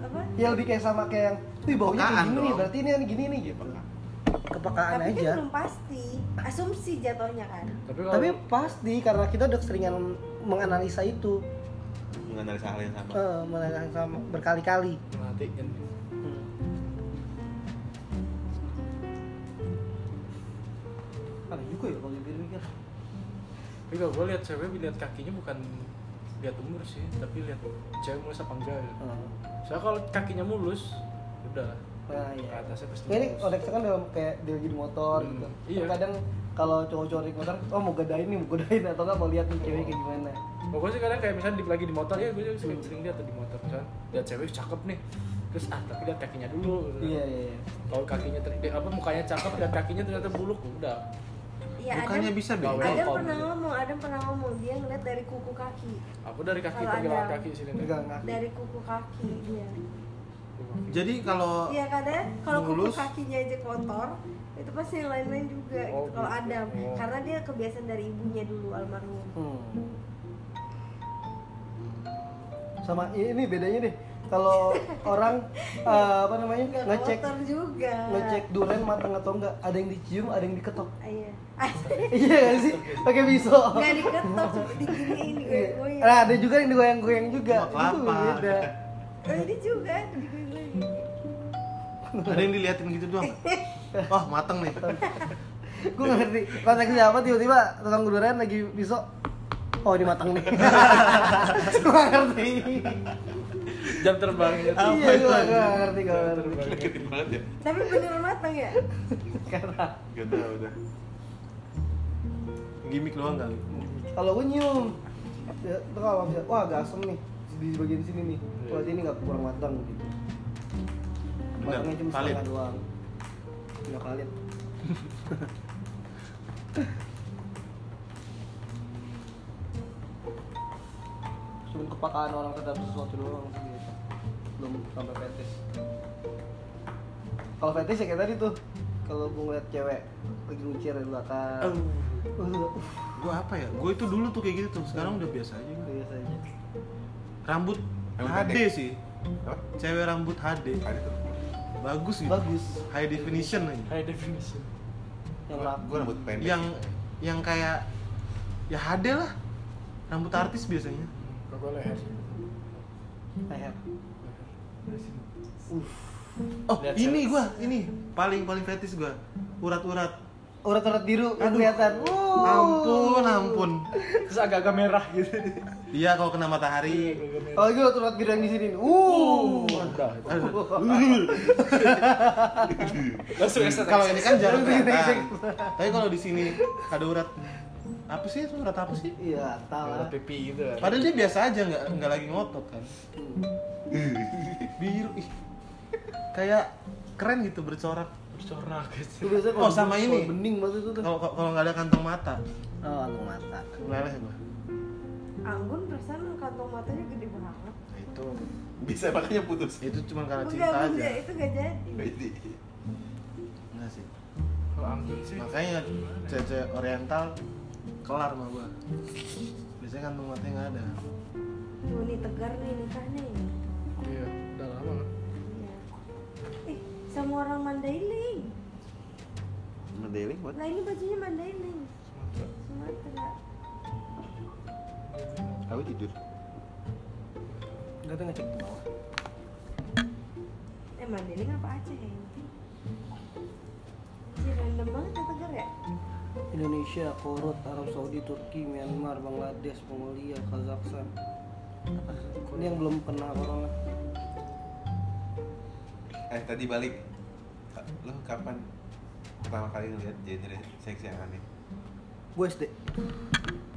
Speaker 5: apa
Speaker 4: ya lebih kayak sama kayak yang wih baunya kayak
Speaker 6: Pekaan
Speaker 4: gini nih
Speaker 6: dong.
Speaker 4: berarti ini kan gini nih gitu
Speaker 1: pekaan.
Speaker 4: kepekaan
Speaker 5: tapi
Speaker 4: aja
Speaker 5: kan belum pasti asumsi jatuhnya kan
Speaker 3: tapi kalau
Speaker 4: tapi pasti karena kita udah keseringan menganalisa itu
Speaker 1: menganalisa hal yang sama
Speaker 4: eh, menganalisa sama berkali-kali
Speaker 3: perhatiin
Speaker 4: Hmm. ada juga ya kalau dipikir-pikir
Speaker 3: tapi kalau gue lihat cewek lihat kakinya bukan lihat umur sih tapi lihat cewek mulus apa enggak gitu. soalnya kalau kakinya mulus ya udah lah
Speaker 4: nah
Speaker 3: ke
Speaker 4: ya
Speaker 3: atasnya pasti
Speaker 4: ini
Speaker 3: mulus.
Speaker 4: konteksnya kan dalam kayak dia di motor
Speaker 3: Hmm,
Speaker 4: gitu
Speaker 3: iya.
Speaker 4: kadang kalau cowok-cowok di motor oh mau godain nih mau godain atau nggak mau lihat nih cewek kayak gimana
Speaker 3: Nah, gue sih kadang kayak misalnya di, lagi di motor ya gue sering, sering lihat tuh di motor misalnya lihat cewek cakep nih terus ah tapi lihat kakinya dulu gitu.
Speaker 4: iya iya iya.
Speaker 3: kalau kakinya ter eh, apa mukanya cakep lihat kakinya ternyata buluk udah
Speaker 5: ya
Speaker 6: Bukannya
Speaker 5: Adam
Speaker 6: bisa
Speaker 3: Gak
Speaker 6: beda.
Speaker 5: Adam
Speaker 3: welcome
Speaker 5: pernah
Speaker 3: gitu.
Speaker 5: ngomong Adam pernah ngomong dia ngeliat dari kuku kaki
Speaker 3: aku dari kaki
Speaker 5: Kalau
Speaker 3: pergelangan
Speaker 5: ada-
Speaker 3: kaki sini nih.
Speaker 4: pegang kaki
Speaker 5: dari kuku kaki dia
Speaker 6: Jadi kalau
Speaker 5: Iya kadang kalau kuku
Speaker 6: Mulus.
Speaker 5: kakinya aja kotor itu pasti yang lain-lain juga
Speaker 3: Oh,
Speaker 5: gitu kalau
Speaker 3: gitu.
Speaker 5: Adam
Speaker 3: Oh.
Speaker 5: karena dia kebiasaan dari ibunya dulu almarhum
Speaker 4: Hmm. sama ini bedanya deh kalau
Speaker 5: [laughs]
Speaker 4: orang eh, apa namanya
Speaker 5: Gak
Speaker 4: ngecek
Speaker 5: kotor juga
Speaker 4: ngecek durian matang atau enggak ada yang dicium ada yang
Speaker 5: [laughs]
Speaker 4: diketok
Speaker 5: iya
Speaker 4: iya kan sih pakai pisau
Speaker 5: [laughs] nggak diketok cuma diginiin
Speaker 4: Oh. Iya. nah
Speaker 5: digoyang-goyang
Speaker 4: ada juga yang digoyang-goyang juga
Speaker 6: Sama kelapa.
Speaker 4: itu beda
Speaker 5: oh ini juga digoyang-goyang
Speaker 6: ada yang diliatin gitu
Speaker 4: [laughs]
Speaker 6: doang. Wah, mateng nih.
Speaker 4: gue nggak ngerti konteksnya apa tiba-tiba tukang durian lagi pisau oh ini matang nih [laughs] gue nggak ngerti
Speaker 3: jam terbangnya tuh
Speaker 4: iya gue nggak ngerti gue nggak ngerti
Speaker 1: gede banget ya
Speaker 5: tapi beneran matang ya
Speaker 4: karena
Speaker 1: gak tau udah
Speaker 6: Gimik doang kali.
Speaker 4: kalau gue nyium ya, itu kalau misalnya wah agak asem nih di bagian sini nih berarti ini nggak kurang matang gitu
Speaker 6: Benar,
Speaker 4: matangnya cuma
Speaker 6: valid.
Speaker 4: setengah doang nggak valid [laughs] cuma kepakaan orang terhadap sesuatu doang sih gitu. belum sampai fetish kalau fetish ya kayak tadi tuh kalau gue ngeliat cewek lagi ngucir di belakang uh,
Speaker 6: Gue apa ya? Gue itu dulu tuh kayak gitu tuh. Sekarang udah biasa aja. gua.
Speaker 4: biasanya
Speaker 6: Rambut
Speaker 1: Rambut
Speaker 6: HD
Speaker 1: pendek.
Speaker 6: sih.
Speaker 1: apa?
Speaker 6: Cewek rambut HD.
Speaker 1: ada tuh
Speaker 6: Bagus gitu.
Speaker 4: bagus
Speaker 6: High definition aja.
Speaker 3: high definition
Speaker 4: yang
Speaker 1: Gua-
Speaker 4: rapi
Speaker 1: gua rambut pendek
Speaker 6: Yang yang kayak ya HD lah. Rambut artis biasanya.
Speaker 3: kalau gue leher
Speaker 4: leher
Speaker 6: Oh,
Speaker 3: Lihat
Speaker 6: ini gua, ini paling paling fetis gua. Urat-urat.
Speaker 4: urat-urat Oh, biru kan
Speaker 6: Aduh.
Speaker 4: kelihatan Wuh.
Speaker 6: Ampun, ampun.
Speaker 3: terus agak-agak merah gitu
Speaker 6: Iya kalau kena matahari.
Speaker 3: Agak-agak merah.
Speaker 4: oh itu urat-urat biru yang di sini uh
Speaker 3: udah
Speaker 6: Aduh.
Speaker 3: langsung exercise.
Speaker 6: Kalau ini kan jarang kelihatan. Tapi kalau di sini ada urat apa sih itu urat apa sih?
Speaker 4: iya
Speaker 3: Merah
Speaker 4: tahu
Speaker 3: pipi gitu
Speaker 6: Padahal dia biasa aja nggak nggak lagi ngotot kan. Biru ih. Kayak keren gitu bercorak.
Speaker 3: bercorak
Speaker 4: itu
Speaker 3: gitu
Speaker 4: biasanya
Speaker 6: Oh, sama
Speaker 4: kalau
Speaker 6: ini.
Speaker 4: bening waktu itu tuh
Speaker 6: Kalau kalau kalau nggak ada kantong mata,
Speaker 4: oh aku mata
Speaker 6: meleleh gua.
Speaker 5: Anggun perasaan kantong matanya gede banget
Speaker 6: Nah, itu
Speaker 1: bisa makanya putus
Speaker 6: itu cuma karena
Speaker 5: enggak
Speaker 6: cinta aja.
Speaker 5: enggak itu gak jadi
Speaker 1: jadi
Speaker 6: Enggak sih.
Speaker 3: kalau anggun sih
Speaker 6: Makanya cewek oriental kelar sama gua. Biasanya kantong matanya nggak ada.
Speaker 5: tuh nih tegar nih nikahnya ini
Speaker 3: iya udah lama kan?
Speaker 5: Iya. Eh, sama orang Mandailing.
Speaker 1: mendeling buat
Speaker 7: Nah,
Speaker 5: Lah ini bajunya Mandailing,
Speaker 3: Sumatera.
Speaker 5: Sumatera.
Speaker 1: aku tidur
Speaker 4: nggak ada ngecek di bawah
Speaker 5: Eh Mandailing apa Aceh ya? Sih random banget ya tegar ya.
Speaker 4: Indonesia, Korut, Arab Saudi, Turki, Myanmar, Bangladesh, Mongolia, Kazakhstan ini yang belum pernah corona
Speaker 1: eh tadi balik lo kapan pertama kali ngeliat genre seks yang aneh
Speaker 4: gue SD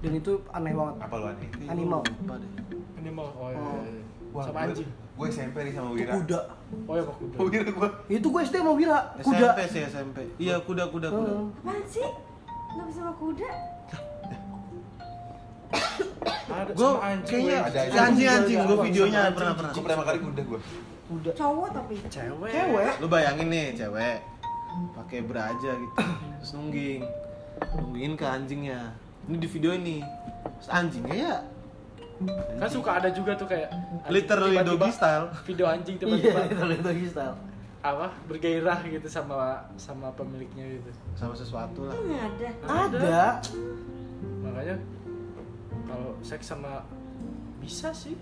Speaker 4: dan itu aneh banget
Speaker 1: apa lo aneh
Speaker 4: Animal.
Speaker 6: Lupa deh.
Speaker 3: ini mau oh iya,
Speaker 4: Oh.
Speaker 3: iya. sama anjing
Speaker 1: gue SMP nih sama
Speaker 4: itu
Speaker 1: Wira
Speaker 4: kuda
Speaker 3: oh ya kok kuda
Speaker 1: Oh, [laughs] Wira gue
Speaker 4: itu gue SD mau Wira kuda Hmm,
Speaker 6: SMP sih SMP. Iya kuda kuda kuda.
Speaker 4: Heeh.
Speaker 5: Apaan sih? Kenapa sama kuda?
Speaker 3: ada
Speaker 6: Gue
Speaker 3: sama anjing
Speaker 6: kayaknya
Speaker 1: ada
Speaker 6: anjing
Speaker 1: aja.
Speaker 6: anjing, gue
Speaker 4: Sama
Speaker 6: videonya
Speaker 4: anjing.
Speaker 6: pernah pernah.
Speaker 1: gue pertama kali kuda gue
Speaker 4: kuda
Speaker 5: Cowok tapi.
Speaker 3: cewek
Speaker 4: cewek
Speaker 6: Lu bayangin nih cewek pakai bra aja gitu, terus nungging, nunggingin ke anjingnya. Ini di video ini, terus anjingnya ya
Speaker 3: kan suka ada juga tuh kayak anjing
Speaker 6: literally
Speaker 3: tiba-tiba-
Speaker 6: doggy style.
Speaker 3: video anjing
Speaker 4: iya
Speaker 3: tiba-tiba
Speaker 4: itu itu style
Speaker 3: apa bergairah gitu sama sama pemiliknya gitu
Speaker 6: sama sesuatu lah
Speaker 7: Nggak ada.
Speaker 4: Ada.
Speaker 3: makanya kalau seks sama bisa sih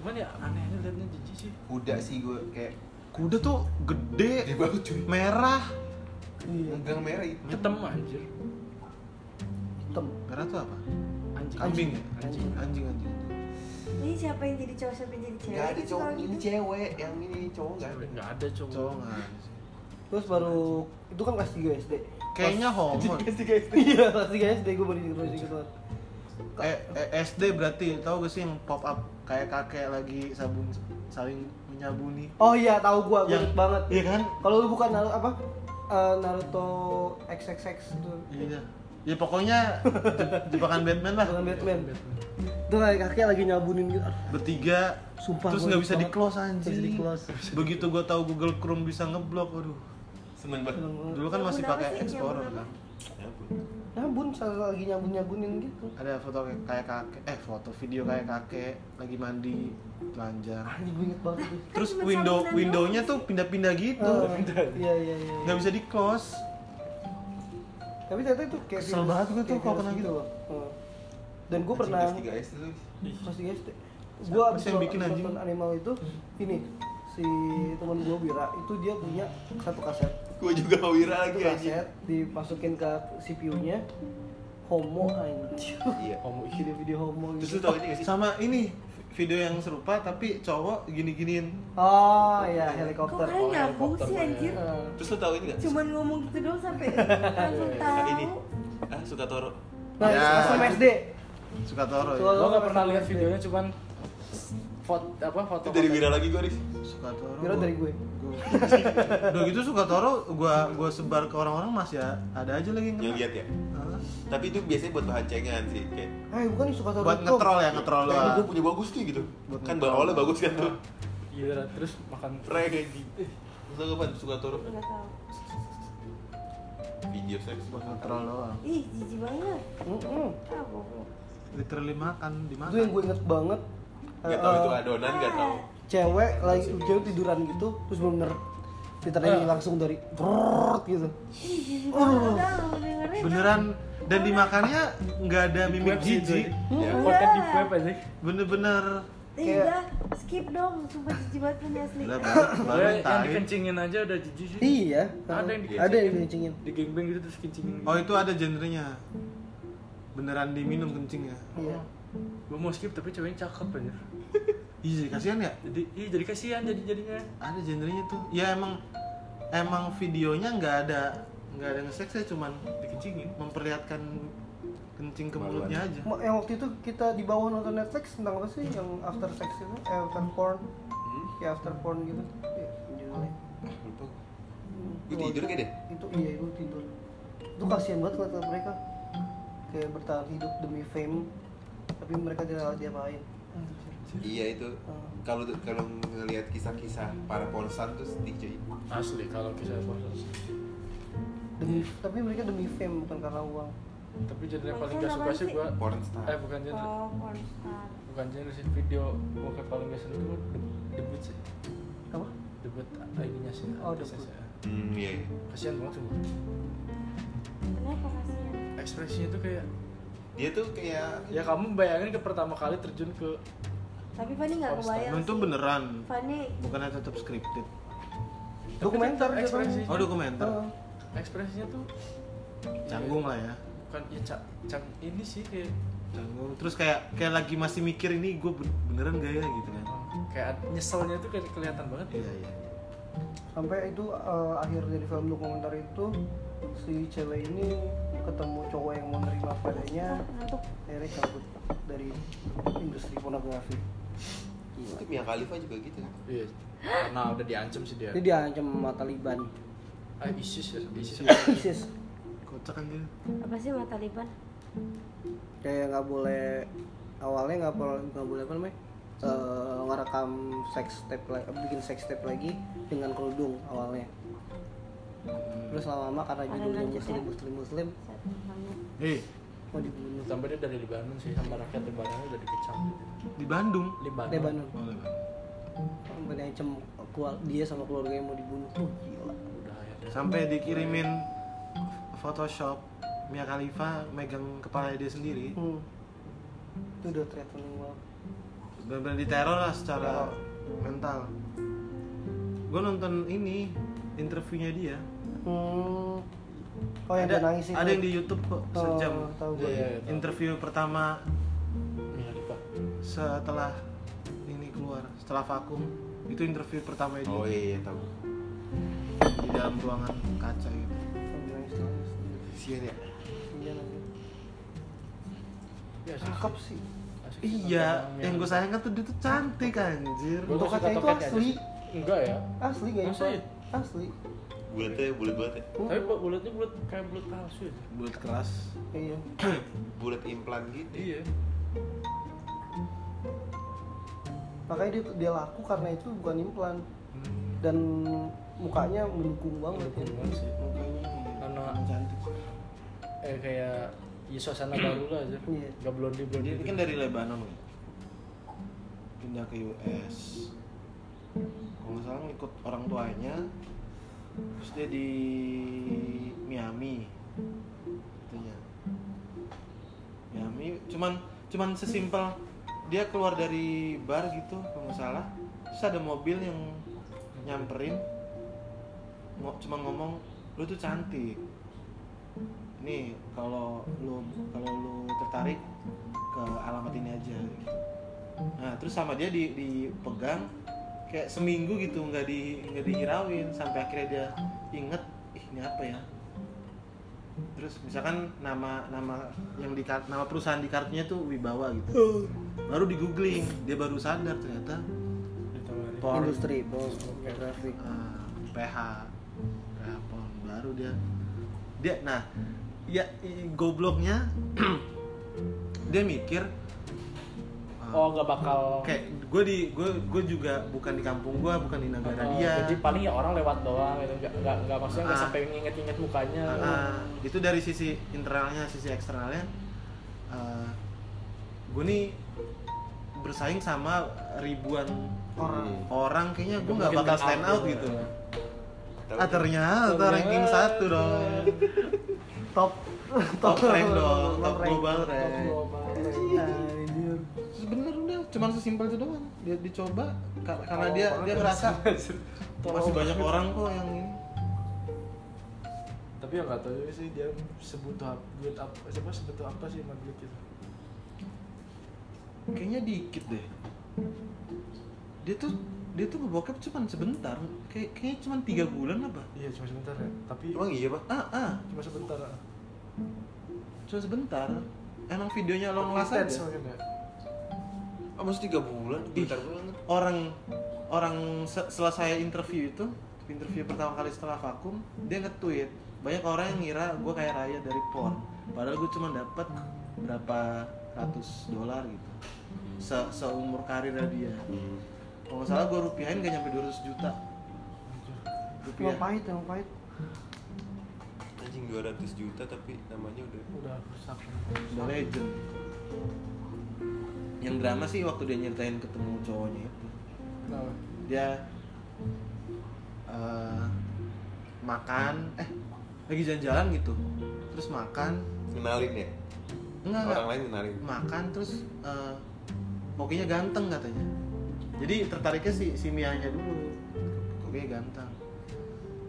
Speaker 3: cuman ya anehnya liatnya jijik sih
Speaker 1: kuda sih gue kayak
Speaker 6: kuda tuh
Speaker 1: gede
Speaker 6: gede
Speaker 1: banget cuy
Speaker 6: merah
Speaker 4: Iya.
Speaker 1: Enggak merah itu
Speaker 3: ketemu anjir
Speaker 4: Hitam.
Speaker 6: merah tuh apa
Speaker 3: anjing
Speaker 6: kambing ya
Speaker 3: anjing
Speaker 6: anjing anjing
Speaker 7: Ini siapa yang jadi cowok siapa yang jadi cewek?
Speaker 1: Gak ada
Speaker 7: gitu
Speaker 1: cowok,
Speaker 7: kalau
Speaker 1: ini
Speaker 7: gitu.
Speaker 1: cewek, yang ini cowok gak ada
Speaker 3: nggak ada cowok
Speaker 6: cowok nggak ada sih.
Speaker 4: Terus baru itu kan kelas 3 SD.
Speaker 6: kayaknya homo
Speaker 1: guys
Speaker 4: [laughs] Iya, kelas 3 SD gue baru ingat gitu.
Speaker 6: eh, eh, SD berarti tahu gak sih yang pop up kayak kakek lagi sabun saling menyabuni
Speaker 4: Oh iya, tahu gua, gua
Speaker 6: Yang-
Speaker 4: inget banget.
Speaker 6: iya kan
Speaker 4: Kalau lu bukan Naruto apa? Eh, Naruto XXX itu.
Speaker 6: iya ya pokoknya je- jebakan Batman lah
Speaker 4: Bukan Batman. Itu kayak kakek lagi nyabunin gitu. Aduh,
Speaker 6: bertiga
Speaker 4: Sumpah, gua
Speaker 6: terus nggak
Speaker 4: inget
Speaker 6: bisa di
Speaker 4: banget.
Speaker 6: close
Speaker 4: Nggak bisa
Speaker 6: anjing
Speaker 4: di-close.
Speaker 6: begitu gua tahu Google Chrome bisa ngeblok aduh
Speaker 1: Seneng banget Ya
Speaker 4: seneng banget.
Speaker 6: dulu kan masih
Speaker 7: Nyabun apa
Speaker 6: pakai
Speaker 7: sih?
Speaker 6: Explorer
Speaker 7: Nyabun apa?
Speaker 6: kan
Speaker 1: Ampun.
Speaker 4: Nyabun, salah lagi nyabun-nyabunin gitu.
Speaker 6: ada foto kayak- kayak kakek eh foto video kayak kakek lagi mandi telanjang
Speaker 4: Anjing gue inget banget. itu.
Speaker 6: terus
Speaker 7: cuma
Speaker 6: window
Speaker 7: sabunan
Speaker 6: windownya tuh pindah-pindah gitu
Speaker 4: Ah, Iya, iya, iya.
Speaker 6: nggak bisa di close
Speaker 4: Tapi ternyata itu kayak
Speaker 6: Kesel
Speaker 4: virus-
Speaker 6: banget gua tuh
Speaker 4: kayak
Speaker 6: kalau
Speaker 4: virus
Speaker 6: kena gitu.
Speaker 4: loh. Heeh. Dan gue
Speaker 1: Anjing,
Speaker 4: pernah
Speaker 1: kelas 3 SD lu
Speaker 4: pas di SD gua abis
Speaker 6: Iya. sih yang
Speaker 4: nonton-
Speaker 6: bikin anjing? Hmm.
Speaker 4: nonton animal itu ini si teman gua Wira itu dia punya satu kaset
Speaker 6: Iya,
Speaker 1: Gue juga Wira
Speaker 4: itu
Speaker 1: lagi anjing
Speaker 4: kaset dimasukin ke CPU nya homo anjing
Speaker 1: Iya
Speaker 3: homo ih.
Speaker 4: video-video homo
Speaker 1: Terus lu
Speaker 4: gitu
Speaker 1: tau ini gak sih?
Speaker 6: sama ini video yang serupa tapi cowok gini-giniin
Speaker 4: oh ya
Speaker 7: Kok
Speaker 4: helikopter
Speaker 7: kalian
Speaker 3: Oh,
Speaker 7: nyambung
Speaker 3: helikopter
Speaker 7: sih
Speaker 3: mah ya.
Speaker 7: anjir?
Speaker 4: Eh,
Speaker 1: Terus lu tau ini gak?
Speaker 7: Cuman ngomong gitu doang sampai langsung tahu.
Speaker 1: Ah, ini Ah, suka toro
Speaker 4: nah
Speaker 6: Ya.
Speaker 4: pas sama SD
Speaker 6: suka toro ya
Speaker 4: Suka-
Speaker 3: gua nggak pernah lihat videonya cuman foto apa foto
Speaker 1: Itu dari Wira lagi gue, Riz
Speaker 6: suka toro
Speaker 4: Wira dari gue
Speaker 6: Gua- udah gitu suka toro gua gua sebar ke orang-orang masih ya ada aja lagi yang
Speaker 1: Yang
Speaker 6: kena.
Speaker 1: lihat ya?
Speaker 6: Ah,
Speaker 1: Tapi itu biasanya buat bahan cengan sih Kayak
Speaker 4: eh bukan nih suka taruh
Speaker 6: buat ngetrol ya ngetrol
Speaker 1: Eh,
Speaker 6: doang
Speaker 1: gue punya bagus nih gitu
Speaker 6: Buat
Speaker 1: Kan
Speaker 6: ngetrol.
Speaker 1: bawalnya bagus kan tuh
Speaker 3: Iya, terus makan
Speaker 1: Prank anjing Terus lu kapan suka toro?
Speaker 7: Nggak tahu.
Speaker 1: Video seks
Speaker 6: buat ngetrol doang
Speaker 7: Ih, jijik banget.
Speaker 4: Mm-mm.
Speaker 7: Ah, goblok.
Speaker 6: literally
Speaker 4: itu yang
Speaker 6: makan dimakan
Speaker 4: gue inget banget
Speaker 6: Iya,
Speaker 1: Gak
Speaker 4: Eh,
Speaker 1: tau itu
Speaker 4: eh,
Speaker 1: adonan, gak tau
Speaker 4: cewek lagi cewek tiduran gitu terus bener Titernya langsung dari brrrrt gitu
Speaker 7: Ih, jijik banget. Udah, lu dengerin. ah.
Speaker 6: beneran dan dimakannya nggak ada mimik
Speaker 3: web sih itu. iya.
Speaker 6: jijik
Speaker 4: Iya.
Speaker 1: Ya.
Speaker 3: konten di web aja
Speaker 6: bener-bener
Speaker 7: Ih,
Speaker 4: Kayak-
Speaker 7: udah, skip dong. Sumpah jijik banget punya asli.
Speaker 6: Gila, baru baru
Speaker 3: Soalnya yang
Speaker 6: tai.
Speaker 3: dikencingin aja udah jijik sih
Speaker 4: Iya.
Speaker 3: Ada yang dikencingin.
Speaker 4: Ada yang dikencingin.
Speaker 3: di gengbeng gitu terus kencingin
Speaker 6: Oh itu ada genrenya Beneran diminum ya? kencingnya
Speaker 4: Iya.
Speaker 3: gue mau skip tapi ceweknya cakep aja
Speaker 6: Iya kasihan ya
Speaker 3: jadi ih jadi kasihan jadi jadinya
Speaker 6: Ada genrenya tuh Ya emang Emang videonya nggak ada nggak ada ngeseksnya cuman
Speaker 3: dikencingin
Speaker 6: memperlihatkan kencing ke
Speaker 1: Kemaluan.
Speaker 6: mulutnya aja
Speaker 4: Ma- Yang waktu itu kita di bawah nonton Netflix tentang apa sih yang after sex itu? Eh, after porn.
Speaker 1: Hmm,
Speaker 4: Ya after porn gitu. Iya, judulnya.
Speaker 1: lupa gua. Itu tidur kan? kayak deh.
Speaker 4: Itu iya, itu tidur. Itu kasihan banget ngeliat mereka kayak bertahan hidup demi fame tapi mereka tidak dia main.
Speaker 1: Iya itu kalau kalau ngelihat kisah-kisah para porsan tuh sedih cuy.
Speaker 3: asli kalau kisah proses
Speaker 4: Demi tapi mereka demi fame bukan karena uang.
Speaker 3: tapi genre yang paling
Speaker 7: Konsen
Speaker 3: gak suka
Speaker 7: apaan
Speaker 3: sih
Speaker 7: sih?
Speaker 3: gue
Speaker 1: Pornstar.
Speaker 3: eh bukan genre
Speaker 7: Oh, pornstar.
Speaker 3: bukan genre sih video gue paling gak suka gue debut sih
Speaker 4: Apa?
Speaker 3: debut ID-nya sih
Speaker 4: Oh,
Speaker 3: artisnya
Speaker 4: debut.
Speaker 3: sih.
Speaker 1: Hmm iya. iya.
Speaker 3: kasihan banget tuh
Speaker 7: Kenapa kasihan?
Speaker 3: ekspresinya tuh kayak
Speaker 1: Dia tuh kayak
Speaker 3: ya kamu bayangin ke pertama kali terjun ke
Speaker 7: Tapi Fani nggak
Speaker 3: Pornstar.
Speaker 7: kebayang
Speaker 6: Nah, itu
Speaker 7: sih.
Speaker 6: beneran
Speaker 7: Fani
Speaker 6: Bukannya tetap scripted
Speaker 4: Dokumenter
Speaker 3: tetap
Speaker 4: dia
Speaker 3: ekspresi.
Speaker 6: Oh dokumenter
Speaker 4: Heeh.
Speaker 3: ekspresinya tuh
Speaker 6: Canggung lah ya
Speaker 3: bukan ya cak cang ini sih kayak
Speaker 6: Canggung Terus kayak kayak lagi masih mikir ini gue beneran gak ya gitu kan
Speaker 3: kayak nyeselnya tuh kayak kelihatan banget
Speaker 6: Iya iya
Speaker 4: sampai itu eh, akhir dari film dokumenter itu si cewek ini ketemu cowok yang mau nerima padanya
Speaker 7: ngantuk.
Speaker 4: akhirnya cabut dari industri pornografi
Speaker 1: itu Mia Khalifa juga gitu.
Speaker 3: iya karena udah diancam sih dia
Speaker 4: jadi dia ancam sama Taliban
Speaker 3: ah, ISIS ya ISIS
Speaker 4: ISIS
Speaker 6: Kocak kan dia
Speaker 7: Apa sih mata Taliban?
Speaker 4: kayak nggak boleh awalnya nggak boleh nggak boleh apa namanya Eh, ngerekam sex tape la- bikin sex tape lagi dengan kerudung awalnya terus lama-lama karena
Speaker 7: Karena
Speaker 4: judulnya
Speaker 7: lanjut ya.
Speaker 4: muslim muslim muslim
Speaker 7: Satu, banyak.
Speaker 6: Eh
Speaker 4: mau dibunuh
Speaker 3: Tambah dia dari Lebanon sih, sama rakyat Lebanon udah dikecam.
Speaker 6: di Bandung
Speaker 3: Lebanon.
Speaker 4: Lebanon
Speaker 6: Oh, Lebanon.
Speaker 4: sampai diancam kual- dia sama keluarga yang mau dibunuh oh, gila
Speaker 3: udah ya udah.
Speaker 6: sampai dikirimin Photoshop Mia Khalifa megang kepala dia sendiri
Speaker 4: hmm. itu udah threatening banget
Speaker 6: benar-benar diteror lah secara mental gue nonton ini interviewnya dia
Speaker 4: hmm. oh yang
Speaker 6: ada,
Speaker 4: dia nangis itu
Speaker 6: ada yang di YouTube kok
Speaker 4: Oh,
Speaker 6: sejam
Speaker 4: tahu gue.
Speaker 3: Iya, iya, tahu.
Speaker 6: interview pertama
Speaker 3: Mia Khalifa.
Speaker 6: setelah ini keluar setelah vakum itu interview pertama dia
Speaker 1: oh iya, iya tahu
Speaker 6: di dalam ruangan kaca gitu
Speaker 4: Sambil nangis-nangis.
Speaker 1: sian ya
Speaker 4: Iya, nangis.
Speaker 3: Ya, asik-
Speaker 4: cakep sih
Speaker 3: asik sih
Speaker 6: iya
Speaker 3: nonton Mia
Speaker 6: yang gue
Speaker 3: Khalifa.
Speaker 6: sayangkan tuh dia tuh cantik anjir
Speaker 3: Gua
Speaker 4: Untuk
Speaker 1: ya,
Speaker 3: suka
Speaker 4: kaca itu
Speaker 3: topetnya aja
Speaker 4: asli.
Speaker 3: sih. enggak ya
Speaker 4: asli gak
Speaker 3: Masa
Speaker 4: itu
Speaker 3: ya?
Speaker 4: asli
Speaker 1: bulatnya bulat banget ya
Speaker 3: tapi bu- bulatnya bulat kayak bulat palsu ya
Speaker 6: buat keras
Speaker 4: iya
Speaker 1: bulat implan gitu
Speaker 3: iya
Speaker 4: makanya dia dia laku karena itu bukan implan dan mukanya Hmm. mendukung banget ya.
Speaker 3: Mendukung banget sih.
Speaker 4: mukanya
Speaker 3: karena
Speaker 6: cantik
Speaker 3: eh kayak ya suasana baru lah aja
Speaker 4: Iya.
Speaker 3: nggak blondie blondie
Speaker 6: dia kan dari Lebanon kan? pindah ke US kalau nggak salah ngikut orang tuanya terus dia di Miami katanya Miami cuman cuman sesimpel dia keluar dari bar gitu kalau nggak salah terus ada mobil yang nyamperin ngo- cuman ngomong lu tuh cantik nih kalau lu kalau lu tertarik ke alamat ini aja gitu. nah terus sama dia di dipegang kayak seminggu gitu nggak di nggak dihirauin sampai akhirnya dia inget ih ini apa ya terus misalkan nama nama yang di kar- nama perusahaan di kartunya tuh Wibawa gitu baru di googling dia baru sadar ternyata
Speaker 3: ditawarin
Speaker 6: porn
Speaker 4: industri pornografi
Speaker 6: Ah, PH PH pon baru dia dia nah ya i- gobloknya [clears throat] dia mikir ah,
Speaker 3: oh nggak bakal
Speaker 6: kayak gue di gue gue juga bukan di kampung gue bukan di negara
Speaker 3: Oh,
Speaker 6: dia
Speaker 3: Jadi paling ya orang lewat doang gitu. Enggak enggak, enggak maksudnya enggak
Speaker 6: Ah.
Speaker 3: sampai nginget-nginget mukanya.
Speaker 6: Ah, ah. itu dari sisi internalnya sisi eksternalnya gue nih bersaing sama ribuan
Speaker 4: orang
Speaker 1: Hmm.
Speaker 6: orang kayaknya gue nggak
Speaker 3: Mungkin ya.
Speaker 6: bakal
Speaker 3: burn
Speaker 6: stand
Speaker 3: out
Speaker 6: out gitu
Speaker 1: Tahu
Speaker 6: ah ternyata ranking satu dong
Speaker 4: top
Speaker 6: top rank dong, top
Speaker 4: rank.
Speaker 6: global rank.
Speaker 4: Anjir.
Speaker 6: Sebenernya udah, cuman sesimpel itu doang. Dia dicoba ka- karena dia dia ngerasa masih
Speaker 4: Tolong.
Speaker 6: banyak orang kok yang ini.
Speaker 3: Tapi ya enggak tahu juga sih dia sebutuh ap- duit apa siapa sebutuh apa sih sama duit itu.
Speaker 6: Kayaknya dikit deh. Dia tuh dia tuh bokep cuman sebentar, kayak kayaknya cuman tiga bulan apa?
Speaker 3: Iya cuma sebentar ya. Tapi
Speaker 1: emang iya pak
Speaker 6: Ah ah,
Speaker 3: cuma sebentar. ah.
Speaker 6: cuma sebentar. Emang videonya long last
Speaker 3: Intens
Speaker 6: aja.
Speaker 3: mungkin ya.
Speaker 1: ah maksudnya tiga bulan bentar banget
Speaker 6: Orang orang se- selesai interview itu interview pertama kali setelah vakum dia nge-tweet banyak orang yang ngira gue kayak raya dari porn padahal gue cuma dapat berapa ratus dolar gitu se seumur karirnya dia kalau nggak salah gue rupiahin gak nyampe 200 juta rupiah
Speaker 4: Emang pahit, emang pahit.
Speaker 1: anjing 200 juta tapi namanya udah
Speaker 3: Udah rusak.
Speaker 6: The legend yang drama sih waktu dia nyeritain ketemu cowoknya itu
Speaker 3: Kenapa?
Speaker 6: dia eh, makan eh lagi jalan-jalan gitu terus makan
Speaker 1: kenalin ya
Speaker 6: enggak enggak
Speaker 1: orang lain kenalin
Speaker 6: makan terus eh, kokinya ganteng katanya jadi tertariknya si si Mianya dulu kokinya ganteng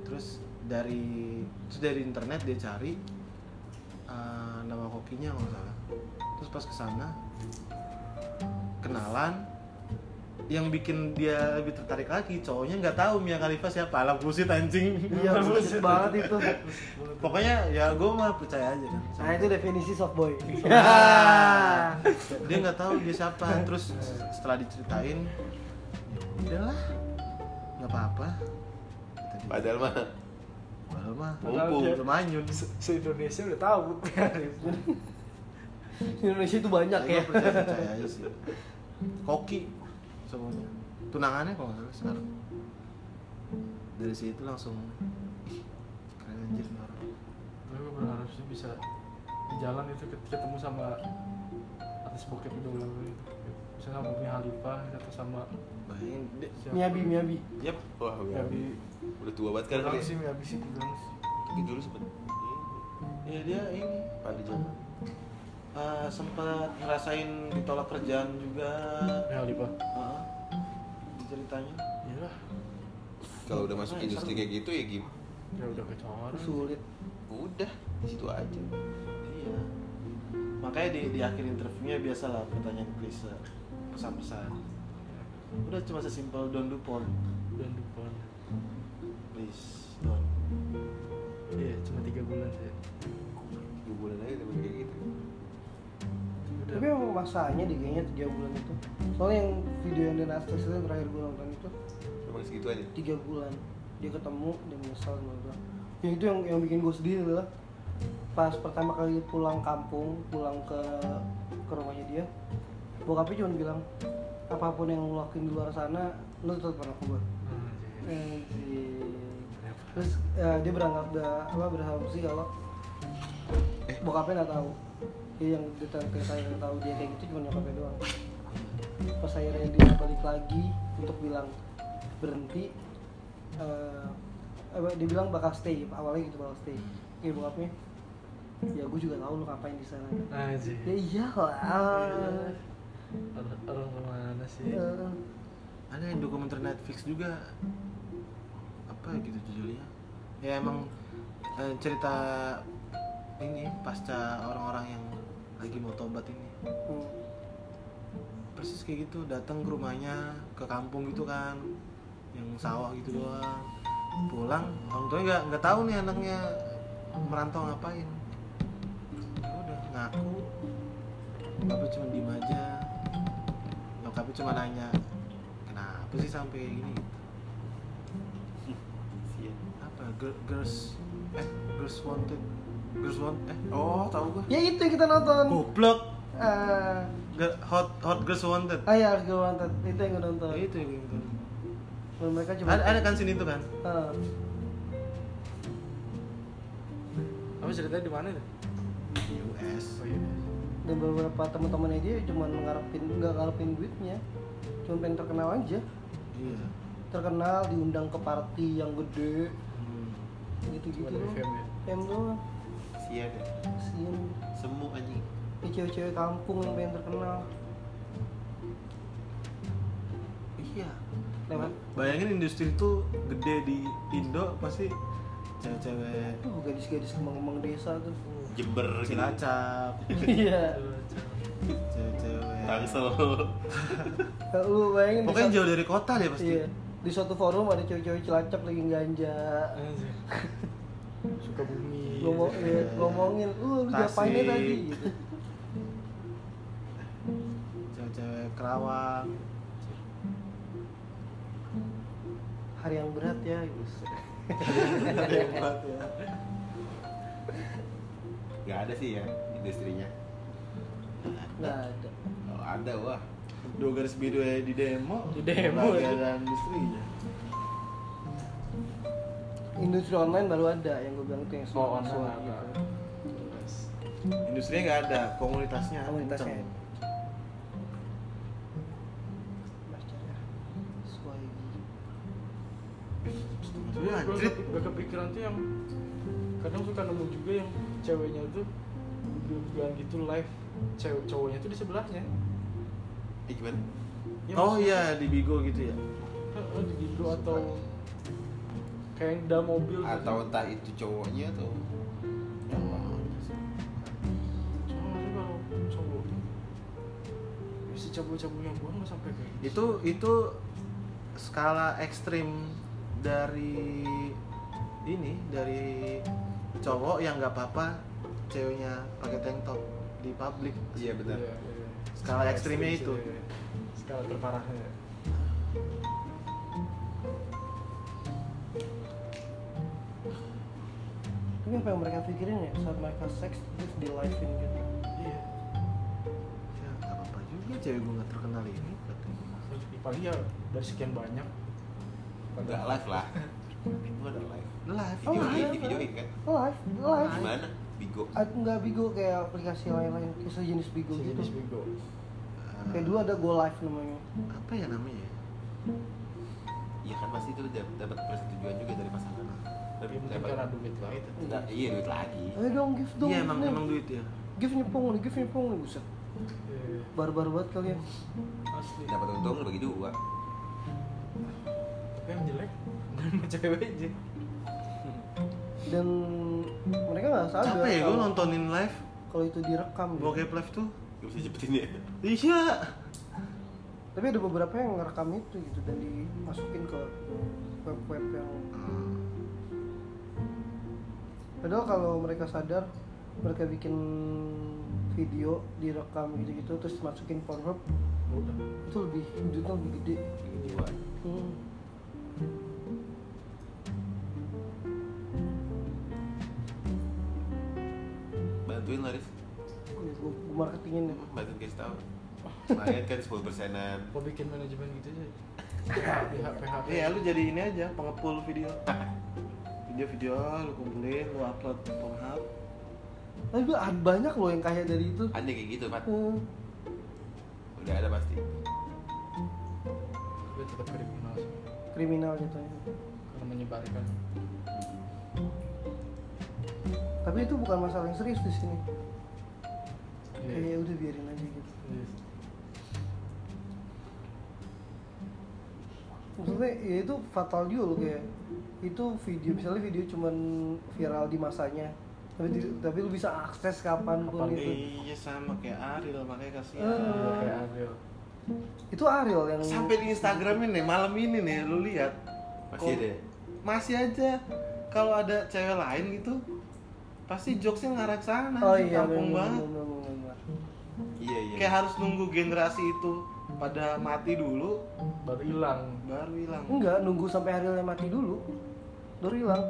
Speaker 6: terus dari terus dari internet dia cari eh, nama kokinya kalau nggak salah terus pas kesana kenalan yang bikin dia lebih tertarik lagi cowoknya nggak tahu Mia Khalifa siapa alam busit anjing
Speaker 4: Iya, [laughs]
Speaker 6: [laughs]
Speaker 4: buset banget itu.
Speaker 6: pokoknya ya gue mah percaya aja kan
Speaker 4: Nah, itu definisi soft boy.
Speaker 6: dia nggak tahu dia siapa terus setelah diceritain ya udahlah nggak apa-apa Kata dia.
Speaker 1: padahal mah
Speaker 6: padahal mah
Speaker 1: Padahal dia-
Speaker 6: belum anyun
Speaker 3: Se Indonesia udah tahu.
Speaker 4: Di Indonesia itu banyak
Speaker 6: Tapi
Speaker 4: ya.
Speaker 6: gua percaya percaya aja sih koki semuanya tunangannya kalau nggak salah sekarang dari situ langsung "Ih, keren anjir nih orang."
Speaker 3: Tapi gue berharap sih bisa di jalan itu ket- ketemu sama artis bokep itu ulang itu. misalnya gitu. sama Bumi Halifa atau sama
Speaker 6: Bayangin dia.
Speaker 3: siapa
Speaker 4: Miabi Miabi
Speaker 1: Yap, wah udah,
Speaker 3: Miyabi
Speaker 1: udah tua banget kan
Speaker 3: Kurang
Speaker 1: kali
Speaker 3: Ya, sih
Speaker 1: ya.
Speaker 3: Miyabi sih kurang sih
Speaker 1: Gitu dulu sempet.
Speaker 6: Ya dia ini
Speaker 1: Pak di Jawa.
Speaker 6: eh, sempat ngerasain ditolak kerjaan juga.
Speaker 3: Bumi Halifa
Speaker 6: Heeh. ceritanya.
Speaker 3: iyalah
Speaker 1: Kalau udah masuk industri kayak gitu ya gimana?
Speaker 3: ya udah kecoran
Speaker 4: sulit.
Speaker 1: Udah, di situ aja.
Speaker 6: Iya. Makanya di, di akhir interviewnya biasalah pertanyaan klise pesan-pesan. Udah cuma sesimpel don't do porn.
Speaker 3: dan depan
Speaker 6: Please don't.
Speaker 3: iya cuma tiga bulan sih
Speaker 1: Dua bulan aja udah kayak gitu.
Speaker 3: udah
Speaker 4: Tapi emang masanya deh kayaknya tiga bulan itu. Soalnya yang video yang dan Astes itu yang terakhir gue nonton itu
Speaker 1: Cuma segitu aja.
Speaker 4: tiga bulan dia ketemu dia menyesal bla bla. Ya itu yang yang bikin gue sedih adalah pas pertama kali pulang kampung pulang ke ke rumahnya dia bokapnya cuma bilang apapun yang lo lakuin di luar sana lo tetap anak gue
Speaker 3: Hmm, iya.
Speaker 4: terus eh, dia beranggap da- apa berasumsi kalau bokapnya nggak tahu dia yang detail saya yang tahu dia kayak gitu cuma nyokapnya doang pas akhirnya dia balik lagi untuk bilang berhenti eh, apa, dia bilang bakal stay awalnya gitu bakal stay kayak bokapnya ya gue juga tahu lo ngapain di sana
Speaker 3: Anjir.
Speaker 4: ya iyalah
Speaker 3: Orang- orang kemana sih
Speaker 4: Eh,
Speaker 6: Ada yang dokumenter Netflix juga. Apa gitu judulnya? Ya emang eh, cerita ini pasca orang-orang yang lagi mau tobat ini.
Speaker 4: hmm.
Speaker 6: persis kayak gitu datang ke rumahnya ke kampung gitu kan yang sawah gitu doang pulang orang tuanya nggak nggak tahu nih anaknya merantau ngapain Ya udah ngaku tapi cuma diem aja nyokapnya cuma nanya kenapa sih sampai kayak gini apa Gir- girls eh girls wanted girls want eh
Speaker 1: Oh, tahu gua.
Speaker 4: ya itu yang kita nonton
Speaker 6: goblok
Speaker 4: Eh,
Speaker 6: Gir- hot hot girls wanted
Speaker 4: Ah ya harus gue nonton, itu yang gue nonton.
Speaker 6: Ya itu yang gitu
Speaker 4: Dan mereka cuma
Speaker 6: ada ada kan sini itu kan
Speaker 4: Eh,
Speaker 3: apa ceritanya di mana nih
Speaker 6: US
Speaker 3: oh iya
Speaker 4: dan beberapa teman-temannya dia cuma ngarepin nggak ngarepin duitnya, cuma pengen terkenal aja.
Speaker 6: iya
Speaker 4: Terkenal diundang ke party yang gede,
Speaker 6: hmm.
Speaker 4: gitu-gitu
Speaker 3: cuma dari
Speaker 4: doang.
Speaker 3: fam ya
Speaker 4: Fam doang,
Speaker 1: Sia deh.
Speaker 4: kasihan.
Speaker 1: Semu anjing.
Speaker 4: Ya, cewek-cewek kampung yang pengen terkenal.
Speaker 6: iya
Speaker 4: Lewat.
Speaker 6: bayangin industri itu gede di Indo pasti cewek-cewek
Speaker 4: Tuh gadis-gadis kembang-kembang desa
Speaker 6: [laughs]
Speaker 4: tuh.
Speaker 1: Jember gitu.
Speaker 6: cilacap
Speaker 4: Iya.
Speaker 6: cewek-cewek
Speaker 1: Tangsel. [laughs]
Speaker 4: Nah, Lu bayangin. di
Speaker 6: pokoknya
Speaker 4: suatu-
Speaker 6: jauh dari kota deh pasti
Speaker 4: Iya. Di suatu forum ada cewek-cewek cilacap lagi ganja.
Speaker 3: Anjir. suka bumi
Speaker 4: Ngomong, iya, ngomongin, uh lu diapainnya
Speaker 6: Tasik.
Speaker 4: tadi? Gitu.
Speaker 6: cewek-cewek Kerawang
Speaker 4: Hari yang berat ya, gitu.
Speaker 6: hebat ya
Speaker 1: Gak ada sih ya industrinya.
Speaker 4: Nggak ada.
Speaker 1: Kalau ada wah.
Speaker 6: dua garis biru ya di demo
Speaker 3: Di demo,
Speaker 6: nggak
Speaker 3: ya.
Speaker 6: ada industri ya
Speaker 4: industri online baru ada yang gue bilang itu yang
Speaker 3: oh
Speaker 4: suara
Speaker 3: online
Speaker 4: gitu.
Speaker 3: apa? Jelas.
Speaker 6: industrinya nggak ada komunitasnya
Speaker 4: Komunitasnya.
Speaker 6: Ya, kenceng.
Speaker 4: Mas Jaya, Swahili.
Speaker 6: Iya,
Speaker 3: Gua
Speaker 6: anjrit.
Speaker 3: ke- gua kepikiran tuh yang kadang suka nemu juga yang ceweknya tuh bukan gitu live cewek cowoknya tuh di sebelahnya
Speaker 1: Eh gimana?
Speaker 3: Ya,
Speaker 6: oh iya di Bigo gitu ya
Speaker 3: eh, eh, di Indo atau kayak yang dalam mobil gitu.
Speaker 1: Atau entah itu cowoknya atau
Speaker 3: Cuma itu kalau cowoknya ya si cowok-cowok yang gua nggak sampai kayak gitu
Speaker 6: itu itu skala ekstrim dari ini dari cowok yang nggak apa-apa ceweknya pakai tank top di publik
Speaker 1: Iya benar.
Speaker 3: Iya, iya.
Speaker 6: Skala ekstrimnya
Speaker 3: ekstrim
Speaker 6: itu.
Speaker 3: sih, iya. skala terparahnya
Speaker 4: Tapi apa yang mereka pikirin ya saat mereka seks terus di live in gitu?
Speaker 3: iya
Speaker 6: ya nggak apa-apa juga cewek gue nggak terkenal ini katanya.
Speaker 3: paling ya dari sekian banyak
Speaker 1: Enggak live lah. Gua ada live.
Speaker 6: live
Speaker 4: Oh,
Speaker 1: Video
Speaker 4: live.
Speaker 1: di videoin kan.
Speaker 4: Live, live.
Speaker 1: Gimana? Bigo.
Speaker 4: Aku nggak bigo kayak aplikasi lain-lain, kayak sejenis bigo
Speaker 3: sejenis
Speaker 4: gitu.
Speaker 3: bego
Speaker 6: Eh,
Speaker 4: kayak dulu ada go live namanya
Speaker 6: apa ya namanya ya?
Speaker 1: Iya kan pasti itu dap- dapat persetujuan juga dari pasangan. Tapi
Speaker 3: Yang penting
Speaker 1: dapat
Speaker 3: karena duit lah itu.
Speaker 1: Nah, iya duit lagi.
Speaker 4: ayo dong gift dong
Speaker 6: iya emang
Speaker 4: gift nih.
Speaker 6: emang duit ya
Speaker 4: gift nyepong nih gift nyepong nih buset
Speaker 3: Iya,
Speaker 4: barbar banget kalian
Speaker 3: Asli.
Speaker 1: Dapat untung lu bagi dua.
Speaker 3: Tapi yang jelek dan sama cewek aja.
Speaker 4: dan mereka nggak sadar
Speaker 6: capek ya gue
Speaker 4: kalau-
Speaker 6: nontonin live
Speaker 4: kalau itu direkam gitu.
Speaker 6: bokep live tuh
Speaker 1: Gak bisa cepetin ya.
Speaker 6: iya
Speaker 4: tapi ada beberapa yang ngerekam itu gitu dan dimasukin ke web-web yang padahal kalau mereka sadar mereka bikin video direkam gitu-gitu terus masukin Pornhub itu lebih duitnya lebih gede
Speaker 1: Bagi dua.
Speaker 4: Hmm.
Speaker 1: Bantuin Laris.
Speaker 4: Ya, gua, gua marketingin ya.
Speaker 1: Bantuin kasih tahu. Lumayan kan 10 persenan.
Speaker 3: Mau bikin manajemen gitu aja. PH PH.
Speaker 6: Iya, lu jadi ini aja, pengepul video. Video-video lu kumpulin, lu upload Pornhub.
Speaker 4: Tapi gua ad- banyak loh yang kaya dari itu.
Speaker 1: Ada kayak gitu, Mat.
Speaker 4: Hmm.
Speaker 1: Udah ada pasti.
Speaker 3: Gue tetap kriminal sih.
Speaker 4: kriminal gitu
Speaker 3: Karena menyebarkan.
Speaker 4: Tapi itu bukan masalah yang serius di sini.
Speaker 3: Iya.
Speaker 6: Iya.
Speaker 4: Kayaknya udah biarin aja gitu.
Speaker 3: Iya.
Speaker 4: maksudnya ya itu fatal juga loh kayak itu video misalnya video cuman viral di masanya tapi di- tapi lu bisa akses kapan pun
Speaker 3: Kapan
Speaker 4: gitu
Speaker 6: Iya sama kayak Ariel, makanya kasihan.
Speaker 4: Eh.
Speaker 3: Kayak Ariel.
Speaker 4: itu Ariel yang
Speaker 6: Sampai di Instagramnya nih, malam ini nih lu lihat.
Speaker 1: Masih
Speaker 3: Oh.
Speaker 6: Kok-
Speaker 1: ada ya?
Speaker 6: Masih aja. Kalau ada cewek lain gitu, pasti jokesnya ngarah ke sana.
Speaker 4: oh
Speaker 6: sih,
Speaker 4: iya
Speaker 6: kampung
Speaker 4: bener,
Speaker 6: banget.
Speaker 4: bener, bener, bener.
Speaker 1: Iya, iya.
Speaker 6: Kayak harus nunggu generasi itu pada mati dulu,
Speaker 3: Baru hilang.
Speaker 6: baru hilang.
Speaker 4: enggak nunggu sampai Arielnya mati dulu baru hilang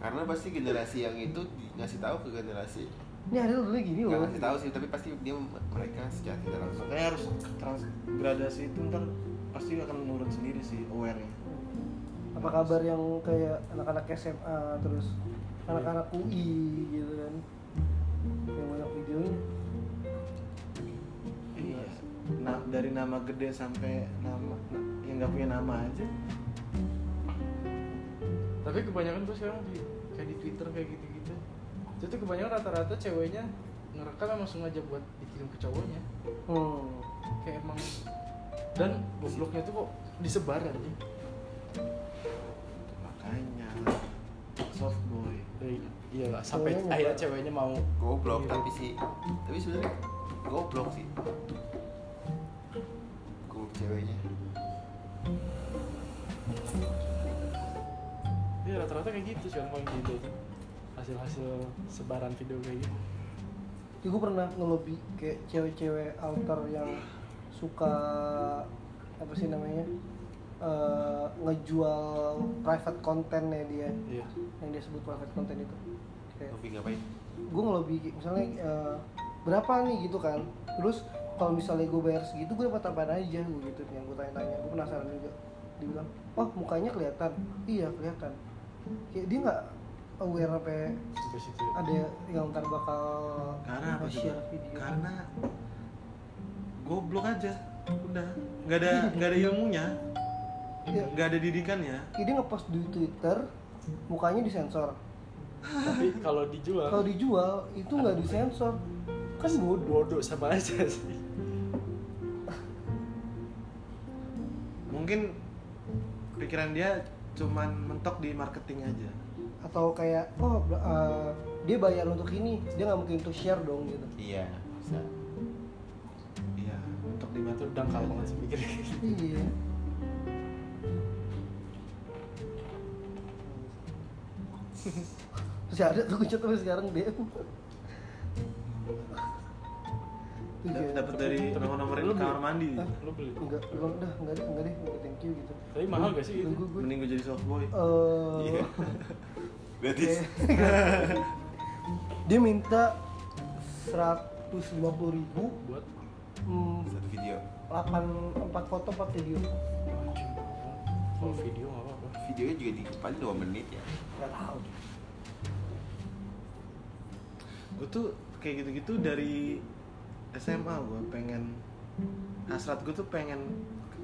Speaker 1: Karena pasti generasi yang itu di- ngasih tahu ke generasi.
Speaker 4: ini Ariel dulu gini
Speaker 1: Gak
Speaker 4: loh
Speaker 1: ngasih tahu sih, tapi pasti dia mereka secara tidak langsung.
Speaker 6: Makanya harus transgradasi itu ntar pasti akan menurun sendiri sih aware-nya.
Speaker 4: apa kabar yang kayak anak-anak SMA terus anak-anak UI gitu kan yang banyak videonya
Speaker 6: Iya. Nah, dari nama gede sampai nama na- yang nggak punya nama aja.
Speaker 3: Tapi kebanyakan gue sekarang di kayak di Twitter kayak gitu-gitu. Itu tuh kebanyakan rata-rata ceweknya ngerekam emang sengaja buat dikirim ke cowoknya.
Speaker 4: hmm.
Speaker 3: Kayak emang dan gobloknya tuh kok disebar aja.
Speaker 6: Makanya soft boy.
Speaker 3: Iya lah, sampai
Speaker 4: Ceweknya
Speaker 3: akhirnya
Speaker 4: nyebar.
Speaker 3: ceweknya mau
Speaker 1: Goblok,
Speaker 3: Iya.
Speaker 1: tapi sih. Tapi sebenarnya goblok sih. Goblok ceweknya.
Speaker 3: Iya rata-rata kayak gitu sih orang paling gitu itu hasil-hasil sebaran video kayak gitu.
Speaker 4: Ya, gue pernah ngelobi kayak cewek-cewek alter yang suka apa sih namanya eh, ngejual private kontennya dia
Speaker 3: Iya.
Speaker 4: yang dia sebut private konten itu kayak
Speaker 1: Tapi ngapain?
Speaker 4: gue ngelobi misalnya eh, berapa nih gitu kan terus kalau misalnya gue bayar segitu gue dapat apaan aja gue gitu yang gue tanya-tanya gue penasaran juga dibilang oh mukanya kelihatan iya kelihatan kayak dia nggak aware apa
Speaker 3: Sampai situ. ya.
Speaker 4: ada yang ntar bakal
Speaker 6: Karena apa sih?
Speaker 4: share video
Speaker 6: Karena goblok aja. Udah, nggak ada nggak ada ilmunya,
Speaker 4: Iya.
Speaker 6: nggak ada ya. didikannya.
Speaker 4: Jadi dia ngepost di Twitter mukanya disensor
Speaker 3: Tapi kalau dijual
Speaker 4: kalau dijual itu nggak disensor kan bodoh
Speaker 3: bodoh sama aja sih.
Speaker 6: Mungkin pikiran dia cuman mentok di marketing aja.
Speaker 4: atau kayak oh bla- eh, dia bayar untuk ini dia nggak mungkin untuk share dong gitu
Speaker 1: Iya, bisa.
Speaker 6: Iya, mentok di
Speaker 3: Itu
Speaker 6: marketing.
Speaker 3: dangkal
Speaker 6: aja.
Speaker 3: banget sih mikirnya. [laughs]
Speaker 4: iya [laughs] masih ada tuh kucet sampai sekarang Iya. DM Tuh,
Speaker 6: Dap-
Speaker 4: ya.
Speaker 6: Dapat dari nomor nomorin lu kamar mandi.
Speaker 4: Hah?
Speaker 3: Lu beli.
Speaker 4: enggak enggak dah enggak deh enggak deh enggak thank you gitu
Speaker 3: Tapi mahal gak sih itu?
Speaker 4: Tunggu gue
Speaker 6: Mending gue jadi soft boy.
Speaker 4: eh
Speaker 1: [laughs] Iya. Gratis.
Speaker 6: Iya.
Speaker 4: dia minta 150 ribu
Speaker 3: Buat
Speaker 4: hmm,
Speaker 1: Satu video.
Speaker 4: 8, 4 foto 4 video
Speaker 3: kalau video nggak apa-apa.
Speaker 1: Videonya juga di paling 2 menit ya.
Speaker 4: gak tau
Speaker 6: gue tuh kayak gitu-gitu dari SMA gue pengen hasrat gue tuh pengen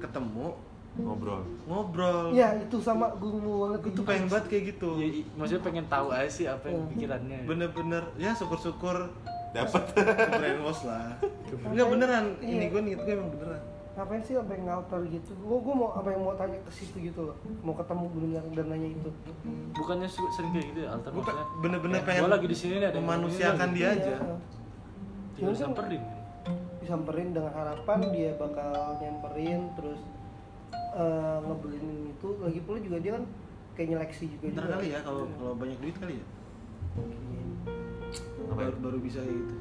Speaker 6: ketemu
Speaker 1: ngobrol
Speaker 6: ngobrol
Speaker 4: ya itu sama gue mau banget
Speaker 6: gue tuh pengen banget kayak gitu
Speaker 3: Ya, i- maksudnya pengen tahu aja sih apa yang pikirannya.
Speaker 6: bener-bener ya
Speaker 3: [laughs]
Speaker 6: syukur-syukur
Speaker 1: dapat
Speaker 6: brainwash lah nggak beneran ini
Speaker 3: Iya.
Speaker 6: gue niat gue emang beneran
Speaker 4: ngapain sih sampai ngalter gitu gue gue mau apa yang mau tanya ke situ gitu loh mau ketemu benar dan nanya itu
Speaker 3: Bukannya su- sering kayak gitu ya, Alter
Speaker 6: gue
Speaker 3: maksudnya.
Speaker 6: bener-bener
Speaker 3: Eh,
Speaker 6: pengen
Speaker 3: gua lagi di sini nih, ada yang
Speaker 6: memanusiakan
Speaker 4: Iya.
Speaker 6: dia aja
Speaker 3: Tidak samperin.
Speaker 4: disamperin dengan harapan dia bakal nyamperin terus eh, ngebelin itu lagi pula juga dia kan kayak nyeleksi juga
Speaker 3: Iya.
Speaker 4: Iya.
Speaker 6: ntar
Speaker 4: juga.
Speaker 6: kali ya kalau kalau banyak duit kali ya
Speaker 4: Mungkin.
Speaker 6: baru, baru bisa kayak gitu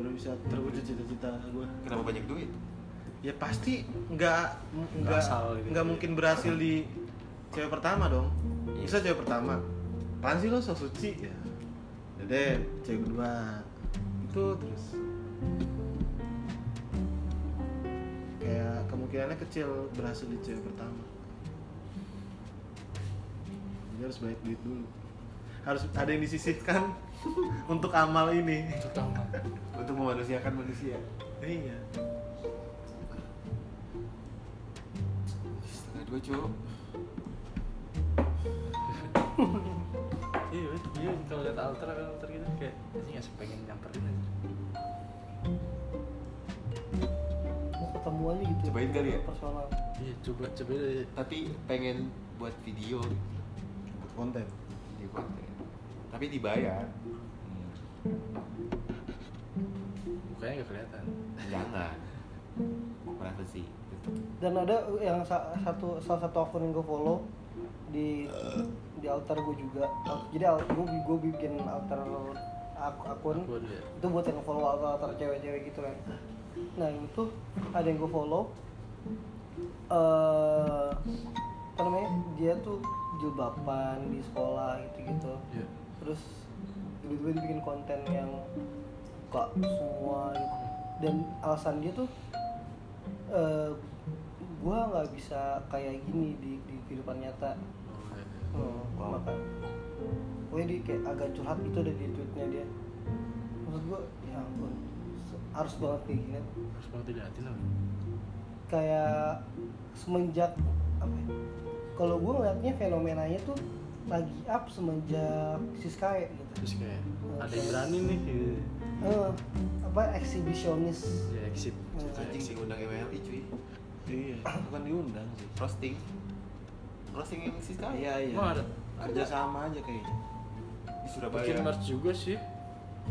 Speaker 6: baru bisa terwujud cita-cita gue
Speaker 1: [laughs] kenapa banyak duit
Speaker 6: ya pasti nggak nggak
Speaker 3: asal gitu.
Speaker 6: nggak mungkin berhasil di cewek pertama dong bisa cewek pertama pan sih lo so suci ya dede cewek kedua itu terus kayak kemungkinannya kecil berhasil di cewek pertama jadi harus banyak duit dulu harus ada yang disisihkan [laughs] untuk amal ini
Speaker 1: untuk memanusiakan manusia
Speaker 6: iya
Speaker 1: setengah dua cuk
Speaker 3: Iya, iya, iya, kalau lihat Alter Alter gitu kayak sih nggak pengen nyamperin aja.
Speaker 4: mau ketemu aja gitu
Speaker 1: Cobain kali ya?
Speaker 4: personal
Speaker 3: Iya, coba coba aja.
Speaker 1: tapi pengen buat video
Speaker 6: untuk konten
Speaker 1: di konten tapi dibayar Hmm.
Speaker 3: Mukanya nggak kelihatan.
Speaker 1: jangan privacy
Speaker 4: dan ada yang sa- satu salah satu akun yang gue follow di di altar gue juga jadi gue gue bikin altar ak- akun
Speaker 3: Gua dulu ya.
Speaker 4: itu buat yang follow altar altar cewek-cewek gitu kan nah itu ada yang gue follow eh apa namanya dia tuh jilbaban di sekolah gitu gitu
Speaker 3: Iya.
Speaker 4: terus tiba-tiba dia bikin konten yang buka semua gitu. dan alasan dia tuh eh gue nggak bisa kayak gini di di kehidupan nyata
Speaker 3: Oh, iya.
Speaker 4: Hmm,
Speaker 1: Wow.
Speaker 4: maka pokoknya dia kayak agak curhat itu ada di tweetnya dia maksud gue ya ampun se- harus banget kayak gini
Speaker 3: Harus banget dilihatin lah.
Speaker 4: kayak semenjak apa ya? kalau gue ngeliatnya fenomenanya tuh lagi up semenjak Siskae gitu
Speaker 3: Terus kayak ada yang berani nih. Gitu.
Speaker 4: Eh, apa eksibisionis
Speaker 3: Ya exit.
Speaker 1: anjing
Speaker 3: Exit.
Speaker 1: diundang MLI cuy
Speaker 6: iya bukan diundang sih
Speaker 1: roasting roasting yang sih
Speaker 6: Iya
Speaker 1: kaya
Speaker 6: iya.
Speaker 3: Emang ada?
Speaker 6: Kerja sama aja kayaknya.
Speaker 1: di
Speaker 3: Bikin
Speaker 1: Surabaya
Speaker 3: merch juga sih.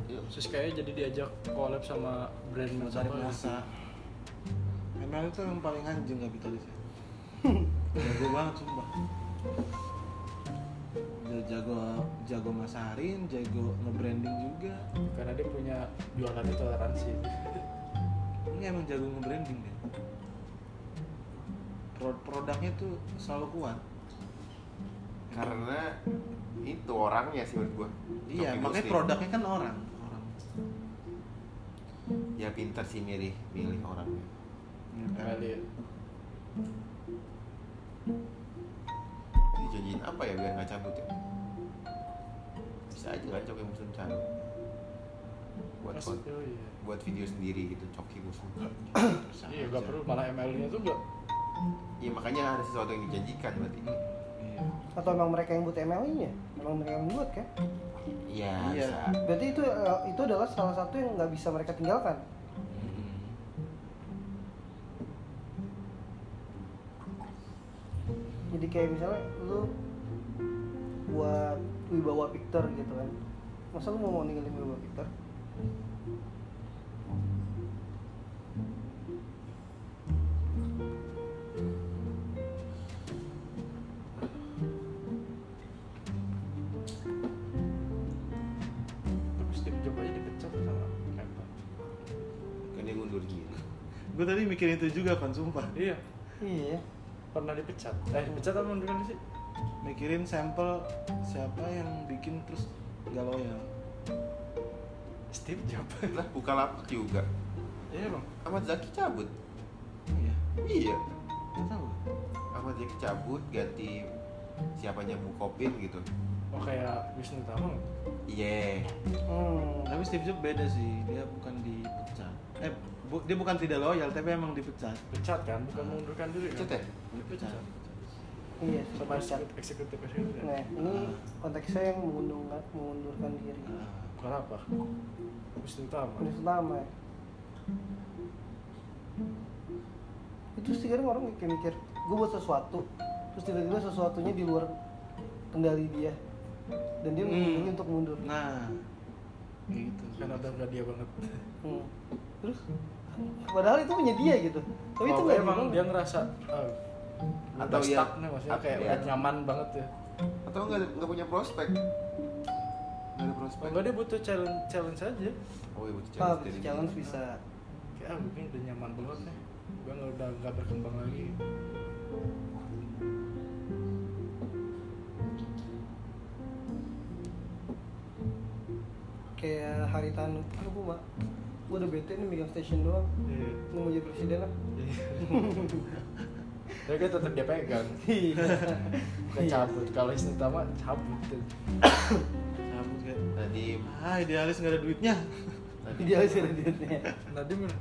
Speaker 1: Iya.
Speaker 3: Terus kayak jadi diajak collab sama brand merch
Speaker 6: Mencari
Speaker 3: apa gitu.
Speaker 6: masa. Emang itu yang paling anjing kapitalis.
Speaker 3: [laughs]
Speaker 6: jago banget sumpah. Dia jago jago masarin, jago nge-branding juga.
Speaker 3: Karena dia punya jualannya toleransi.
Speaker 6: Ini emang jago nge-branding deh. Pro- produknya tuh selalu kuat.
Speaker 1: karena itu orangnya sih menurut gua Tapi
Speaker 6: Iya, makanya
Speaker 1: roasting.
Speaker 6: produknya kan orang. Orang.
Speaker 1: ya pinter sih milih milih orangnya
Speaker 6: Ya kan?
Speaker 3: Kali.
Speaker 1: Ini janjiin apa ya biar nggak cabut ya bisa aja kan coki musim cabut buat
Speaker 3: Masuk,
Speaker 1: kon-
Speaker 3: iya.
Speaker 1: buat video sendiri gitu coki
Speaker 3: [clears throat]
Speaker 1: musim Nah,
Speaker 6: Sama
Speaker 3: Iya, gak
Speaker 6: aja.
Speaker 3: perlu malah ML-nya tuh gak
Speaker 1: Iya makanya ada sesuatu yang dijanjikan berarti
Speaker 6: Iya.
Speaker 4: atau emang mereka yang buat MLI nya emang mereka yang buat kan
Speaker 1: iya
Speaker 6: Iya.
Speaker 1: bisa
Speaker 4: berarti itu eh, itu adalah salah satu yang nggak bisa mereka tinggalkan jadi kayak misalnya lu buat wibawa picture gitu kan masa lu mau mau ninggalin wibawa picture
Speaker 3: terus Steve Jobs aja dipecat sama Apple
Speaker 1: kan dia ngundur diri
Speaker 6: Gue tadi mikirin itu juga, Pan, sumpah.
Speaker 3: iya
Speaker 4: iya
Speaker 3: pernah dipecat eh dipecat apa mundurin sih
Speaker 6: mikirin sampel siapa yang bikin terus nggak loyal
Speaker 3: Steve Jobs
Speaker 1: lah buka lapak juga
Speaker 3: iya bang
Speaker 1: Ahmad Zaki cabut
Speaker 6: oh iya
Speaker 1: iya
Speaker 6: nggak tahu
Speaker 1: Ahmad Zaki cabut ganti siapanya Bukopin gitu
Speaker 3: oh kayak Wisnu Tama nggak?
Speaker 1: Iya.
Speaker 4: Hmm.
Speaker 6: Tapi Steve Jobs beda sih, dia bukan dipecat. Eh, bu- dia bukan tidak loyal, tapi emang dipecat.
Speaker 3: pecat kan bukan mengundurkan diri
Speaker 1: Cut
Speaker 3: kan
Speaker 1: ya?
Speaker 6: Dipecat.
Speaker 4: Iya.
Speaker 3: sama eksekutif eksekutif eksekutif.
Speaker 4: Nah, ini konteksnya yang mengundurkan, mengundurkan diri.
Speaker 3: bukan apa Wisnu Tama
Speaker 4: Penulis utama ya. Itu sih kadang orang kayak mikir, gue buat sesuatu, terus tiba-tiba sesuatunya di luar kendali dia. Dan dia
Speaker 6: Hmm.
Speaker 4: memilih untuk mundur.
Speaker 6: Nah, kayak gitu.
Speaker 3: kan ada nggak dia banget
Speaker 4: Hmm. Terus, padahal itu punya dia gitu. Tapi itu
Speaker 3: Oh,
Speaker 4: nggak Ah,
Speaker 3: emang
Speaker 4: dia.
Speaker 3: dia ngerasa eh,
Speaker 1: Atau
Speaker 3: atau
Speaker 1: ya-
Speaker 3: stuck nih maksudnya kayak
Speaker 1: Iya.
Speaker 3: udah nyaman banget ya
Speaker 1: Atau nggak nggak punya prospek? Nggak ada prospek.
Speaker 3: Kalau nggak dia butuh challenge challenge aja
Speaker 1: Oh iya butuh challenge.
Speaker 4: Ah, bisa
Speaker 1: dirinya.
Speaker 4: challenge bisa.
Speaker 3: kayak ah gue udah nyaman banget nih gue nggak udah nggak berkembang lagi
Speaker 4: Kayak hari tanu, ah gue mah, gue udah bete nih megang station doang.
Speaker 3: Iya.
Speaker 4: Gue mau jadi presiden lah. [laughs]
Speaker 3: tapi kan tetap dia pegang
Speaker 4: Iya.
Speaker 3: bukan cabut kalau Wisnu Tama cabut tuh.
Speaker 6: Cabut kayak,
Speaker 1: Nadim,
Speaker 6: ah idealis nggak ada duitnya.
Speaker 1: Nadim,
Speaker 4: Idealis ada duitnya.
Speaker 3: Nadiem mana?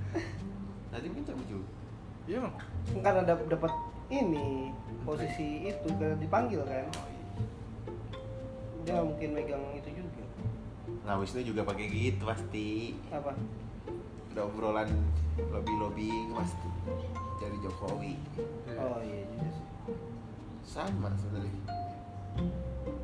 Speaker 1: Nadim kan cabut juga.
Speaker 3: Nah, iya emang
Speaker 4: Kan ada dapat ini posisi itu karena dipanggil kan.
Speaker 1: Oh, iya.
Speaker 4: dia nggak mungkin megang itu juga
Speaker 1: Nah Wisnu juga pakai gitu pasti.
Speaker 4: apa
Speaker 1: Ada obrolan lobby lobbying pasti dari Jokowi.
Speaker 4: oh iya juga sih
Speaker 1: Sama sebenarnya.